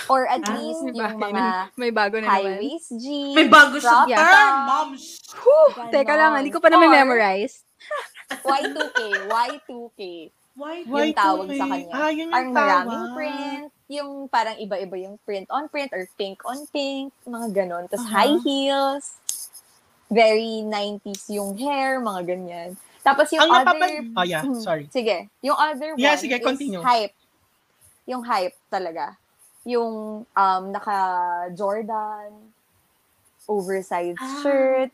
[SPEAKER 4] Or at
[SPEAKER 1] Ah,
[SPEAKER 4] least
[SPEAKER 2] May
[SPEAKER 4] yung
[SPEAKER 2] bago na-
[SPEAKER 4] mga
[SPEAKER 2] may bago na
[SPEAKER 4] high
[SPEAKER 2] naman.
[SPEAKER 4] waist jeans.
[SPEAKER 1] May bago sa
[SPEAKER 4] crop
[SPEAKER 2] Yeah.
[SPEAKER 1] term,
[SPEAKER 4] top.
[SPEAKER 1] moms.
[SPEAKER 2] Whew,
[SPEAKER 1] Diba,
[SPEAKER 2] teka lang, hindi ko pa na
[SPEAKER 4] Or-
[SPEAKER 2] memorize.
[SPEAKER 4] Y2K, Y2K.
[SPEAKER 1] Why?
[SPEAKER 4] Yung
[SPEAKER 3] Y2K.
[SPEAKER 4] tawag sa kanya.
[SPEAKER 3] Ah, yun yung
[SPEAKER 4] Parang
[SPEAKER 3] tawag.
[SPEAKER 4] maraming print, yung parang iba-iba yung print on print or pink on pink, mga ganon.
[SPEAKER 3] Uh-huh.
[SPEAKER 4] Tapos
[SPEAKER 2] Aha.
[SPEAKER 4] high heels, very 90s yung hair, mga ganyan. Tapos yung
[SPEAKER 3] Ang
[SPEAKER 4] other...
[SPEAKER 3] napapan... Oh, yeah,
[SPEAKER 4] Mm,
[SPEAKER 3] sorry.
[SPEAKER 4] Sige. Yung other
[SPEAKER 3] Yeah,
[SPEAKER 4] one
[SPEAKER 3] sige,
[SPEAKER 4] is
[SPEAKER 3] continue.
[SPEAKER 4] hype. Yung hype talaga. Yung um, naka-Jordan, oversized
[SPEAKER 1] Ah.
[SPEAKER 4] shirt,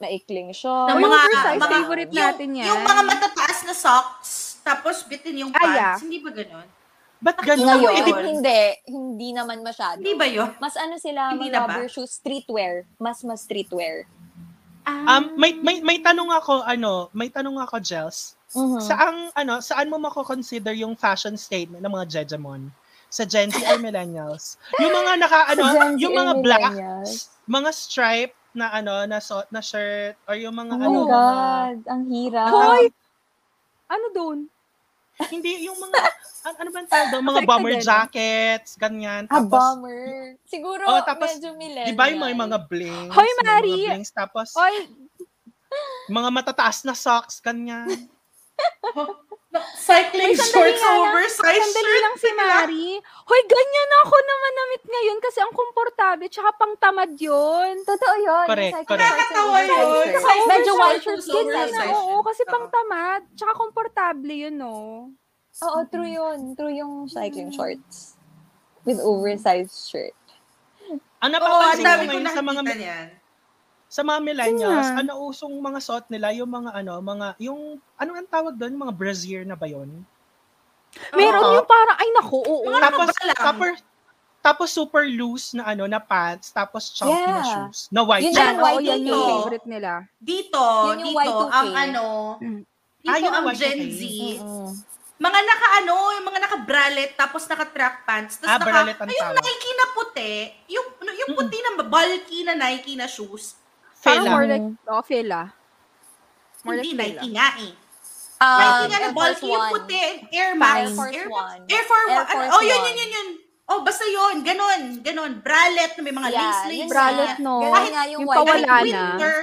[SPEAKER 4] maikling shorts.
[SPEAKER 1] Ng
[SPEAKER 2] Yung
[SPEAKER 1] mga-
[SPEAKER 2] oversized,
[SPEAKER 1] mga-
[SPEAKER 2] favorite natin yan.
[SPEAKER 1] Yung mga matataas na socks, tapos bitin yung
[SPEAKER 2] Ah,
[SPEAKER 1] pants.
[SPEAKER 2] yeah.
[SPEAKER 1] Hindi ba ganun?
[SPEAKER 3] Ba't ganun? Eh,
[SPEAKER 4] Ngayon,
[SPEAKER 1] Ano yun?
[SPEAKER 4] hindi. Hindi naman masyado.
[SPEAKER 1] Hindi ba yun?
[SPEAKER 4] Mas ano sila,
[SPEAKER 1] Hindi
[SPEAKER 4] mga
[SPEAKER 1] na ba?
[SPEAKER 4] rubber shoes, streetwear. Mas mas streetwear.
[SPEAKER 1] Ah.
[SPEAKER 3] Um, may, may, may tanong ako, ano, may tanong ako, Jels.
[SPEAKER 4] Mhm.
[SPEAKER 3] Saang, ano, saan mo mako-consider yung fashion statement ng mga Jejamon? Sa Gen Z or Millennials? Yung mga naka, ano,
[SPEAKER 4] Gen Z
[SPEAKER 3] yung
[SPEAKER 4] and
[SPEAKER 3] mga black,
[SPEAKER 4] millennials.
[SPEAKER 3] mga stripe, na ano, na, so, na shirt, or yung mga
[SPEAKER 4] Oh
[SPEAKER 3] ano,
[SPEAKER 4] my
[SPEAKER 3] mga-
[SPEAKER 4] God, ang
[SPEAKER 1] Ah.
[SPEAKER 4] hirap.
[SPEAKER 2] Hoy! Ano doon?
[SPEAKER 3] hindi, yung mga, an- ano ba ang tawag doon? Mga
[SPEAKER 2] Affected
[SPEAKER 3] bomber
[SPEAKER 2] din.
[SPEAKER 3] jackets, ganyan.
[SPEAKER 4] Ah,
[SPEAKER 3] Tapos,
[SPEAKER 4] bummer. Siguro,
[SPEAKER 3] Oh, tapos,
[SPEAKER 4] medyo millennial.
[SPEAKER 3] di ba yung may mga blings?
[SPEAKER 2] Hoy,
[SPEAKER 3] may
[SPEAKER 2] Mari!
[SPEAKER 3] Mga blings, tapos,
[SPEAKER 2] Oy,
[SPEAKER 3] mga matataas na socks, ganyan.
[SPEAKER 1] No, cycling
[SPEAKER 2] Ay, sandali
[SPEAKER 1] shorts,
[SPEAKER 2] nga lang.
[SPEAKER 1] oversized
[SPEAKER 2] sandali
[SPEAKER 1] shirt.
[SPEAKER 2] lang si Mari. Hoy, ganyan ako naman namit ngayon kasi ang komportable tsaka pang tamad yun.
[SPEAKER 4] Totoo yun.
[SPEAKER 3] Correct,
[SPEAKER 4] yung cycle
[SPEAKER 3] correct.
[SPEAKER 4] shorts and
[SPEAKER 1] Nakakatawa yun.
[SPEAKER 4] yung
[SPEAKER 1] Kasi
[SPEAKER 4] cycle shorts. Medyo
[SPEAKER 1] oversized
[SPEAKER 4] white
[SPEAKER 1] shoes,
[SPEAKER 4] shirt
[SPEAKER 1] Sobrang
[SPEAKER 2] Ganyan
[SPEAKER 4] kids.
[SPEAKER 1] oversized.
[SPEAKER 2] na,
[SPEAKER 4] eh,
[SPEAKER 1] size.
[SPEAKER 4] no?
[SPEAKER 2] oo, kasi
[SPEAKER 1] Oo.
[SPEAKER 2] pang tamad tsaka komportable yun, no?
[SPEAKER 4] Oo, true yun. True yung cycling shorts. With oversized shirt.
[SPEAKER 1] Oo,
[SPEAKER 3] Ang
[SPEAKER 1] oh, ang
[SPEAKER 3] napapansin ko
[SPEAKER 1] dami ko
[SPEAKER 3] ngayon sa mga
[SPEAKER 1] nakikita niyan.
[SPEAKER 3] sa mga millennials,
[SPEAKER 2] Yun nga.
[SPEAKER 3] ang nausong mga suot nila yung mga ano, mga yung ano ang tawag doon, mga brassiere na ba yun?
[SPEAKER 2] Meron
[SPEAKER 3] Oo.
[SPEAKER 2] yung parang, ay naku, oo.
[SPEAKER 1] Mga
[SPEAKER 3] tapos
[SPEAKER 1] kabalang.
[SPEAKER 3] tapos tapos super loose na ano na pants, tapos chunky na
[SPEAKER 4] Yeah.
[SPEAKER 3] shoes, na white.
[SPEAKER 4] Yun
[SPEAKER 2] Yan,
[SPEAKER 4] Yan,
[SPEAKER 2] oo,
[SPEAKER 4] white
[SPEAKER 2] yan yung
[SPEAKER 1] dito.
[SPEAKER 2] favorite nila.
[SPEAKER 1] Dito,
[SPEAKER 4] Yun yung
[SPEAKER 1] dito,
[SPEAKER 4] Y2K.
[SPEAKER 1] ang ano,
[SPEAKER 2] Mm.
[SPEAKER 1] dito
[SPEAKER 3] Ah, yun
[SPEAKER 1] ang
[SPEAKER 3] ang Y2K.
[SPEAKER 1] Gen Z.
[SPEAKER 4] Mm-mm.
[SPEAKER 1] Mga naka ano, yung mga naka bralet, tapos naka track pants, tapos
[SPEAKER 3] Ah,
[SPEAKER 1] naka,
[SPEAKER 3] bralette ang
[SPEAKER 1] ay, yung
[SPEAKER 3] tawag.
[SPEAKER 1] Nike na puti, yung, ano, yung puti na bulky na Nike na shoes,
[SPEAKER 2] Parang
[SPEAKER 3] Fela.
[SPEAKER 2] more like, oh, fela. More
[SPEAKER 1] hindi
[SPEAKER 2] like
[SPEAKER 1] Nike nga eh.
[SPEAKER 4] Um,
[SPEAKER 1] Nike nga na
[SPEAKER 4] Air Force
[SPEAKER 1] bulky, yung
[SPEAKER 4] One.
[SPEAKER 1] puti, Air
[SPEAKER 4] Air
[SPEAKER 1] Max,
[SPEAKER 4] Force
[SPEAKER 1] Air
[SPEAKER 4] One.
[SPEAKER 1] Air Force
[SPEAKER 4] Air
[SPEAKER 1] One. Ano-
[SPEAKER 4] Force
[SPEAKER 1] oh, yun,
[SPEAKER 4] One.
[SPEAKER 1] yun, yun, yun. Oh, basta yun. Ganon, ganon. Bralette na may mga lace
[SPEAKER 4] yun
[SPEAKER 1] lace.
[SPEAKER 4] nga.
[SPEAKER 2] Bralette, no?
[SPEAKER 4] Ganun nga yung
[SPEAKER 2] Yung
[SPEAKER 4] white.
[SPEAKER 1] Kahit
[SPEAKER 2] pawala na.
[SPEAKER 1] winter.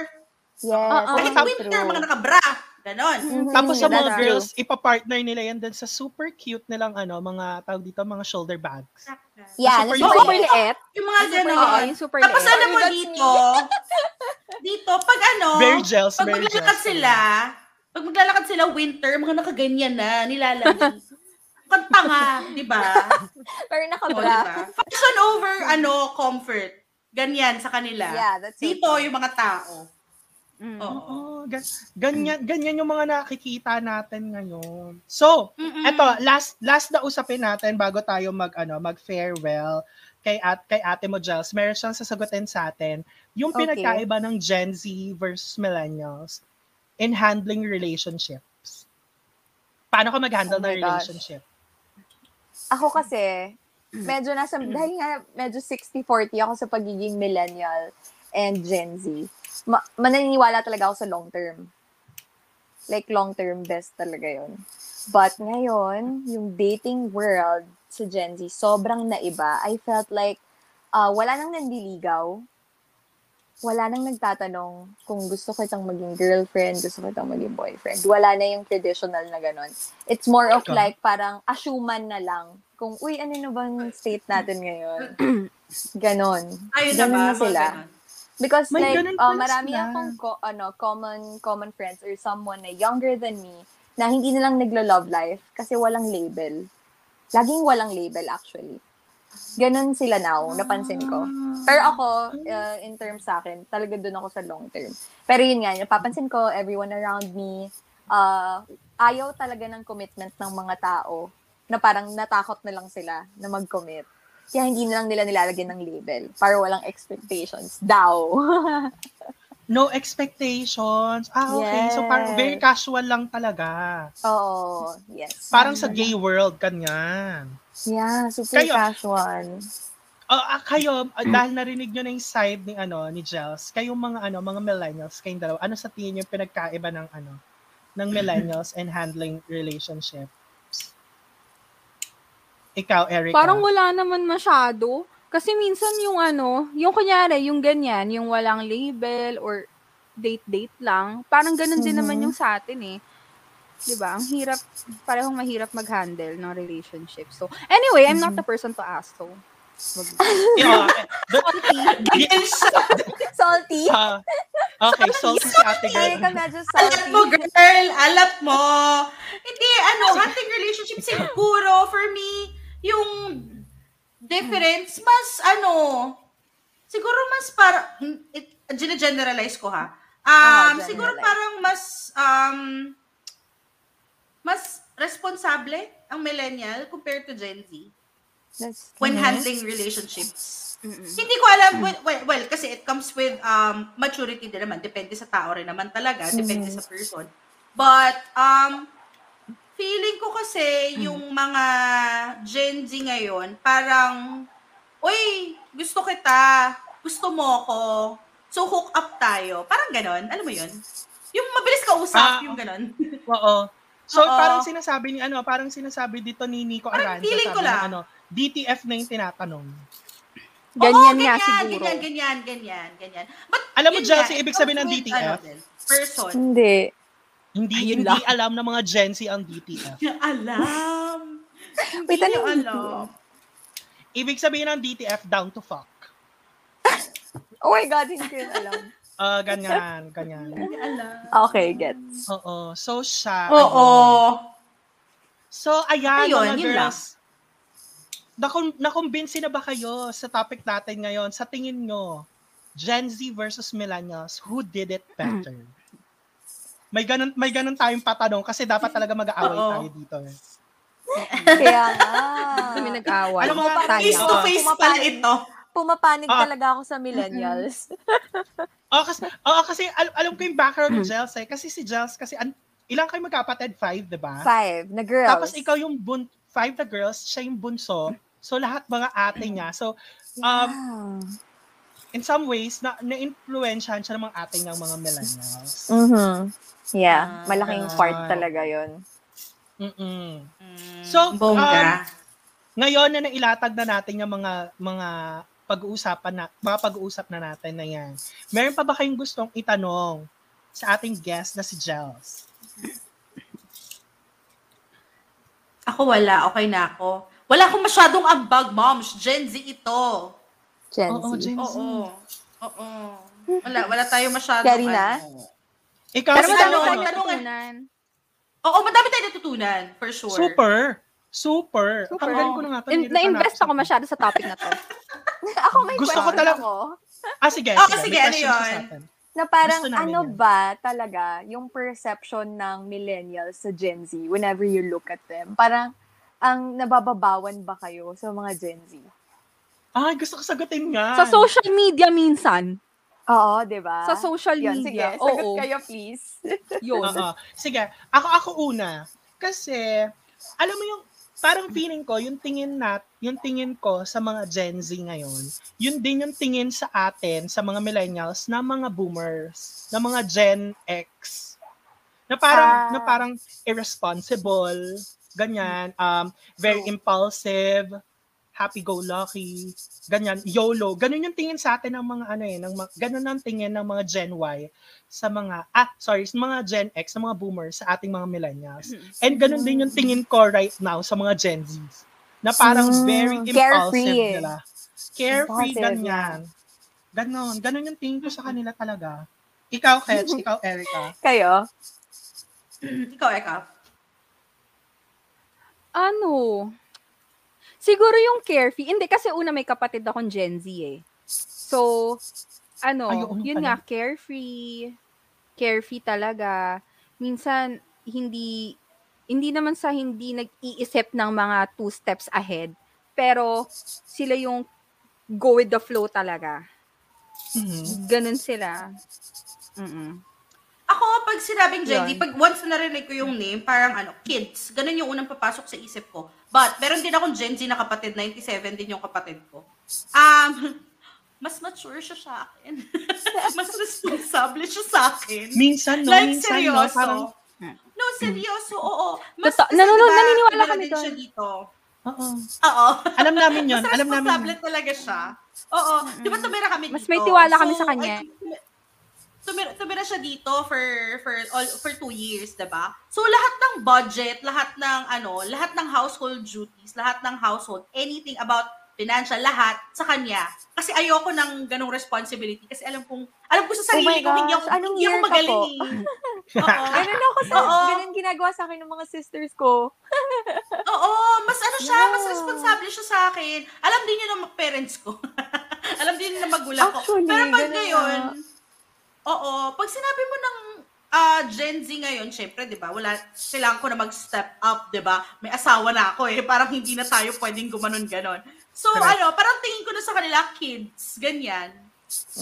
[SPEAKER 4] Yes.
[SPEAKER 2] Oo.
[SPEAKER 1] Kahit
[SPEAKER 4] that's
[SPEAKER 1] winter,
[SPEAKER 4] true.
[SPEAKER 1] mga nakabra. Ganon.
[SPEAKER 4] Mhm.
[SPEAKER 3] Tapos sa mga
[SPEAKER 4] That's true.
[SPEAKER 3] girls, ipa-partner nila yan dun sa super cute nilang ano, mga tawag dito, mga shoulder bags.
[SPEAKER 4] Yeah,
[SPEAKER 3] Super
[SPEAKER 4] let's
[SPEAKER 2] Yung
[SPEAKER 1] Oo,
[SPEAKER 2] super
[SPEAKER 4] play.
[SPEAKER 2] liit.
[SPEAKER 1] Yung mga
[SPEAKER 2] Yung super
[SPEAKER 1] ganon.
[SPEAKER 2] liit, Yung super
[SPEAKER 1] Tapos
[SPEAKER 2] liit.
[SPEAKER 1] ano mo
[SPEAKER 4] That's me.
[SPEAKER 1] dito? [LAUGHS] Dito, pag ano,
[SPEAKER 3] Virgils,
[SPEAKER 1] pag
[SPEAKER 3] Virgils.
[SPEAKER 1] maglalakad sila, pag maglalakad sila winter, mga nakaganyan na,
[SPEAKER 4] [LAUGHS]
[SPEAKER 1] nilalamig. Kanta nga, di ba?
[SPEAKER 4] Pero
[SPEAKER 1] O,
[SPEAKER 4] nakabra.
[SPEAKER 1] diba? Fashion over, ano, comfort. Ganyan sa kanila.
[SPEAKER 4] Yeah, that's so
[SPEAKER 1] Dito,
[SPEAKER 4] true.
[SPEAKER 1] yung mga tao.
[SPEAKER 2] Mm.
[SPEAKER 1] Oo.
[SPEAKER 3] Oo, gan- ganyan, ganyan yung mga nakikita natin ngayon. So,
[SPEAKER 1] Mm-mm.
[SPEAKER 3] Eto,
[SPEAKER 4] Mm.
[SPEAKER 3] last last na usapin natin bago tayo mag ano, mag farewell kay at kay Ate mo Jels. Meron siyang sasagutin sa atin yung
[SPEAKER 4] Okay.
[SPEAKER 3] pinagkaiba ng Gen Z versus millennials in handling relationships. Paano ka mag-handle
[SPEAKER 4] Oh
[SPEAKER 3] ng
[SPEAKER 4] my gosh.
[SPEAKER 3] relationship?
[SPEAKER 4] Ako kasi, medyo nasa, dahil nga medyo 60-40 ako sa pagiging millennial and Gen Z, ma- mananiniwala talaga ako sa long term. Like, long term best talaga yun. But ngayon, yung dating world sa Gen Z, sobrang naiba. I felt like, ah, wala nang nandiligaw. Wala nang nagtatanong kung gusto ko itang maging girlfriend, gusto ko itang maging boyfriend. Wala na yung traditional na ganun. It's more of
[SPEAKER 3] Ikaw?
[SPEAKER 4] like parang assuman na lang. Kung, uy, ano na bang state natin ngayon? Ganon.
[SPEAKER 1] Ayun na
[SPEAKER 4] Ganun
[SPEAKER 1] ba?
[SPEAKER 4] na sila.
[SPEAKER 1] Ganun.
[SPEAKER 4] Because
[SPEAKER 3] May
[SPEAKER 4] like,
[SPEAKER 3] ganun
[SPEAKER 4] uh,
[SPEAKER 3] pala
[SPEAKER 4] marami
[SPEAKER 3] sila.
[SPEAKER 4] akong ko, ano, common common friends or someone na younger than me na hindi nilang naglo-love life kasi walang label. Laging walang label actually. Ganun sila now, napansin ko.
[SPEAKER 3] Ah.
[SPEAKER 4] Pero ako, uh, in terms sa akin, talaga dun ako sa long term. Pero yun nga, napapansin ko, everyone around me, uh, ayaw talaga ng commitment ng mga tao na parang natakot na lang sila na mag-commit. Kaya hindi na lang nila nilalagyan ng label para walang expectations daw. [LAUGHS]
[SPEAKER 3] No expectations. Ah, okay. So parang very
[SPEAKER 4] Yes.
[SPEAKER 3] casual lang talaga.
[SPEAKER 4] Oo, yes.
[SPEAKER 3] Parang sa gay world, ganyan.
[SPEAKER 4] Yeah, super
[SPEAKER 3] Kayo.
[SPEAKER 4] casual.
[SPEAKER 3] Ah, ah, kayo, ah, dahil narinig nyo na yung side ni, ano, ni Jels, kayong mga, ano, mga millennials, kayong dalawa, ano sa tingin nyo yung pinagkaiba ng, ano, ng millennials and handling relationships? Ikaw, Erica.
[SPEAKER 2] Parang wala naman masyado. Kasi minsan yung ano, yung kunyari, yung ganyan, yung walang label or date-date lang, parang ganun din naman
[SPEAKER 4] Mhm.
[SPEAKER 2] yung sa atin eh. 'Di ba? Ang hirap, parehong mahirap mag-handle ng relationship. So, anyway, I'm not the person to ask. So, wag-
[SPEAKER 3] Yeah, eh,
[SPEAKER 1] Ganyan siya.
[SPEAKER 4] [LAUGHS] Salty?
[SPEAKER 3] ah, okay, salty si ate
[SPEAKER 4] Sorry
[SPEAKER 3] girl.
[SPEAKER 4] ka medyo
[SPEAKER 1] Alat
[SPEAKER 4] salty.
[SPEAKER 1] mo, girl. Alat mo. Hindi, ano, hunting relationship siguro for me, yung difference, mas ano, siguro mas para, hmm, it, generalize ko ha. Um,
[SPEAKER 4] Ah,
[SPEAKER 1] siguro
[SPEAKER 4] generalize.
[SPEAKER 1] parang mas, um, mas responsable ang millennial compared to Gen Z
[SPEAKER 4] That's-
[SPEAKER 1] when
[SPEAKER 4] Mhm.
[SPEAKER 1] handling relationships.
[SPEAKER 2] Mm-mm.
[SPEAKER 1] Hindi ko alam, well, well, well, kasi it comes with um, maturity din naman. Depende sa tao rin naman talaga. Depende sa person. But, um, feeling ko kasi
[SPEAKER 2] Hmm.
[SPEAKER 1] yung mga Gen Z ngayon, parang, uy, gusto kita, gusto mo ako, So, hook up tayo. Parang ganon. Alam mo yun? Yung mabilis kausap,
[SPEAKER 3] Ah,
[SPEAKER 1] yung ganon.
[SPEAKER 3] Oo. So
[SPEAKER 1] Oo.
[SPEAKER 3] parang sinasabi ni ano, parang sinasabi dito ni Nico
[SPEAKER 1] Parang
[SPEAKER 3] Aranda.
[SPEAKER 1] feeling ko
[SPEAKER 3] sabi niya,
[SPEAKER 1] lang.
[SPEAKER 3] ano, DTF na yung tinatanong.
[SPEAKER 1] Oo,
[SPEAKER 2] [LAUGHS] Ganyan nga
[SPEAKER 1] ganyan,
[SPEAKER 2] siguro.
[SPEAKER 1] Ganyan, ganyan, ganyan, ganyan. But,
[SPEAKER 3] Alam mo,
[SPEAKER 1] yun
[SPEAKER 3] Jel,
[SPEAKER 1] nga,
[SPEAKER 3] si ibig sabihin ng
[SPEAKER 1] comes with, ano
[SPEAKER 3] DTF,
[SPEAKER 1] din, person.
[SPEAKER 4] Hindi.
[SPEAKER 3] hindi,
[SPEAKER 2] Ayun
[SPEAKER 3] hindi
[SPEAKER 2] lang.
[SPEAKER 3] alam ng mga Gen Z ang DTF.
[SPEAKER 1] Niya alam. Hindi
[SPEAKER 4] Wait, ano
[SPEAKER 1] niya
[SPEAKER 4] yung
[SPEAKER 1] alam.
[SPEAKER 3] Ibig sabihin ng DTF, down to fuck.
[SPEAKER 4] Oh my God, hindi ko yun alam.
[SPEAKER 3] Ah, ganyan, ganyan.
[SPEAKER 1] Hindi niya alam.
[SPEAKER 4] Okay, get.
[SPEAKER 3] Oo. So siya.
[SPEAKER 1] Oo.
[SPEAKER 3] ayun. So ayan,
[SPEAKER 1] Ayun, yun
[SPEAKER 3] mga
[SPEAKER 1] lang.
[SPEAKER 3] girls. Nakon nakumbinsi na ba kayo sa topic natin ngayon? Sa tingin nyo, Gen Z versus millennials, who did it
[SPEAKER 1] [CLEARS THROAT]
[SPEAKER 3] better? May ganun, may ganun tayong patanong kasi dapat talaga mag-aaway
[SPEAKER 1] Oo.
[SPEAKER 3] tayo dito. eh.
[SPEAKER 4] Kaya nga.
[SPEAKER 2] Kami nag-away.
[SPEAKER 1] Alam mo,
[SPEAKER 3] Ayun nga,
[SPEAKER 1] face to
[SPEAKER 3] tayo.
[SPEAKER 1] face pala
[SPEAKER 4] Pumapain.
[SPEAKER 1] ito.
[SPEAKER 4] [LAUGHS] Pumapanig
[SPEAKER 3] Ah.
[SPEAKER 4] talaga ako sa millennials.
[SPEAKER 3] Oo, kasi, oo, kasi al- alam ko yung
[SPEAKER 1] [CLEARS THROAT]
[SPEAKER 3] background ni Jels eh. Kasi si Jels, kasi an- ilang kayo magkapatid? Five, di ba?
[SPEAKER 4] Five na girls.
[SPEAKER 3] Tapos ikaw yung bun- five na girls, siya yung bunso. So lahat mga ate niya. So um, in some ways, na na-influensyahan siya ng mga ate niyang mga millennials.
[SPEAKER 4] mm
[SPEAKER 1] Ah.
[SPEAKER 4] Yeah, malaking part talaga yon.
[SPEAKER 3] Mm-mm.
[SPEAKER 1] Mm,
[SPEAKER 3] So,
[SPEAKER 1] bongga.
[SPEAKER 3] Ngayon na nailatag na natin yung mga mga pag-uusapan na mga pag-uusap na natin na yan. Meron pa ba kayong gustong itanong sa ating guest na si Jels?
[SPEAKER 1] ako wala. Okay na ako. Wala akong masyadong ambag, moms. Gen Z ito.
[SPEAKER 4] Gen
[SPEAKER 3] Oo,
[SPEAKER 4] Z.
[SPEAKER 3] Gen Z.
[SPEAKER 1] Oo. Oo. Wala, wala tayo masyadong
[SPEAKER 4] Karina?
[SPEAKER 1] ano.
[SPEAKER 3] Ikaw
[SPEAKER 1] Pero
[SPEAKER 3] si
[SPEAKER 1] madami
[SPEAKER 3] ano,
[SPEAKER 1] tayo- Oo, madami tayo natutunan, for sure.
[SPEAKER 3] Super. Super.
[SPEAKER 2] Super.
[SPEAKER 3] Tanggalin ko na nga to.
[SPEAKER 2] In-
[SPEAKER 3] nilito
[SPEAKER 2] Na-invest
[SPEAKER 3] natin.
[SPEAKER 2] ako masyado sa topic na to.
[SPEAKER 4] [LAUGHS] ako may
[SPEAKER 3] Gusto
[SPEAKER 4] Gusto
[SPEAKER 3] ko
[SPEAKER 4] ko
[SPEAKER 3] talaga-
[SPEAKER 4] Ako,
[SPEAKER 3] Ah, sige.
[SPEAKER 1] Oo,
[SPEAKER 3] May
[SPEAKER 1] sige, ano
[SPEAKER 3] question ako sa
[SPEAKER 1] yun?
[SPEAKER 3] atin.
[SPEAKER 4] na parang
[SPEAKER 3] Gusto namin
[SPEAKER 4] ano
[SPEAKER 3] yun.
[SPEAKER 4] ba talaga yung perception ng millennials sa Gen Z whenever you look at them? Parang ang nabababawan ba kayo sa mga Gen Z?
[SPEAKER 3] Ah, gusto ko sagutin nga.
[SPEAKER 2] Sa social media minsan.
[SPEAKER 4] Oo, di ba?
[SPEAKER 2] Sa social
[SPEAKER 4] Yun, sige,
[SPEAKER 2] media.
[SPEAKER 4] sagot
[SPEAKER 2] Oo.
[SPEAKER 4] kayo please.
[SPEAKER 2] Yun.
[SPEAKER 3] Oo. Sige, ako ako una. Kasi alam mo yung parang feeling ko yung tingin nat, yung tingin ko sa mga Gen Z ngayon, yun din yung tingin sa atin sa mga millennials na mga boomers, na mga Gen X. Na parang
[SPEAKER 4] Ah.
[SPEAKER 3] na parang irresponsible, ganyan, um very impulsive, happy-go-lucky, ganyan, YOLO. Ganun yung tingin sa atin ng mga ano eh, ng, mga- ganun ang tingin ng mga Gen Y sa mga, ah, sorry, sa mga Gen X, sa mga boomers, sa ating mga millennials.
[SPEAKER 1] Mm-hmm.
[SPEAKER 3] And ganun din yung tingin ko right now sa mga Gen Zs. Na parang
[SPEAKER 4] Mm,
[SPEAKER 3] very impulsive
[SPEAKER 4] carefree eh.
[SPEAKER 3] nila. Carefree,
[SPEAKER 4] Impulsive,
[SPEAKER 3] ganyan. Ganun, ganun yung tingin ko sa kanila talaga. Ikaw, Ketch,
[SPEAKER 1] Mm-hmm.
[SPEAKER 3] ikaw, Erica.
[SPEAKER 4] Kayo?
[SPEAKER 1] Ikaw, Eka.
[SPEAKER 2] Ano? Siguro yung carefree. Hindi, kasi una may kapatid akong Gen Z eh. So, ano,
[SPEAKER 3] Ay, oo
[SPEAKER 2] yun
[SPEAKER 3] pala.
[SPEAKER 2] nga, carefree. Carefree talaga. Minsan, hindi, hindi naman sa hindi nag-iisip ng mga two steps ahead. Pero, sila yung go with the flow talaga.
[SPEAKER 3] Mhm.
[SPEAKER 2] Ganun sila. Mm-mm.
[SPEAKER 1] Ako, pag sinabing Gen Z,
[SPEAKER 2] Yun. Mm.
[SPEAKER 1] pag once na narinig ko yung name, parang ano, kids. Ganun yung unang papasok sa isip ko. But, meron din akong Gen Z na kapatid, 97 din yung kapatid ko. Um, [LAUGHS] mas mature siya sa akin.
[SPEAKER 2] [LAUGHS]
[SPEAKER 1] mas responsable siya sa akin.
[SPEAKER 3] Minsan, no,
[SPEAKER 1] like,
[SPEAKER 3] minsan, no,
[SPEAKER 1] seryoso.
[SPEAKER 3] parang,
[SPEAKER 1] No, seryoso, oo.
[SPEAKER 2] Hmm. Totoo.
[SPEAKER 1] kasi,
[SPEAKER 2] Nanono-
[SPEAKER 1] diba,
[SPEAKER 2] naniniwala
[SPEAKER 1] meron
[SPEAKER 2] kami
[SPEAKER 1] din siya
[SPEAKER 2] doon.
[SPEAKER 1] dito.
[SPEAKER 3] oo.
[SPEAKER 1] Oo.
[SPEAKER 3] Alam namin yun,
[SPEAKER 1] Mas
[SPEAKER 3] alam namin
[SPEAKER 1] responsable talaga siya. Oo. Di ba tumira kami
[SPEAKER 2] Mm. Mas
[SPEAKER 1] dito?
[SPEAKER 2] may tiwala kami sa kanya.
[SPEAKER 1] ay, tumi- Tumira, tumira siya dito for for all, for two years, 'di ba? So lahat ng budget, lahat ng ano, lahat ng household duties, lahat ng household, anything about financial, lahat sa kanya. Kasi ayoko ng ganong responsibility kasi alam kong alam ko sa
[SPEAKER 4] Oh
[SPEAKER 1] sarili
[SPEAKER 4] my
[SPEAKER 1] ko hindi ako
[SPEAKER 4] gosh, anong
[SPEAKER 1] hindi ako
[SPEAKER 4] year ka
[SPEAKER 1] magaling.
[SPEAKER 4] po?
[SPEAKER 2] [LAUGHS]
[SPEAKER 3] [LAUGHS]
[SPEAKER 1] eh. Oo.
[SPEAKER 4] Ganun ako sa,
[SPEAKER 1] Oo.
[SPEAKER 4] ganun ginagawa sa akin ng mga sisters ko.
[SPEAKER 1] Oo, mas ano siya, mas
[SPEAKER 4] Yeah.
[SPEAKER 1] responsable siya sa akin. Alam din yun ng mga parents ko. [LAUGHS] Alam din yun ng magulang ko.
[SPEAKER 4] Actually,
[SPEAKER 1] Pero pag
[SPEAKER 4] ganun
[SPEAKER 1] ngayon,
[SPEAKER 4] nga.
[SPEAKER 1] oo, pag sinabi mo ng ah, Gen Z ngayon, syempre, di ba, wala, kailangan ko na mag-step up, di ba? May asawa na ako eh, parang hindi na tayo pwedeng gumanon ganon. So,
[SPEAKER 3] Correct.
[SPEAKER 1] ano, parang tingin ko na sa kanila, kids, ganyan.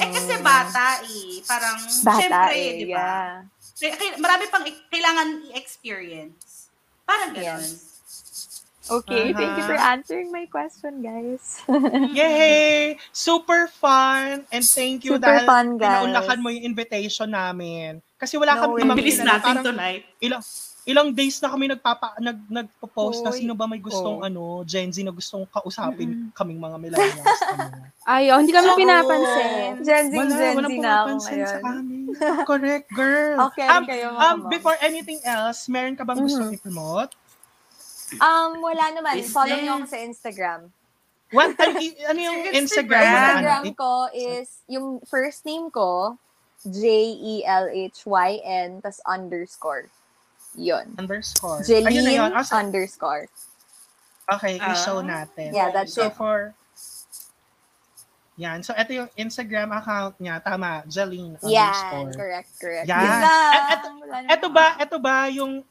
[SPEAKER 1] Eh, kasi
[SPEAKER 4] Mm.
[SPEAKER 1] bata eh. Parang,
[SPEAKER 4] Bata
[SPEAKER 1] syempre,
[SPEAKER 4] eh,
[SPEAKER 1] di ba?
[SPEAKER 4] yeah. [LAUGHS]
[SPEAKER 1] Kaya- kaya- marami pang i- kailangan i-experience. Parang ganon.
[SPEAKER 4] Yes. Okay, thank you
[SPEAKER 3] Aha.
[SPEAKER 4] for answering my question, guys.
[SPEAKER 3] Yay! Super fun! And thank you
[SPEAKER 4] [LAUGHS] Super
[SPEAKER 3] dahil
[SPEAKER 4] fun, guys.
[SPEAKER 3] pinaunlakan mo yung invitation namin. Kasi wala
[SPEAKER 4] No
[SPEAKER 3] kami
[SPEAKER 4] way.
[SPEAKER 3] ibang
[SPEAKER 1] Bilis
[SPEAKER 3] kilala.
[SPEAKER 1] natin
[SPEAKER 3] Parang
[SPEAKER 1] tonight.
[SPEAKER 3] ilang, ilang days na kami nagpapa, nag, nagpo-post na
[SPEAKER 4] Oy.
[SPEAKER 3] sino ba may gustong
[SPEAKER 4] Oh.
[SPEAKER 3] ano, Gen Z na gustong kausapin
[SPEAKER 2] Mm-mm.
[SPEAKER 3] kaming mga
[SPEAKER 4] [LAUGHS]
[SPEAKER 3] millennials. ano.
[SPEAKER 2] Ayaw, hindi kami
[SPEAKER 5] Oo.
[SPEAKER 2] pinapansin.
[SPEAKER 4] Gen Z,
[SPEAKER 3] Wala,
[SPEAKER 4] Gen Z
[SPEAKER 3] walang
[SPEAKER 4] na ako
[SPEAKER 3] pumapansin sa
[SPEAKER 4] ngayon. [LAUGHS]
[SPEAKER 3] amin. Correct, girl.
[SPEAKER 4] Okay,
[SPEAKER 3] um,
[SPEAKER 4] kayo mga
[SPEAKER 3] um,
[SPEAKER 4] ma'am.
[SPEAKER 3] before anything else, meron ka bang gusto
[SPEAKER 4] Mhm.
[SPEAKER 3] i-promote?
[SPEAKER 4] Um, wala naman.
[SPEAKER 5] Business.
[SPEAKER 4] Follow niyo ako sa Instagram.
[SPEAKER 3] What, ano, y- ano yung
[SPEAKER 1] Sa
[SPEAKER 3] Instagram?
[SPEAKER 1] Ayan.
[SPEAKER 4] Instagram
[SPEAKER 3] Ano,
[SPEAKER 4] ko is, yung first name ko, E J-E-L-H-Y-N, tas underscore. Yun.
[SPEAKER 3] underscore. Ayun na yun.
[SPEAKER 4] Jeline
[SPEAKER 3] Ah, so-
[SPEAKER 4] underscore.
[SPEAKER 3] Okay, i-show
[SPEAKER 1] Ah.
[SPEAKER 3] natin.
[SPEAKER 4] Yeah, that's
[SPEAKER 3] so
[SPEAKER 4] it.
[SPEAKER 3] for... Yan. So, ito yung Instagram account niya. Tama, Jeline
[SPEAKER 4] Yan,
[SPEAKER 3] underscore.
[SPEAKER 4] correct, correct.
[SPEAKER 3] Yan.
[SPEAKER 4] Yun lang.
[SPEAKER 3] At- at-
[SPEAKER 4] Wala na.
[SPEAKER 3] Ito ba, ito ba yung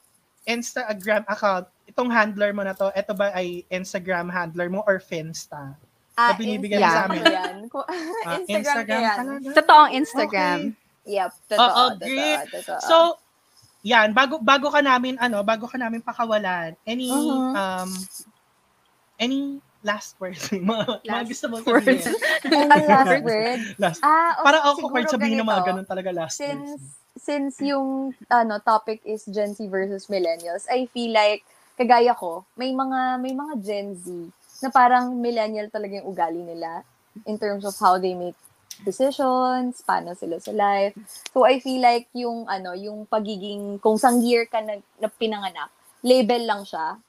[SPEAKER 3] Instagram account? Itong handler mo na to, ito ba ay Instagram handler mo or Finsta?
[SPEAKER 4] Ah,
[SPEAKER 3] na binibigay
[SPEAKER 2] mo sa
[SPEAKER 4] Instagram
[SPEAKER 3] amin?
[SPEAKER 4] ko yan. [LAUGHS] Ko-
[SPEAKER 3] Ah,
[SPEAKER 4] Instagram ko yan.
[SPEAKER 3] talaga?
[SPEAKER 2] Totoong Instagram.
[SPEAKER 4] Yep, totoo,
[SPEAKER 3] Oo, agree.
[SPEAKER 4] totoo, totoo.
[SPEAKER 3] Oh, So, yan, bago bago ka namin ano, bago ka namin pakawalan, any
[SPEAKER 4] Mhm.
[SPEAKER 3] um any last words [LAUGHS] mga, mga
[SPEAKER 2] Last
[SPEAKER 3] gusto mo
[SPEAKER 2] words.
[SPEAKER 3] sabihin.
[SPEAKER 4] ang [LAUGHS]
[SPEAKER 3] [LAUGHS]
[SPEAKER 4] last word.
[SPEAKER 3] Last-
[SPEAKER 4] Ah,
[SPEAKER 3] para
[SPEAKER 4] okay,
[SPEAKER 3] ako kahit
[SPEAKER 4] siguro
[SPEAKER 3] sabihin ng mga
[SPEAKER 4] ganito.
[SPEAKER 3] ganun talaga last
[SPEAKER 4] since
[SPEAKER 3] words.
[SPEAKER 4] since yung ano topic is Gen Z versus millennials, I feel like kagaya ko, may mga may mga Gen Z na parang millennial talaga yung ugali nila in terms of how they make decisions, paano sila sa life. So I feel like yung ano, yung pagiging kung sang year ka na, na pinanganak, label lang siya.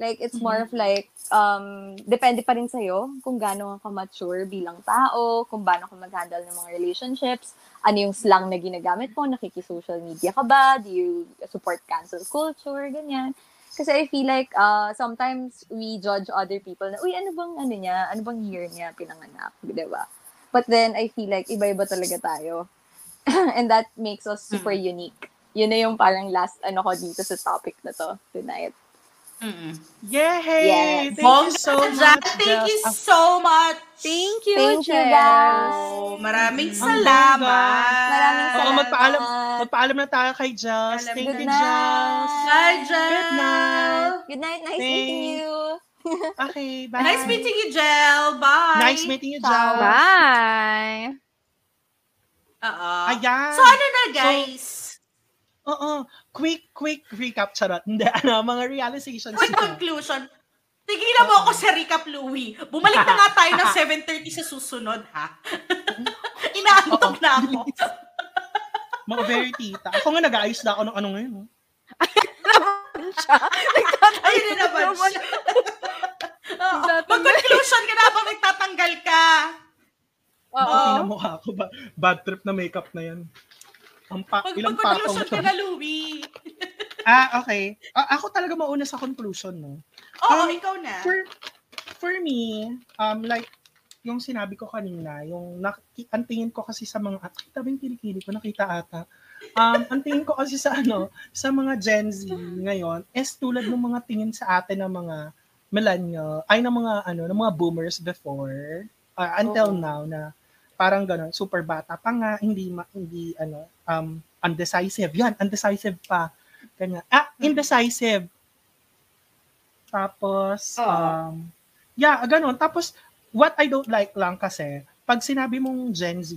[SPEAKER 4] Like it's more of like um depende pa rin sa kung gaano ka mature bilang tao, kung paano ka mag-handle ng mga relationships, ano yung slang na ginagamit mo, nakiki-social media ka ba, do you support cancel culture, ganyan. Kasi I feel like uh, sometimes we judge other people na, uy, ano bang ano niya, ano bang year niya pinanganak, di ba? But then I feel like iba-iba talaga tayo. [LAUGHS] And that makes us super unique. Yun na yung parang last ano ko dito sa topic na to tonight.
[SPEAKER 1] Mm-mm.
[SPEAKER 3] Yay!
[SPEAKER 4] Yes.
[SPEAKER 3] Thank you
[SPEAKER 1] Bongga
[SPEAKER 3] so
[SPEAKER 1] ka
[SPEAKER 3] much.
[SPEAKER 1] dyan. Thank you
[SPEAKER 3] Jess.
[SPEAKER 1] so much.
[SPEAKER 2] Thank you,
[SPEAKER 4] Thank you,
[SPEAKER 2] Jess.
[SPEAKER 4] guys.
[SPEAKER 1] Oh, maraming
[SPEAKER 3] Ang bongga.
[SPEAKER 1] salamat.
[SPEAKER 4] Maraming
[SPEAKER 3] Oo,
[SPEAKER 4] salamat.
[SPEAKER 3] magpaalam. Magpaalam na tayo kay Joss.
[SPEAKER 1] Alam
[SPEAKER 3] Thank
[SPEAKER 1] ko
[SPEAKER 3] you,
[SPEAKER 4] na.
[SPEAKER 3] Joss.
[SPEAKER 1] Bye,
[SPEAKER 3] Good night.
[SPEAKER 1] Jel.
[SPEAKER 4] Good night. Nice meeting
[SPEAKER 3] Thanks.
[SPEAKER 4] you.
[SPEAKER 3] Okay, bye.
[SPEAKER 1] Nice meeting you, Jel. Bye.
[SPEAKER 3] Nice meeting you, Joss.
[SPEAKER 2] Bye.
[SPEAKER 1] Oo.
[SPEAKER 3] Ayan.
[SPEAKER 1] So, ano na, guys?
[SPEAKER 3] Oo. Quick, quick recap, charot. Hindi, [LAUGHS] ano, mga realizations.
[SPEAKER 1] Quick
[SPEAKER 3] niya.
[SPEAKER 1] conclusion. Tigilan mo ako sa recap, Louie. Bumalik na nga tayo
[SPEAKER 3] [LAUGHS]
[SPEAKER 1] ng 7.30 sa susunod, ha? Inaantok na ako.
[SPEAKER 3] [LAUGHS] Mga very tita. Ako nga nag-aayos na ako ng ano ngayon. oh.
[SPEAKER 1] Ayun na naman siya. Oo. Mag-conclusion ka na habang nagtatanggal ka.
[SPEAKER 3] Ang
[SPEAKER 2] Oo.
[SPEAKER 3] pinamukha ko ba? Bad trip na makeup na yan. Ang pa,
[SPEAKER 1] Mag-
[SPEAKER 3] ilang patong
[SPEAKER 1] Mag-conclusion ka
[SPEAKER 3] to.
[SPEAKER 1] na, Louie.
[SPEAKER 3] Ah, okay. A- ako talaga mauna sa conclusion, no?
[SPEAKER 1] Oo,
[SPEAKER 3] Um,
[SPEAKER 1] ikaw na.
[SPEAKER 3] For, for me, um, like, yung sinabi ko kanina, yung naki, ang tingin ko kasi sa mga, at kita ba yung kilikili ko? Nakita ata. Um, ang tingin ko kasi sa ano, sa mga Gen Z ngayon, is tulad ng mga tingin sa atin ng mga millennial, ay ng mga ano, ng mga boomers before, uh, until now na parang ganun, super bata pa nga, hindi ma, hindi ano, um, undecisive. Yan, undecisive pa. Ganyan. Ah, indecisive. Tapos,
[SPEAKER 5] Oo.
[SPEAKER 3] um, yeah, ganun. Tapos, what I don't like lang kasi, pag sinabi mong Gen Z,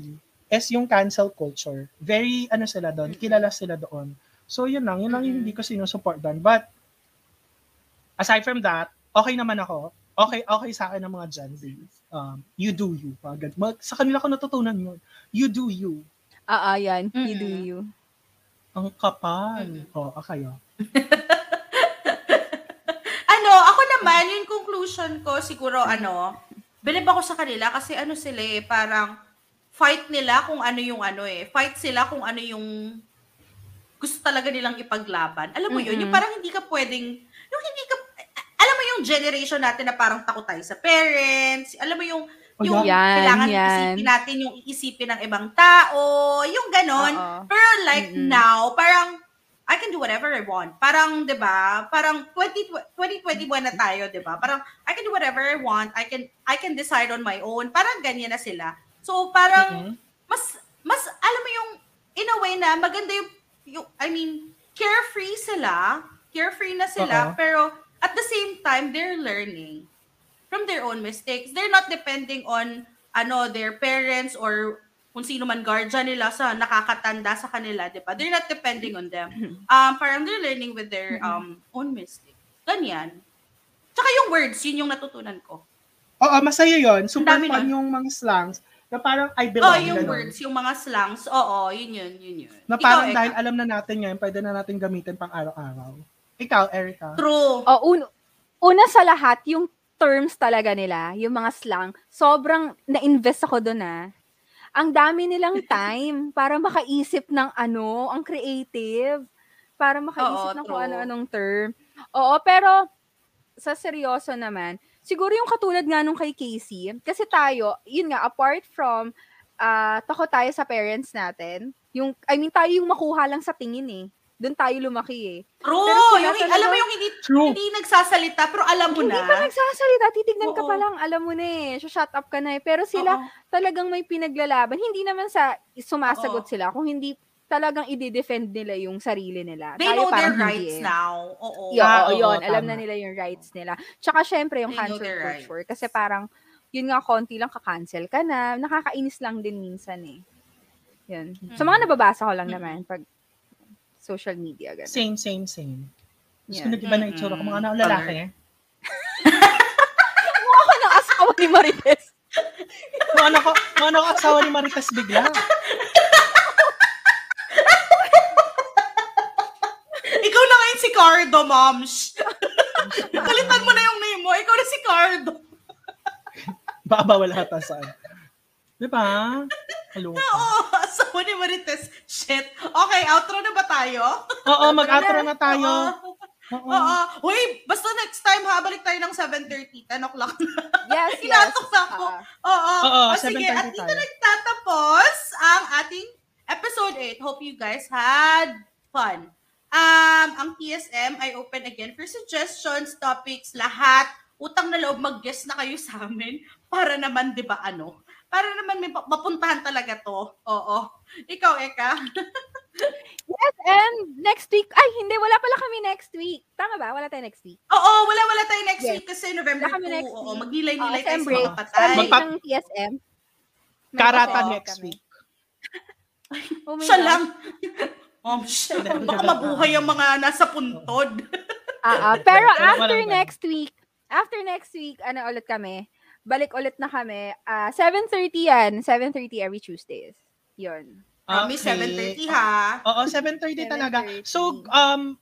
[SPEAKER 3] is yung cancel culture. Very, ano sila doon, kilala sila doon. So, yun lang. Yun lang
[SPEAKER 1] Mhm.
[SPEAKER 3] yung hindi ko sinusupport doon. But, aside from that, okay naman ako. Okay, okay sa akin ng mga Gen Z. Um, you do you. Mga gan- Mag, sa kanila ko natutunan yun. You do you.
[SPEAKER 2] Oo, Ah, yan. You do
[SPEAKER 1] Mm-mm.
[SPEAKER 2] you.
[SPEAKER 3] Ang kapal.
[SPEAKER 1] Mhm.
[SPEAKER 3] Oo, oh, kayo.
[SPEAKER 1] ano, ako naman, yung conclusion ko, siguro, ano, bilib ako sa kanila kasi ano sila eh, parang fight nila kung ano yung ano eh. Fight sila kung ano yung gusto talaga nilang ipaglaban. Alam mo yun,
[SPEAKER 2] Mm-mm.
[SPEAKER 1] yung parang hindi ka pwedeng, yung hindi ka, alam mo yung generation natin na parang takot tayo sa parents, alam mo yung,
[SPEAKER 3] Oh,
[SPEAKER 1] yung
[SPEAKER 2] yeah. Yan,
[SPEAKER 1] kailangan
[SPEAKER 2] yan.
[SPEAKER 1] isipin natin yung iisipin ng ibang tao, yung ganon.
[SPEAKER 2] Oo.
[SPEAKER 1] Pero like
[SPEAKER 2] Mm-mm.
[SPEAKER 1] now, parang I can do whatever I want. Parang, di ba? Parang 20, 2021 na tayo, di ba? Parang I can do whatever I want. I can I can decide on my own. Parang ganyan na sila. So parang
[SPEAKER 3] Mhm.
[SPEAKER 1] mas mas alam mo yung in a way na maganda yung, yung I mean carefree sila. Carefree na sila
[SPEAKER 3] Oo.
[SPEAKER 1] pero at the same time, they're learning from their own mistakes. They're not depending on ano their parents or kung sino man guardian nila sa nakakatanda sa kanila, 'di ba? They're not depending on them.
[SPEAKER 3] [CLEARS THROAT]
[SPEAKER 1] Um parang they're learning with their um own mistakes. Ganyan. Tsaka yung words, yun yung natutunan ko.
[SPEAKER 3] Oo, masaya yon Super
[SPEAKER 1] dami
[SPEAKER 3] fun
[SPEAKER 1] nun.
[SPEAKER 3] yung mga slangs na parang I
[SPEAKER 1] Oh,
[SPEAKER 3] belong.
[SPEAKER 1] yung
[SPEAKER 3] ganun.
[SPEAKER 1] words, yung mga slangs. Oo, yun yun, yun yun.
[SPEAKER 3] Na
[SPEAKER 1] Ikaw,
[SPEAKER 3] parang
[SPEAKER 1] Eka.
[SPEAKER 3] dahil alam na natin ngayon, pwede na natin gamitin pang araw-araw. Ikaw, Erica.
[SPEAKER 1] True.
[SPEAKER 2] O, un- Oh, una sa lahat, yung terms talaga nila, yung mga slang, sobrang na-invest ako doon ah. Ang dami
[SPEAKER 1] [LAUGHS]
[SPEAKER 2] nilang time para makaisip ng ano, ang creative, para
[SPEAKER 1] Oo,
[SPEAKER 2] makaisip ng kung
[SPEAKER 1] true.
[SPEAKER 2] ano-anong term. Oo, pero sa seryoso naman, siguro yung katulad nga nung kay Casey, kasi tayo, yun nga, apart from ah, takot tayo sa parents natin, yung, I mean, tayo yung makuha lang sa tingin eh. Doon tayo lumaki eh.
[SPEAKER 1] True.
[SPEAKER 2] Pero sila
[SPEAKER 1] yung,
[SPEAKER 2] talaga-
[SPEAKER 1] alam mo yung hindi,
[SPEAKER 3] True.
[SPEAKER 1] hindi nagsasalita, pero alam mo
[SPEAKER 2] Hindi
[SPEAKER 1] na.
[SPEAKER 2] ka nagsasalita, titignan ka
[SPEAKER 1] Oo.
[SPEAKER 2] pa lang, alam mo na eh, shut up ka na eh. Pero sila
[SPEAKER 1] Oo.
[SPEAKER 2] talagang may pinaglalaban. Hindi naman sa sumasagot
[SPEAKER 1] Oo.
[SPEAKER 2] sila, kung hindi talagang i-defend nila yung sarili nila.
[SPEAKER 1] They
[SPEAKER 2] Tayo
[SPEAKER 1] know their
[SPEAKER 2] parang hindi
[SPEAKER 1] rights
[SPEAKER 2] eh.
[SPEAKER 1] now. Oo.
[SPEAKER 2] Yo, oh,
[SPEAKER 3] Ah, oo,
[SPEAKER 2] yun,
[SPEAKER 3] tama.
[SPEAKER 2] alam na nila yung rights nila. Tsaka syempre yung
[SPEAKER 1] They know
[SPEAKER 2] cancel
[SPEAKER 1] their
[SPEAKER 2] culture kasi parang yun nga konti lang ka-cancel ka na, nakakainis lang din minsan eh. Yun. So mga nababasa ko lang
[SPEAKER 1] Mhm.
[SPEAKER 2] naman pag social media ganun.
[SPEAKER 3] Same, same, same. Gusto ko
[SPEAKER 2] Yan.
[SPEAKER 3] nag-iba na itsura ko. Mga na lalaki.
[SPEAKER 2] Ako na asawa ni Marites.
[SPEAKER 1] [LAUGHS]
[SPEAKER 3] Mga anak ko, mga anak ko asawa ni Marites bigla. [LAUGHS]
[SPEAKER 1] Ikaw na ngayon si Cardo, moms. [LAUGHS] Palitan mo na yung name mo. Ikaw na si Cardo.
[SPEAKER 3] Baka bawal ata saan. ano? Di ba? Hello.
[SPEAKER 1] Oo, asawa ni Marites. Shit. Okay, outro na ba tayo?
[SPEAKER 3] Oo, mag-outro na tayo.
[SPEAKER 1] Oo.
[SPEAKER 3] Oo.
[SPEAKER 1] Oo.
[SPEAKER 2] Mm.
[SPEAKER 1] Uy, basta next time ha, balik tayo ng 7.30. 10 o'clock na.
[SPEAKER 2] Yes, yes.
[SPEAKER 1] Inaantok na ako.
[SPEAKER 2] Ah.
[SPEAKER 1] Oo.
[SPEAKER 3] Oo,
[SPEAKER 1] O, sige,
[SPEAKER 3] 7:30
[SPEAKER 1] at dito
[SPEAKER 3] tayo.
[SPEAKER 1] nagtatapos ang ating episode 8. Hope you guys had fun. Um, ang TSM ay open again for suggestions, topics, lahat. Utang na loob, mag-guess na kayo sa amin [LAUGHS] para naman, di ba, ano? Para naman may pa- mapuntahan talaga to. Oo. Ikaw, Eka.
[SPEAKER 2] Yes, and next week, ay hindi, wala pala kami next week. Tama ba? Wala tayo next week.
[SPEAKER 1] Oo, wala-wala tayo next
[SPEAKER 2] Yes.
[SPEAKER 1] week kasi November
[SPEAKER 2] Wala kami
[SPEAKER 1] 2.
[SPEAKER 2] next
[SPEAKER 1] Oo,
[SPEAKER 2] week.
[SPEAKER 1] magnilay-nilay
[SPEAKER 2] Oh,
[SPEAKER 1] tayo
[SPEAKER 2] sem
[SPEAKER 1] sa
[SPEAKER 2] break.
[SPEAKER 1] mga
[SPEAKER 2] Sem
[SPEAKER 1] patay.
[SPEAKER 2] break
[SPEAKER 3] Magpap-
[SPEAKER 2] ng TSM. May
[SPEAKER 3] Karata
[SPEAKER 2] pasok
[SPEAKER 3] next
[SPEAKER 2] kami.
[SPEAKER 3] week.
[SPEAKER 2] Oh my
[SPEAKER 1] Siya
[SPEAKER 2] God.
[SPEAKER 1] lang. [LAUGHS] Mom, siya lang. Baka mabuhay ang mga nasa puntod.
[SPEAKER 2] Ah, ah. Pero
[SPEAKER 3] Walang-
[SPEAKER 2] after
[SPEAKER 3] walang ganun.
[SPEAKER 2] next week, after next week, ano ulit kami, balik ulit na kami. Ah, 7.30 yan. 7.30 every Tuesdays. Yun.
[SPEAKER 1] Kami 7.30 ha.
[SPEAKER 3] Oo, 7.30 talaga.
[SPEAKER 2] 7:30.
[SPEAKER 3] So, um,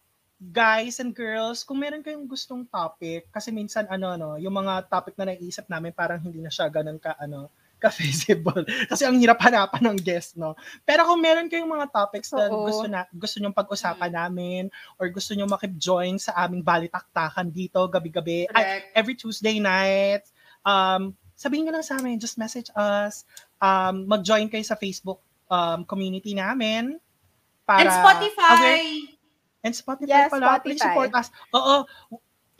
[SPEAKER 3] guys and girls, kung meron kayong gustong topic, kasi minsan ano, ano, yung mga topic na naisip namin parang hindi na siya ganun ka, ano, [LAUGHS] ka-feasible. kasi ang hirap hanapan ng guest, no? Pero kung meron kayong mga topics na
[SPEAKER 2] Oo.
[SPEAKER 3] gusto, na, gusto nyong pag-usapan namin or gusto nyong makip-join sa aming balitaktakan dito gabi-gabi, ay,
[SPEAKER 1] Correct.
[SPEAKER 3] every Tuesday night. Um, sabihin nyo lang sa amin, just message us. Um, mag-join kayo sa Facebook um, community namin. Para
[SPEAKER 1] And Spotify.
[SPEAKER 3] aware- and Spotify
[SPEAKER 2] Yes,
[SPEAKER 3] pala. Please
[SPEAKER 2] Spotify.
[SPEAKER 3] support us. Oo.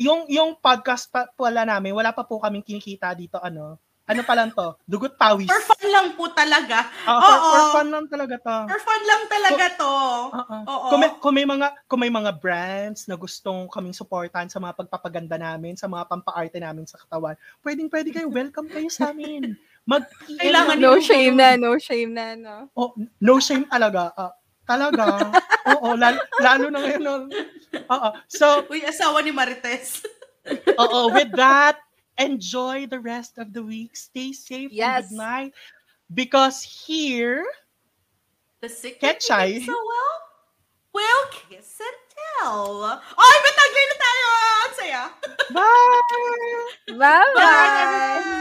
[SPEAKER 3] Yung, yung podcast pa, pala namin, wala pa po kaming kinikita dito. Ano? Ano pa lang to? Dugot pawis.
[SPEAKER 1] For fun lang po talaga.
[SPEAKER 3] Ah, for,
[SPEAKER 1] Oo.
[SPEAKER 3] for fun lang talaga to.
[SPEAKER 1] For fun lang talaga to.
[SPEAKER 3] Oo.
[SPEAKER 1] Oo.
[SPEAKER 3] Kung may, kung may mga kung may mga brands na gustong kaming suportahan sa mga pagpapaganda namin, sa mga pampaarte namin sa katawan, pwedeng pwede kayo welcome kayo sa amin. Mag
[SPEAKER 1] Kailangan Ano
[SPEAKER 2] no
[SPEAKER 1] yung-
[SPEAKER 2] shame na, no shame na, no?
[SPEAKER 3] Oh, no shame talaga. Ah, talaga. Oo, lalo, lalo na ngayon. no? Oo. So,
[SPEAKER 1] Uy, asawa ni Marites. [LAUGHS]
[SPEAKER 3] oo, with that, enjoy the rest of the week. Stay safe
[SPEAKER 2] Yes.
[SPEAKER 3] and good night. Because here,
[SPEAKER 1] The secret
[SPEAKER 3] Get shy.
[SPEAKER 1] so well. Well, kiss and tell. Ay, may tagline na tayo. Ang saya.
[SPEAKER 3] bye!
[SPEAKER 2] Bye-bye!
[SPEAKER 1] Bye.